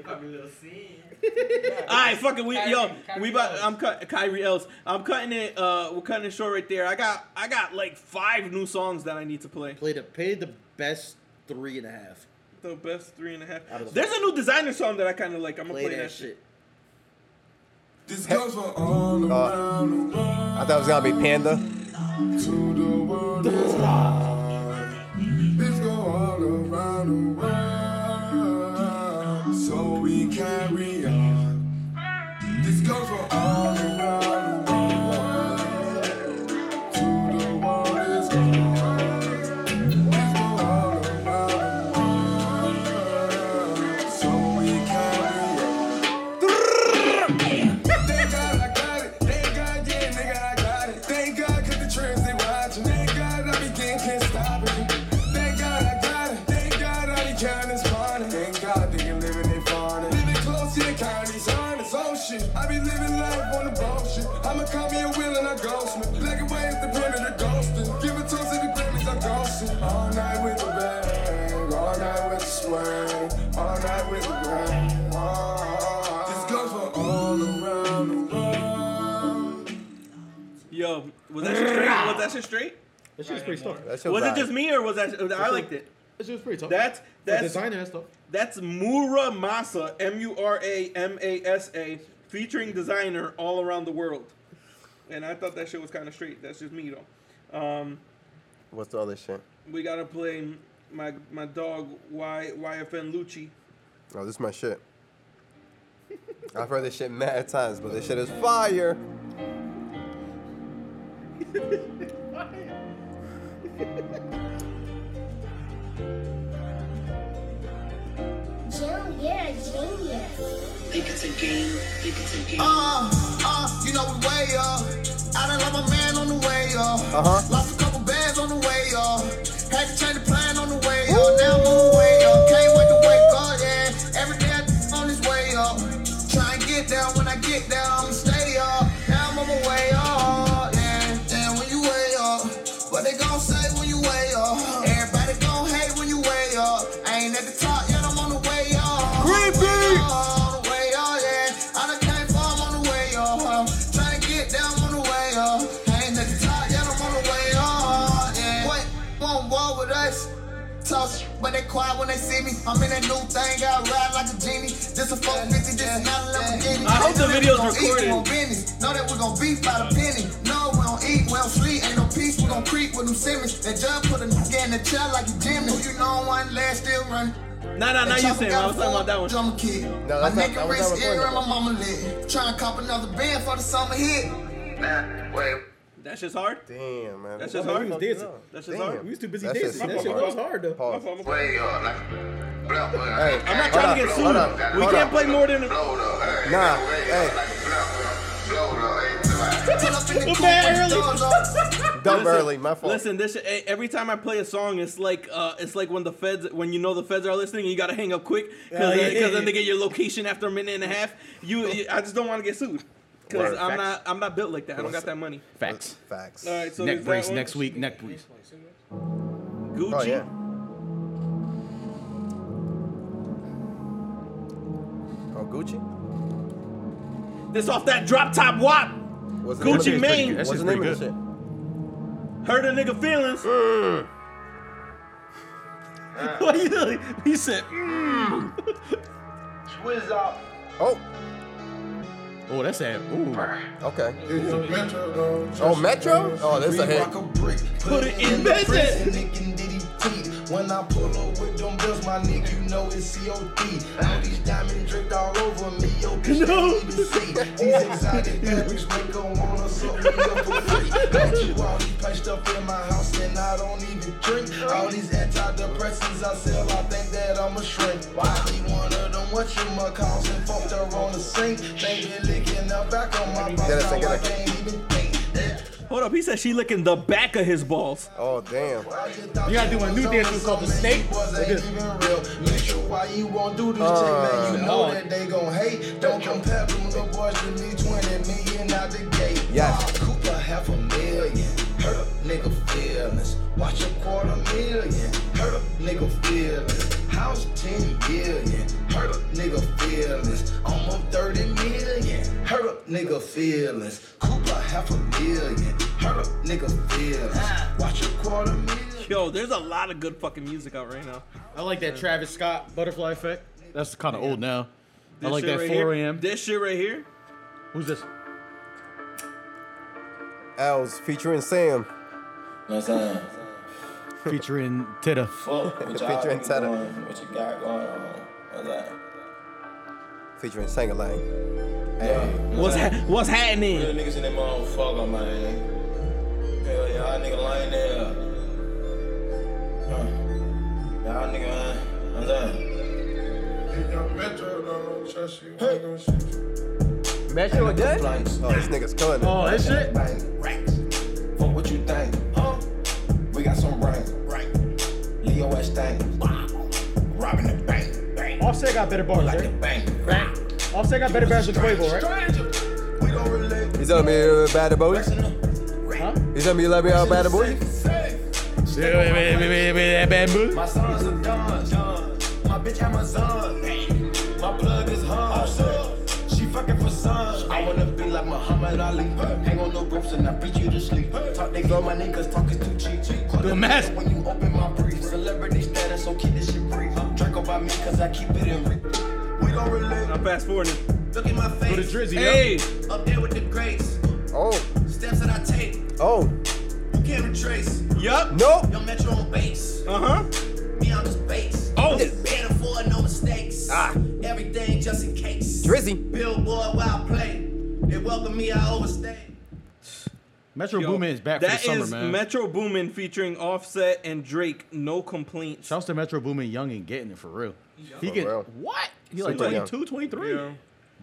[SPEAKER 1] All right, fucking we yo,
[SPEAKER 6] Kyrie-
[SPEAKER 1] we about
[SPEAKER 6] Kyrie
[SPEAKER 1] I'm cut Kyrie else. I'm cutting it. Uh, we're cutting it short right there. I got I got like five new songs that I need to play.
[SPEAKER 5] Played a, paid the best three and a half.
[SPEAKER 1] The best three and a half.
[SPEAKER 5] Out of the
[SPEAKER 1] There's a new designer song that I kind of like. I'm gonna
[SPEAKER 5] Play
[SPEAKER 1] play,
[SPEAKER 5] that,
[SPEAKER 1] that
[SPEAKER 5] shit.
[SPEAKER 8] This goes for all around the world.
[SPEAKER 4] Uh, I thought it was gonna be Panda.
[SPEAKER 8] To the world is wide. This go all around the world. So we carry on. This goes for all around the world. To the world is wide. This go all around the world. So we carry on. Thank God I got it. Thank God, yeah, nigga, I got it. Thank God, cause the trends they watching. Thank God I be getting can't stop it. Thank God I got it. Thank God I be counting spawning. Thank God they can live in their farm. Living close to the county's honest. Oh shit, I be living life on the bullshit. I'ma call me a wheel and I ghostman. Black and white is the print of the ghosting. Give a toast to the Grammys, I ghosting. All night with the bag, all night with the swag, all night with the bag. Oh, this goes for all around the world.
[SPEAKER 1] shit. Yo, was that shit straight? Was that shit straight?
[SPEAKER 5] That shit was pretty tough.
[SPEAKER 4] That shit
[SPEAKER 1] Was Ah! it
[SPEAKER 4] bad.
[SPEAKER 1] just me or was that? I liked it.
[SPEAKER 5] That shit was pretty tough.
[SPEAKER 1] That's
[SPEAKER 5] the
[SPEAKER 1] that's
[SPEAKER 5] designer and stuff.
[SPEAKER 1] that's Muramasa M U R A M A S A featuring designer all around the world. And I thought that shit was kind of straight. That's just me though. Um,
[SPEAKER 4] What's the other shit?
[SPEAKER 1] we gotta play my my dog Y YFN Lucci.
[SPEAKER 4] Oh, this is my shit. I've heard this shit mad times, but this shit is fire.
[SPEAKER 2] Joe, yeah, genius.
[SPEAKER 11] Uh, uh, you know we way up. I done lost my man on the way up.
[SPEAKER 4] Uh-huh.
[SPEAKER 11] Lost a couple bands on the way up. Had to change the plan on the way up. Now I'm on the way up. Can't wait to wake up, yeah. Every day I'm on this way up. Try and get down when I get down. Stay up. Now I'm on my way up, yeah. And when you way up, what they gon' say when you way up? Everybody gon' hate when you way up. I ain't at the top yet. I'm on the way up. Creepy. On the way up, yeah. I done came far. I'm on the way up. Trying to get down. I'm on the way up. I ain't at the top yet. I'm on the way up, yeah. What? Won't war with us. Talk shit, but they quiet when they see me. I'm in that new thing, I ride like a genie. This a 450, this is not a Lamborghini.
[SPEAKER 1] I hope the
[SPEAKER 11] Know that
[SPEAKER 1] video's
[SPEAKER 11] we gon' eat, we
[SPEAKER 1] recorded.
[SPEAKER 11] gon' business. Know that we gon' beef by the penny. No, we don't eat, we don't sleep. Ain't no peace, we gon' creep with them Simmons. That judge put a nigga in the chair like a Jimmy. You know one last still running.
[SPEAKER 1] Nah, nah, nah. You saying? I was talking about that one.
[SPEAKER 11] Drummer kid.
[SPEAKER 4] No, that's
[SPEAKER 11] my
[SPEAKER 4] not- that
[SPEAKER 11] nigga
[SPEAKER 4] was not
[SPEAKER 11] wrist
[SPEAKER 4] recorded.
[SPEAKER 11] ear and my mama lit. Tryna cop another band for the summer hit. Nah, wait.
[SPEAKER 1] That shit's hard.
[SPEAKER 4] Damn, man.
[SPEAKER 1] That shit's
[SPEAKER 4] What
[SPEAKER 1] hard.
[SPEAKER 4] the fuck
[SPEAKER 1] That's
[SPEAKER 4] is up?
[SPEAKER 1] That shit's
[SPEAKER 4] Damn.
[SPEAKER 1] hard.
[SPEAKER 4] That shit's super Pause.
[SPEAKER 11] Way up, like, blow,
[SPEAKER 4] Hey,
[SPEAKER 1] I'm not trying to get sued. we can't play more than.
[SPEAKER 4] Nah, hey. Dumb early, my fault.
[SPEAKER 1] Listen, this eh, every time I play a song, it's like uh, it's like when the feds, when you know the feds are listening, you gotta hang up quick because
[SPEAKER 5] Oh, yeah, yeah,
[SPEAKER 1] then they
[SPEAKER 5] yeah.
[SPEAKER 1] get your location after a minute and a half. You, you- I just don't want to get sued because
[SPEAKER 5] Word.
[SPEAKER 1] I'm
[SPEAKER 5] Facts.
[SPEAKER 1] not I'm not built like that. I don't got that money.
[SPEAKER 5] Facts.
[SPEAKER 4] Facts.
[SPEAKER 1] All right, so
[SPEAKER 5] neck
[SPEAKER 1] is
[SPEAKER 5] brace
[SPEAKER 1] that one-
[SPEAKER 5] next week. Neck brace.
[SPEAKER 1] Gucci.
[SPEAKER 4] Oh, yeah. Oh, Gucci?
[SPEAKER 1] This off that drop top wop.
[SPEAKER 4] Was it-
[SPEAKER 1] Gucci
[SPEAKER 4] That shit's
[SPEAKER 1] Mane.
[SPEAKER 4] pretty- that
[SPEAKER 1] What's
[SPEAKER 4] shit's
[SPEAKER 1] the name
[SPEAKER 4] pretty
[SPEAKER 1] of
[SPEAKER 4] good.
[SPEAKER 1] Hurt a nigga feelings.
[SPEAKER 4] Mm.
[SPEAKER 5] What you doing? He said.
[SPEAKER 11] Swizz up.
[SPEAKER 4] Oh,
[SPEAKER 5] Oh, that's that. Ooh.
[SPEAKER 4] okay. Oh, Metro? Oh, this a hit.
[SPEAKER 1] Put it in business.
[SPEAKER 11] When I pull up with them bills, my nigga, you know it's COD. All these diamonds dripped all over me, yo, bitch, no. These exotic fabrics make her wanna suck me up for free. Got you all these patched up in my house and I don't even drink. All these antidepressants I sell, I think that I'm a shrink. Why be one of them what you my calls and fucked her on the sink? They been licking her back on my
[SPEAKER 4] Get
[SPEAKER 11] box,
[SPEAKER 4] it,
[SPEAKER 11] now I
[SPEAKER 4] get
[SPEAKER 11] can't even think.
[SPEAKER 1] Hold up, he said she licking the back of his balls.
[SPEAKER 4] Oh, damn.
[SPEAKER 5] You gotta do a new dance that's called the snake.
[SPEAKER 11] Was ain't even real. Make sure why you won't do this
[SPEAKER 4] Uh,
[SPEAKER 11] thing, man. You know
[SPEAKER 5] no.
[SPEAKER 11] that they gon' hate. Don't compare them little boys to me. 20 million out the gate.
[SPEAKER 4] Yes.
[SPEAKER 11] Wow, Cooper half a million. Hurt a nigga feelings. Watch a quarter million. Hurt a nigga feelings. House 10 billion. Hurt a nigga feelings. Almost 30 million. Hurt a nigga feelings. Cooper half a million. Hurt a nigga feelings. Watch a quarter million.
[SPEAKER 1] Yo, there's a lot of good fucking music out right now.
[SPEAKER 5] I like that Travis Scott butterfly effect. That's kind of old now. I
[SPEAKER 1] This
[SPEAKER 5] like
[SPEAKER 1] shit
[SPEAKER 5] that
[SPEAKER 1] right
[SPEAKER 5] 4
[SPEAKER 1] here-
[SPEAKER 5] a.m.
[SPEAKER 1] This shit right here.
[SPEAKER 5] Who's this?
[SPEAKER 4] L's featuring
[SPEAKER 12] know
[SPEAKER 4] Sam.
[SPEAKER 12] what I'm saying?
[SPEAKER 5] Featuring Titta.
[SPEAKER 12] Fuck what y'all
[SPEAKER 4] Featuring
[SPEAKER 12] be
[SPEAKER 4] Tata.
[SPEAKER 12] doing, what you got going on. What's that?
[SPEAKER 4] Featuring Sangalang. Hey.
[SPEAKER 12] Yeah.
[SPEAKER 1] What's ha- what's
[SPEAKER 12] Real
[SPEAKER 1] happening?
[SPEAKER 12] niggas in that motherfucker, man. Hell yeah, y'all nigga lying there. Uh, y'all nigga, man. What's that?
[SPEAKER 4] Metro again?
[SPEAKER 12] Flights.
[SPEAKER 4] Oh, this nigga's killing it.
[SPEAKER 5] Oh, that's it?
[SPEAKER 12] Bang, racks. Fuck what you think, huh? We got some rain. Right. Leo West thing. Robbing the bank. Bank.
[SPEAKER 5] Offset got better bars,
[SPEAKER 12] Like the
[SPEAKER 5] right?
[SPEAKER 12] bank. Right.
[SPEAKER 5] Offset got better bars than Quavo, right?
[SPEAKER 12] Stranger. We don't relate.
[SPEAKER 4] You tell me you're a bad boy?
[SPEAKER 12] Racks in the-
[SPEAKER 5] Huh?
[SPEAKER 4] You tell me you love me out bad boy?
[SPEAKER 12] My sons are done, done. My bitch Amazon. My plug is Honda. She fucking for son. I wanna be like Muhammad Ali. Hang on no ropes and I beat you to sleep. Talk they get my niggas talk is too cheap. Call
[SPEAKER 5] The
[SPEAKER 12] it
[SPEAKER 5] mess.
[SPEAKER 12] When you open my brief, celebrity status, so keep this shit brief. Draco by me, cause I keep it in reach. We don't relate.
[SPEAKER 1] I'm fast forwarding.
[SPEAKER 12] Look at my
[SPEAKER 5] Go to
[SPEAKER 12] face.
[SPEAKER 5] Drizzy,
[SPEAKER 1] Hey,
[SPEAKER 12] Up there with the greats.
[SPEAKER 4] Oh,
[SPEAKER 12] Steps that I take,
[SPEAKER 4] oh,
[SPEAKER 12] you can't retrace.
[SPEAKER 1] yup.
[SPEAKER 4] nope.
[SPEAKER 12] Your metro on base.
[SPEAKER 1] Uh huh.
[SPEAKER 12] Me, I'm just base.
[SPEAKER 1] Oh.
[SPEAKER 12] Better for no mistakes.
[SPEAKER 4] Ah.
[SPEAKER 12] Everything just in case.
[SPEAKER 4] Drizzy.
[SPEAKER 12] Billboard while I play. They welcome me, I overstay.
[SPEAKER 5] Metro
[SPEAKER 1] Yo,
[SPEAKER 5] Boomin is back for the
[SPEAKER 1] That
[SPEAKER 5] summer,
[SPEAKER 1] is
[SPEAKER 5] man.
[SPEAKER 1] Metro Boomin featuring Offset and Drake. No complaints.
[SPEAKER 5] Shouts to Metro Boomin young and getting it for real. He
[SPEAKER 4] For
[SPEAKER 5] can
[SPEAKER 4] real.
[SPEAKER 5] what? He like
[SPEAKER 4] Super young.
[SPEAKER 5] 22, 23.
[SPEAKER 1] Yeah.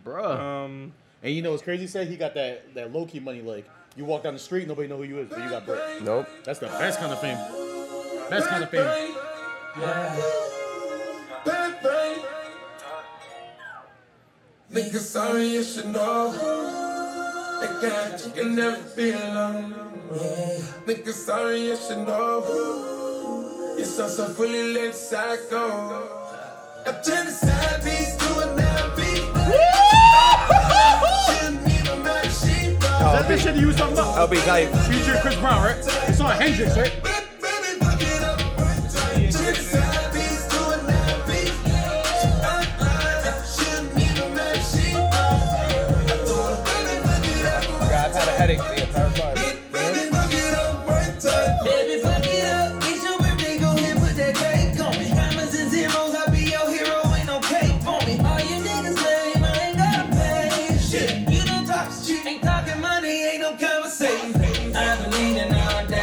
[SPEAKER 5] Bruh.
[SPEAKER 1] Um,
[SPEAKER 5] and you know what's crazy? Say he got that that low key money. Like you walk down the street, nobody know who you is, but you got bread.
[SPEAKER 4] Nope.
[SPEAKER 5] That's the best kind of fame. Best kind of fame.
[SPEAKER 8] Nigga, sorry, you should know. Nigga, you can never be alone. Nigga, sorry, you should know. You're so, so fully lit psycho. I'm trying to side piece to a nine piece. Shouldn't even matter, she
[SPEAKER 4] Oh,
[SPEAKER 5] That's the
[SPEAKER 4] be-
[SPEAKER 5] shit you was talking about.
[SPEAKER 4] I'll be tight.
[SPEAKER 5] Featured Chris Brown, right? It's on Hendrix, right?
[SPEAKER 4] I've had a headache the entire time.
[SPEAKER 11] Baby, fuck it up. Get your birthday, go ahead, put that cake on me. Diamonds and zeros, I'll be your hero, ain't no cape on me. All you niggas lame, I ain't gotta pay shit. You don't talk shit, ain't talking money, ain't no conversation. I'm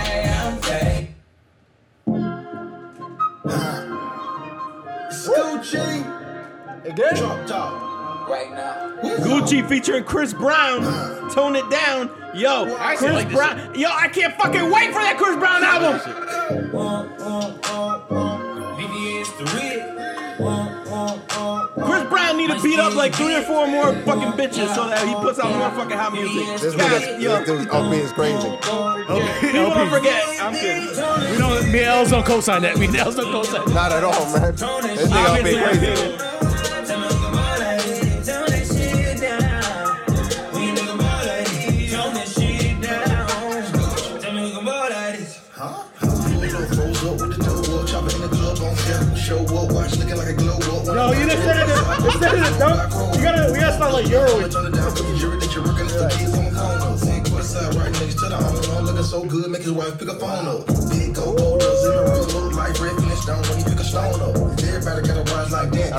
[SPEAKER 1] again.
[SPEAKER 11] Right now.
[SPEAKER 1] Gucci featuring Chris Brown. Tone it down. Yo,
[SPEAKER 11] I still
[SPEAKER 1] Chris
[SPEAKER 11] like this
[SPEAKER 1] Brown. Yo, I can't fucking wait for that Chris Brown album. Chris Brown need to beat up like three or four more fucking bitches so that he puts out more fucking hot music.
[SPEAKER 4] This
[SPEAKER 1] God,
[SPEAKER 4] nigga,
[SPEAKER 1] yo,
[SPEAKER 4] this dude, LP is crazy.
[SPEAKER 1] people don't forget. I'm kidding.
[SPEAKER 13] We don't, me and Els don't co-sign that. Me and Els don't co-sign
[SPEAKER 4] Not at all, man. This nigga LP
[SPEAKER 13] Obviously,
[SPEAKER 4] crazy.
[SPEAKER 13] No, you just said it. Instead of the dump, you gotta, we gotta start like Euro.
[SPEAKER 4] I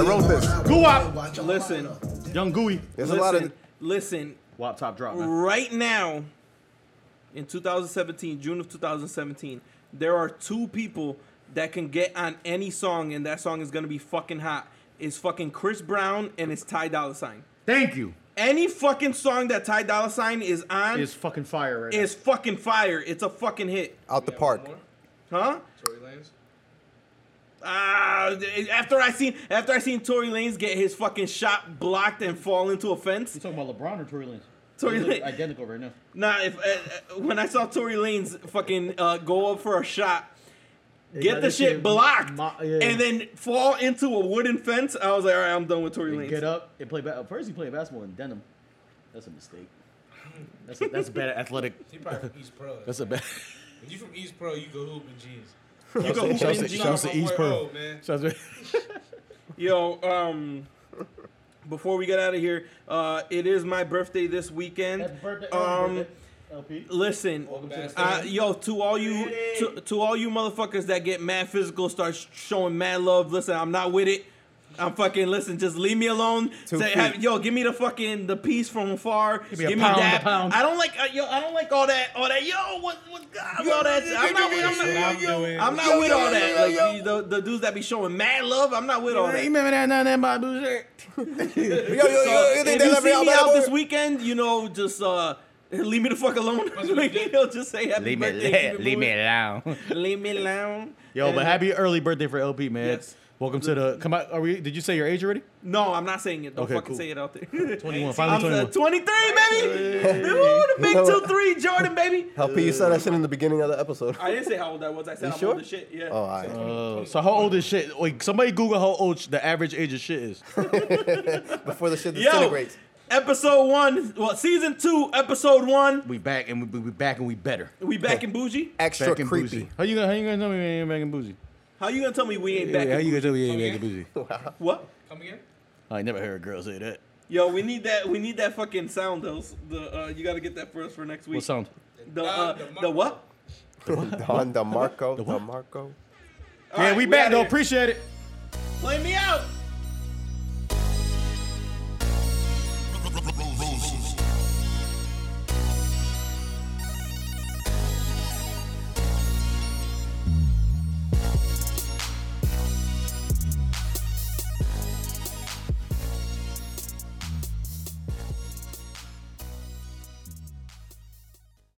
[SPEAKER 4] wrote this.
[SPEAKER 1] Guwap. Listen.
[SPEAKER 5] Young Gooey.
[SPEAKER 1] Listen, listen.
[SPEAKER 5] Wop top drop. man.
[SPEAKER 1] Right now, in 2017, June of 2017, there are two people that can get on any song, and that song is gonna be fucking hot. It's fucking Chris Brown and it's Ty Dolla Sign.
[SPEAKER 5] Thank you.
[SPEAKER 1] Any fucking song that Ty Dolla Sign is on
[SPEAKER 5] It's fucking fire right
[SPEAKER 1] is fucking fire. It's a fucking hit,
[SPEAKER 4] Out the park.
[SPEAKER 1] huh?
[SPEAKER 6] Tory Lanez.
[SPEAKER 1] Ah, th- after I seen after I seen Tory Lanez get his fucking shot blocked and fall into a fence. You
[SPEAKER 5] talking about LeBron or Tory Lanez?
[SPEAKER 1] Tory
[SPEAKER 5] They look
[SPEAKER 1] Lanez.
[SPEAKER 5] Identical right now.
[SPEAKER 1] Nah, if uh, uh, when I saw Tory Lanez fucking uh, go up for a shot, get
[SPEAKER 5] got
[SPEAKER 1] the
[SPEAKER 5] this
[SPEAKER 1] shit
[SPEAKER 5] shit
[SPEAKER 1] blocked,
[SPEAKER 5] mo- yeah.
[SPEAKER 1] and then fall into a wooden fence, I was like, all right, I'm done with Tory
[SPEAKER 5] They
[SPEAKER 1] Lanez.
[SPEAKER 5] Get up and play. Ba- first, he played basketball in denim. That's a mistake. That's a, that's a bad athletic.
[SPEAKER 6] He probably from East Pearl.
[SPEAKER 5] That's a bad.
[SPEAKER 6] If you from East Pearl, you go hoop in jeans.
[SPEAKER 1] You go hoop in jeans.
[SPEAKER 13] Shouts to East Pearl.
[SPEAKER 6] Oh, man.
[SPEAKER 13] Shouts to-
[SPEAKER 1] Yo, um, before we get out of here, uh, it is my birthday this weekend.
[SPEAKER 5] Happy birthday,
[SPEAKER 1] um,
[SPEAKER 5] happy birthday, LP.
[SPEAKER 1] Listen,
[SPEAKER 5] to the
[SPEAKER 1] uh,
[SPEAKER 5] stage.
[SPEAKER 1] yo, to all you, to, to all you motherfuckers that get mad physical, start sh- showing mad love. Listen, I'm not with it. I'm fucking listen. Just leave me alone.
[SPEAKER 4] Two
[SPEAKER 1] Say,
[SPEAKER 4] feet.
[SPEAKER 1] have, yo, give me the fucking the peace from afar. Give
[SPEAKER 13] me a pound, a
[SPEAKER 1] that.
[SPEAKER 13] pound.
[SPEAKER 1] I don't like uh, yo. I don't like all that. All that. Yo, what what's good? All that. I'm not. with- I'm not,
[SPEAKER 6] I'm doing.
[SPEAKER 1] I'm not with all that. Like the, the dudes that be showing mad love. I'm not with all that.
[SPEAKER 13] remember that none that my blue shirt?
[SPEAKER 4] Yo, yo, yo, yo,
[SPEAKER 1] If
[SPEAKER 4] they
[SPEAKER 1] you
[SPEAKER 4] deliver
[SPEAKER 1] see
[SPEAKER 4] y'all
[SPEAKER 1] me out
[SPEAKER 4] back,
[SPEAKER 1] this
[SPEAKER 4] boy.
[SPEAKER 1] weekend, you know, just uh, leave me the fuck alone. Like, you know, just say happy
[SPEAKER 5] Leave me,
[SPEAKER 1] birthday.
[SPEAKER 5] leave,
[SPEAKER 1] keep it
[SPEAKER 5] leave me
[SPEAKER 1] moving.
[SPEAKER 5] alone.
[SPEAKER 1] Leave me alone.
[SPEAKER 5] Yo, but
[SPEAKER 1] And-
[SPEAKER 5] happy early birthday for LP, man.
[SPEAKER 1] Yes.
[SPEAKER 5] Welcome to the come out. Are we? Did you say your age already?
[SPEAKER 1] No, I'm not saying it. Don't
[SPEAKER 5] Okay,
[SPEAKER 1] fucking
[SPEAKER 5] cool.
[SPEAKER 1] say it out there.
[SPEAKER 5] 21,
[SPEAKER 1] I'm
[SPEAKER 5] finally
[SPEAKER 1] uh,
[SPEAKER 5] 21.
[SPEAKER 1] 23, baby. Woo, the big
[SPEAKER 4] No.
[SPEAKER 1] two three, Jordan, baby.
[SPEAKER 4] LP, you said that shit in the beginning of the episode.
[SPEAKER 1] I didn't say how old I was. I said
[SPEAKER 4] You
[SPEAKER 1] I'm
[SPEAKER 4] sure?
[SPEAKER 1] old as shit. Yeah.
[SPEAKER 4] Oh, all right.
[SPEAKER 5] Uh, so how old is shit? Like somebody Google how old sh- the average age of shit is.
[SPEAKER 4] Before the shit
[SPEAKER 1] Yo.
[SPEAKER 4] disintegrates.
[SPEAKER 1] Episode one, well, season two, episode one.
[SPEAKER 5] we back and we, we back and we better.
[SPEAKER 1] We back in bougie.
[SPEAKER 4] Extra
[SPEAKER 5] Back and
[SPEAKER 4] creepy.
[SPEAKER 5] boozy. How you gonna how you gonna tell me we ain't back and boozy?
[SPEAKER 1] How you gonna tell me we ain't
[SPEAKER 5] Yeah,
[SPEAKER 1] back?
[SPEAKER 5] how
[SPEAKER 1] in
[SPEAKER 5] you gonna
[SPEAKER 1] bougie?
[SPEAKER 5] tell me we ain't back and boozy?
[SPEAKER 1] What?
[SPEAKER 6] Come again?
[SPEAKER 5] I never heard a girl say that.
[SPEAKER 1] Yo, we need that. We need that fucking sound. Those the uh, you gotta get that for us for next week.
[SPEAKER 5] What sound?
[SPEAKER 1] The uh,
[SPEAKER 6] The
[SPEAKER 1] the what?
[SPEAKER 4] Don DeMarco, DeMarco.
[SPEAKER 1] All
[SPEAKER 5] yeah,
[SPEAKER 1] right,
[SPEAKER 5] we back
[SPEAKER 1] outta
[SPEAKER 5] though.
[SPEAKER 1] here.
[SPEAKER 5] Appreciate it.
[SPEAKER 1] Play me out.